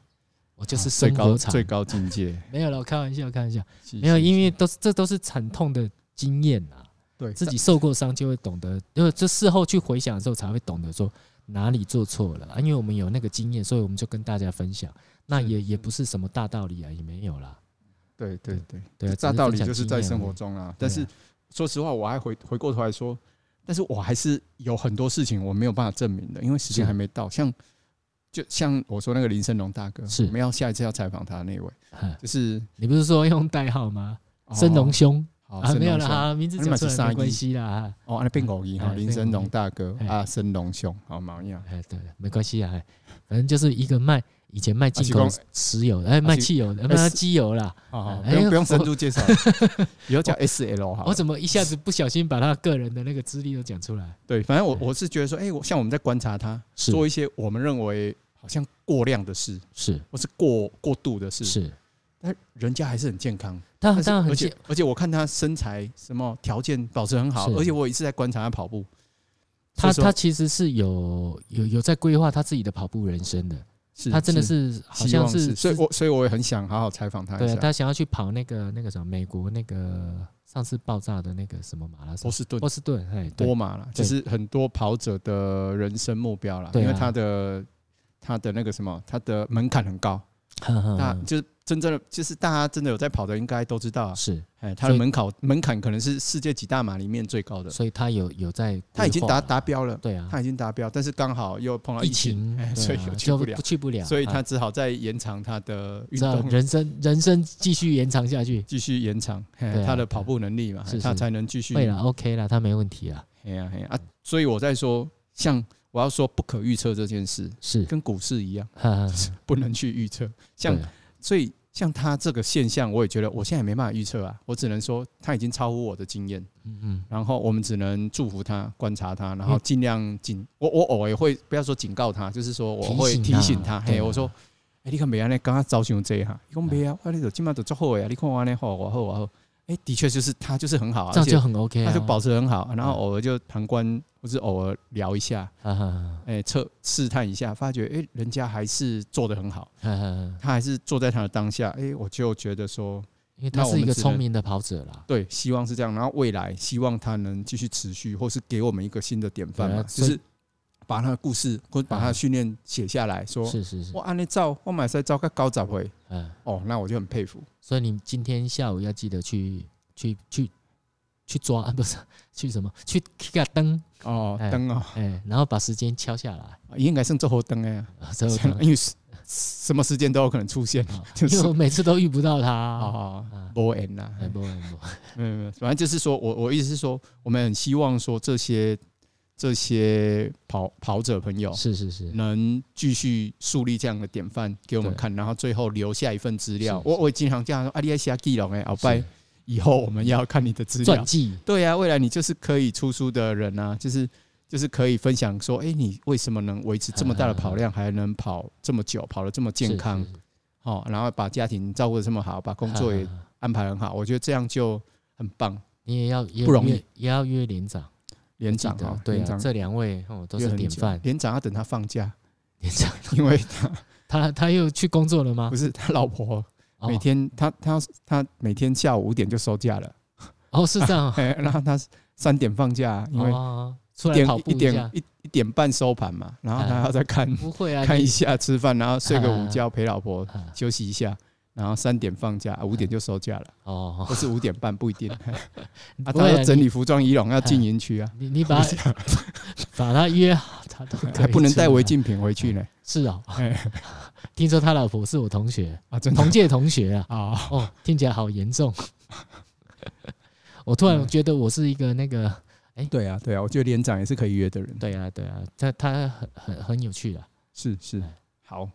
[SPEAKER 1] 我就是
[SPEAKER 2] 最
[SPEAKER 1] 生
[SPEAKER 2] 高
[SPEAKER 1] 活禅
[SPEAKER 2] 最，高 境界，
[SPEAKER 1] 没有了，开玩笑，开玩笑，
[SPEAKER 2] 是
[SPEAKER 1] 没有，
[SPEAKER 2] 是
[SPEAKER 1] 因为都是这都是惨痛的经验啊。
[SPEAKER 2] 对
[SPEAKER 1] 自己受过伤就会懂得，因为这事后去回想的时候才会懂得说哪里做错了啊。因为我们有那个经验，所以我们就跟大家分享。那
[SPEAKER 2] 是
[SPEAKER 1] 也
[SPEAKER 2] 是
[SPEAKER 1] 也不是什么大道理啊，也没有啦。
[SPEAKER 2] 对对对
[SPEAKER 1] 对啊，
[SPEAKER 2] 大道理就
[SPEAKER 1] 只
[SPEAKER 2] 是
[SPEAKER 1] 分享
[SPEAKER 2] 在
[SPEAKER 1] 经验
[SPEAKER 2] 生活
[SPEAKER 1] 而已。
[SPEAKER 2] 中啊。
[SPEAKER 1] 对啊
[SPEAKER 2] 但是说实话，我还回回过头来说，但是我还是有很多事情我没有办法证明的，因为时间
[SPEAKER 1] 是
[SPEAKER 2] 还没到。像就像我说那个林森龙大哥，
[SPEAKER 1] 是
[SPEAKER 2] 我们要下一次要采访他的那位，
[SPEAKER 1] 哼
[SPEAKER 2] 就是
[SPEAKER 1] 你不是说用代号吗？森龙
[SPEAKER 2] 哦
[SPEAKER 1] 兄
[SPEAKER 2] 好
[SPEAKER 1] 啊，
[SPEAKER 2] 森
[SPEAKER 1] 没有
[SPEAKER 2] 龙
[SPEAKER 1] 啦，
[SPEAKER 2] 兄
[SPEAKER 1] 哈名字
[SPEAKER 2] 啊你
[SPEAKER 1] 讲
[SPEAKER 2] 嘛
[SPEAKER 1] 出
[SPEAKER 2] 是
[SPEAKER 1] 来
[SPEAKER 2] 三
[SPEAKER 1] 没
[SPEAKER 2] 一
[SPEAKER 1] 关系啦。啊
[SPEAKER 2] 哦，安尼变五一哈，
[SPEAKER 1] 哎
[SPEAKER 2] 林
[SPEAKER 1] 变
[SPEAKER 2] 森
[SPEAKER 1] 五
[SPEAKER 2] 龙
[SPEAKER 1] 二
[SPEAKER 2] 大哥
[SPEAKER 1] 哎
[SPEAKER 2] 啊，森龙兄，好毛样。
[SPEAKER 1] 哎，对，没关系啊，哎反正就是一个卖以前卖进口
[SPEAKER 2] 啊是
[SPEAKER 1] 石油的，哎，卖汽油的，
[SPEAKER 2] 哎
[SPEAKER 1] 卖
[SPEAKER 2] 是
[SPEAKER 1] 机油啦。
[SPEAKER 2] 好哦好，不
[SPEAKER 1] 哎
[SPEAKER 2] 用不用
[SPEAKER 1] 我
[SPEAKER 2] 深度介 绍，以后叫 S L 好
[SPEAKER 1] 我
[SPEAKER 2] 了。
[SPEAKER 1] 怎么一下子不小心把他个人的那个资历都讲出来？
[SPEAKER 2] 对，反正我我是觉得说，哎，我像我们在观察他
[SPEAKER 1] 是
[SPEAKER 2] 做一些我们认为好像过量的事，
[SPEAKER 1] 是
[SPEAKER 2] 或是过过度的事，
[SPEAKER 1] 是，
[SPEAKER 2] 但人家还是很健康，
[SPEAKER 1] 当
[SPEAKER 2] 但
[SPEAKER 1] 然
[SPEAKER 2] 是
[SPEAKER 1] 当然很
[SPEAKER 2] 而
[SPEAKER 1] 健
[SPEAKER 2] 且而且我看他身材什么条件保持很好，
[SPEAKER 1] 是
[SPEAKER 2] 而且我一直在观察他跑步，
[SPEAKER 1] 他
[SPEAKER 2] 所以说
[SPEAKER 1] 他其实是有有有在规划他自己的跑步人生的，
[SPEAKER 2] 是
[SPEAKER 1] 他真的
[SPEAKER 2] 是
[SPEAKER 1] 是好
[SPEAKER 2] 希
[SPEAKER 1] 像
[SPEAKER 2] 望
[SPEAKER 1] 是，
[SPEAKER 2] 所以
[SPEAKER 1] 是
[SPEAKER 2] 我所以我也很想好好采访他一
[SPEAKER 1] 对啊
[SPEAKER 2] 下。
[SPEAKER 1] 他想要去跑那个那个什么美国那个上次爆炸的那个什么马拉
[SPEAKER 2] 波
[SPEAKER 1] 松，
[SPEAKER 2] 士顿
[SPEAKER 1] 波士顿，哎，
[SPEAKER 2] 多
[SPEAKER 1] 对
[SPEAKER 2] 马啦，就
[SPEAKER 1] 对
[SPEAKER 2] 是很多跑者的人生目标啦，
[SPEAKER 1] 对啊
[SPEAKER 2] 因为他的他的那个什么，他的门槛很高，
[SPEAKER 1] 呵呵
[SPEAKER 2] 那
[SPEAKER 1] 呵
[SPEAKER 2] 就是真正的就是大家真的有在跑的，应该都知道啊，
[SPEAKER 1] 是，
[SPEAKER 2] 哎，他
[SPEAKER 1] 所
[SPEAKER 2] 的
[SPEAKER 1] 以
[SPEAKER 2] 门槛门槛可能是世界几大马里面最高的，
[SPEAKER 1] 所以他有有在，
[SPEAKER 2] 他已经达达，标了，
[SPEAKER 1] 对啊，
[SPEAKER 2] 他已经达标，但是刚好又碰到
[SPEAKER 1] 疫
[SPEAKER 2] 疫情，
[SPEAKER 1] 情
[SPEAKER 2] 哎，
[SPEAKER 1] 对
[SPEAKER 2] 所以
[SPEAKER 1] 啊
[SPEAKER 2] 又去
[SPEAKER 1] 就
[SPEAKER 2] 不了
[SPEAKER 1] 去不了，
[SPEAKER 2] 所以他
[SPEAKER 1] 啊
[SPEAKER 2] 只好再延长他的运
[SPEAKER 1] 知道
[SPEAKER 2] 动
[SPEAKER 1] 人生人生继续延长下去，
[SPEAKER 2] 继续延长嘿
[SPEAKER 1] 对啊啊
[SPEAKER 2] 他的跑步能力嘛
[SPEAKER 1] 是，
[SPEAKER 2] 他
[SPEAKER 1] 是
[SPEAKER 2] 才能继续。
[SPEAKER 1] 会了，OK 了，他没问题了，
[SPEAKER 2] 嘿呀嘿呀啊！所以我在说，像我要说不可预测这件事，
[SPEAKER 1] 是，
[SPEAKER 2] 跟股市一样，
[SPEAKER 1] 哈哈，
[SPEAKER 2] 不能去预测。像
[SPEAKER 1] 对
[SPEAKER 2] 所以像他这个现象，我也觉得我现在也没办法预测啊，我只能说他已经超乎我的经验。
[SPEAKER 1] 嗯嗯，
[SPEAKER 2] 然后我们只能祝福他，观察他，然后
[SPEAKER 1] 嗯
[SPEAKER 2] 尽量警我我偶尔会不要说警告他，就是说我会
[SPEAKER 1] 提醒
[SPEAKER 2] 提
[SPEAKER 1] 他
[SPEAKER 2] 醒他，
[SPEAKER 1] 对
[SPEAKER 2] 嘿，
[SPEAKER 1] 啊
[SPEAKER 2] 我说，哎，你看没安尼，刚刚招想这哈，你讲没啊，我你就今晚就做好啊，你看我安尼好，我好我好，哎，的确就是他就是很好啊，
[SPEAKER 1] 这样
[SPEAKER 2] 而且
[SPEAKER 1] 就很 OK 啊，
[SPEAKER 2] 他就保持得很好，然后
[SPEAKER 1] 嗯
[SPEAKER 2] 偶尔就旁观或是偶尔聊一下，
[SPEAKER 1] 哈哈哈
[SPEAKER 2] 哎，测试探一下，发觉哎，人家还是做得很好，
[SPEAKER 1] 哈哈，
[SPEAKER 2] 他还是坐在他的当下，哎，我就觉得说，
[SPEAKER 1] 因为他
[SPEAKER 2] 那我
[SPEAKER 1] 是一
[SPEAKER 2] 们
[SPEAKER 1] 个
[SPEAKER 2] 只
[SPEAKER 1] 聪
[SPEAKER 2] 能
[SPEAKER 1] 明的跑者啦。
[SPEAKER 2] 对，希望是这样。然后未来希望他能继续持续，或是给我们一个新的典范
[SPEAKER 1] 对
[SPEAKER 2] 嘛，
[SPEAKER 1] 啊
[SPEAKER 2] 就
[SPEAKER 1] 所以
[SPEAKER 2] 是把他的故事或者把他的
[SPEAKER 1] 嗯
[SPEAKER 2] 训练写下来，说
[SPEAKER 1] 是是是
[SPEAKER 2] 我，按那照我买赛照个高找回
[SPEAKER 1] 嗯，
[SPEAKER 2] 哦，那我就很佩服。
[SPEAKER 1] 所以你今天下午要记得去去去去抓，啊不是 去什么？去开个灯，
[SPEAKER 2] 哦
[SPEAKER 1] 哎，
[SPEAKER 2] 灯哦，
[SPEAKER 1] 哎，然后把时间敲下 来，
[SPEAKER 2] 应该剩最后灯哎呀，
[SPEAKER 1] 啊之后灯
[SPEAKER 2] 因为是什么时间都有可能出现，
[SPEAKER 1] 啊
[SPEAKER 2] 就
[SPEAKER 1] 因为
[SPEAKER 2] 是
[SPEAKER 1] 我每次都遇不到他。
[SPEAKER 2] 哦
[SPEAKER 1] 啊，
[SPEAKER 2] 波恩呐，
[SPEAKER 1] 哎不不不，
[SPEAKER 2] 没有没有，反正就是说我我意思是说，我们很希望说这些这些跑跑者朋友，
[SPEAKER 1] 是是
[SPEAKER 2] 嗯
[SPEAKER 1] 是，
[SPEAKER 2] 能继续树立这样的典范给我们
[SPEAKER 1] 对
[SPEAKER 2] 看，然后最后留下一份资料
[SPEAKER 1] 是。
[SPEAKER 2] 我我也经常这样说，阿啊里亚西亚基隆哎，鳌拜
[SPEAKER 1] 是
[SPEAKER 2] 以后我们要看你的资
[SPEAKER 1] 传
[SPEAKER 2] 料。
[SPEAKER 1] 记
[SPEAKER 2] 对啊，未来你就是可以出书的人啊，就是就是可以分享说，哎、你为什么能维持这么 大的跑量，还能跑这么久，跑得这么健
[SPEAKER 1] 是
[SPEAKER 2] 康
[SPEAKER 1] 啊是，是
[SPEAKER 2] 哦，然后把家庭照顾得这么好，把工作也
[SPEAKER 1] 啊啊啊
[SPEAKER 2] 安排得很好，我觉得这样就很棒。
[SPEAKER 1] 你也要也
[SPEAKER 2] 不容易
[SPEAKER 1] 约也要约连长，
[SPEAKER 2] 连
[SPEAKER 1] 记
[SPEAKER 2] 长
[SPEAKER 1] 得
[SPEAKER 2] 哦，
[SPEAKER 1] 对
[SPEAKER 2] 连
[SPEAKER 1] 啊，
[SPEAKER 2] 长
[SPEAKER 1] 这两位哦都
[SPEAKER 2] 约
[SPEAKER 1] 是
[SPEAKER 2] 很
[SPEAKER 1] 典
[SPEAKER 2] 久
[SPEAKER 1] 范，
[SPEAKER 2] 连长要等他放 假，
[SPEAKER 1] 连长，
[SPEAKER 2] 因为他
[SPEAKER 1] 他他又去工作了吗
[SPEAKER 2] 不？是他老婆
[SPEAKER 1] 哦
[SPEAKER 2] 每天他他他每天 下午五点就收假了，哎
[SPEAKER 1] 哦是这样哦，
[SPEAKER 2] 嘿然后他三点放假，因为
[SPEAKER 1] 哦出来
[SPEAKER 2] 点
[SPEAKER 1] 跑步
[SPEAKER 2] 一点
[SPEAKER 1] 下
[SPEAKER 2] 一一点半收盘嘛，然后他
[SPEAKER 1] 啊
[SPEAKER 2] 要再看
[SPEAKER 1] 不会啊，
[SPEAKER 2] 看一
[SPEAKER 1] 你
[SPEAKER 2] 下吃饭，然后睡个午觉陪老婆
[SPEAKER 1] 啊
[SPEAKER 2] 休息一下，然后三点放假，啊五点就收假了，
[SPEAKER 1] 哦，
[SPEAKER 2] 或是五点半 不一定。啊，
[SPEAKER 1] 不
[SPEAKER 2] 他
[SPEAKER 1] 会啊
[SPEAKER 2] 要整理服装仪容，要进营区啊，
[SPEAKER 1] 你你 把它 把他约好，他都可
[SPEAKER 2] 还
[SPEAKER 1] 以
[SPEAKER 2] 不能
[SPEAKER 1] 进来
[SPEAKER 2] 带违禁品回去呢。哎
[SPEAKER 1] 是哦， 听说他老婆是我同 学，
[SPEAKER 2] 啊，真的
[SPEAKER 1] 同届同学啊，
[SPEAKER 2] 啊，
[SPEAKER 1] 哦，听起来好严 重。我突然
[SPEAKER 2] 嗯
[SPEAKER 1] 觉得我是一个那个，
[SPEAKER 2] 对啊，对啊，我觉得连长也是可以约的人。
[SPEAKER 1] 对啊对啊，他他很很很有趣的。
[SPEAKER 2] 是是
[SPEAKER 1] 哎，
[SPEAKER 2] 好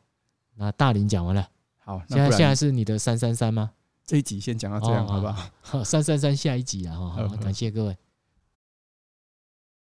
[SPEAKER 1] 那大林讲完了，
[SPEAKER 2] 好，
[SPEAKER 1] 现
[SPEAKER 2] 那
[SPEAKER 1] 在
[SPEAKER 2] 不
[SPEAKER 1] 现在
[SPEAKER 2] 然
[SPEAKER 1] 是你的三三三吗？
[SPEAKER 2] 这一集先讲到这样，
[SPEAKER 1] 哦
[SPEAKER 2] 好不好？
[SPEAKER 1] 三三三下一集啊，哈，
[SPEAKER 2] 好
[SPEAKER 1] 好
[SPEAKER 2] 好
[SPEAKER 1] 感谢各位。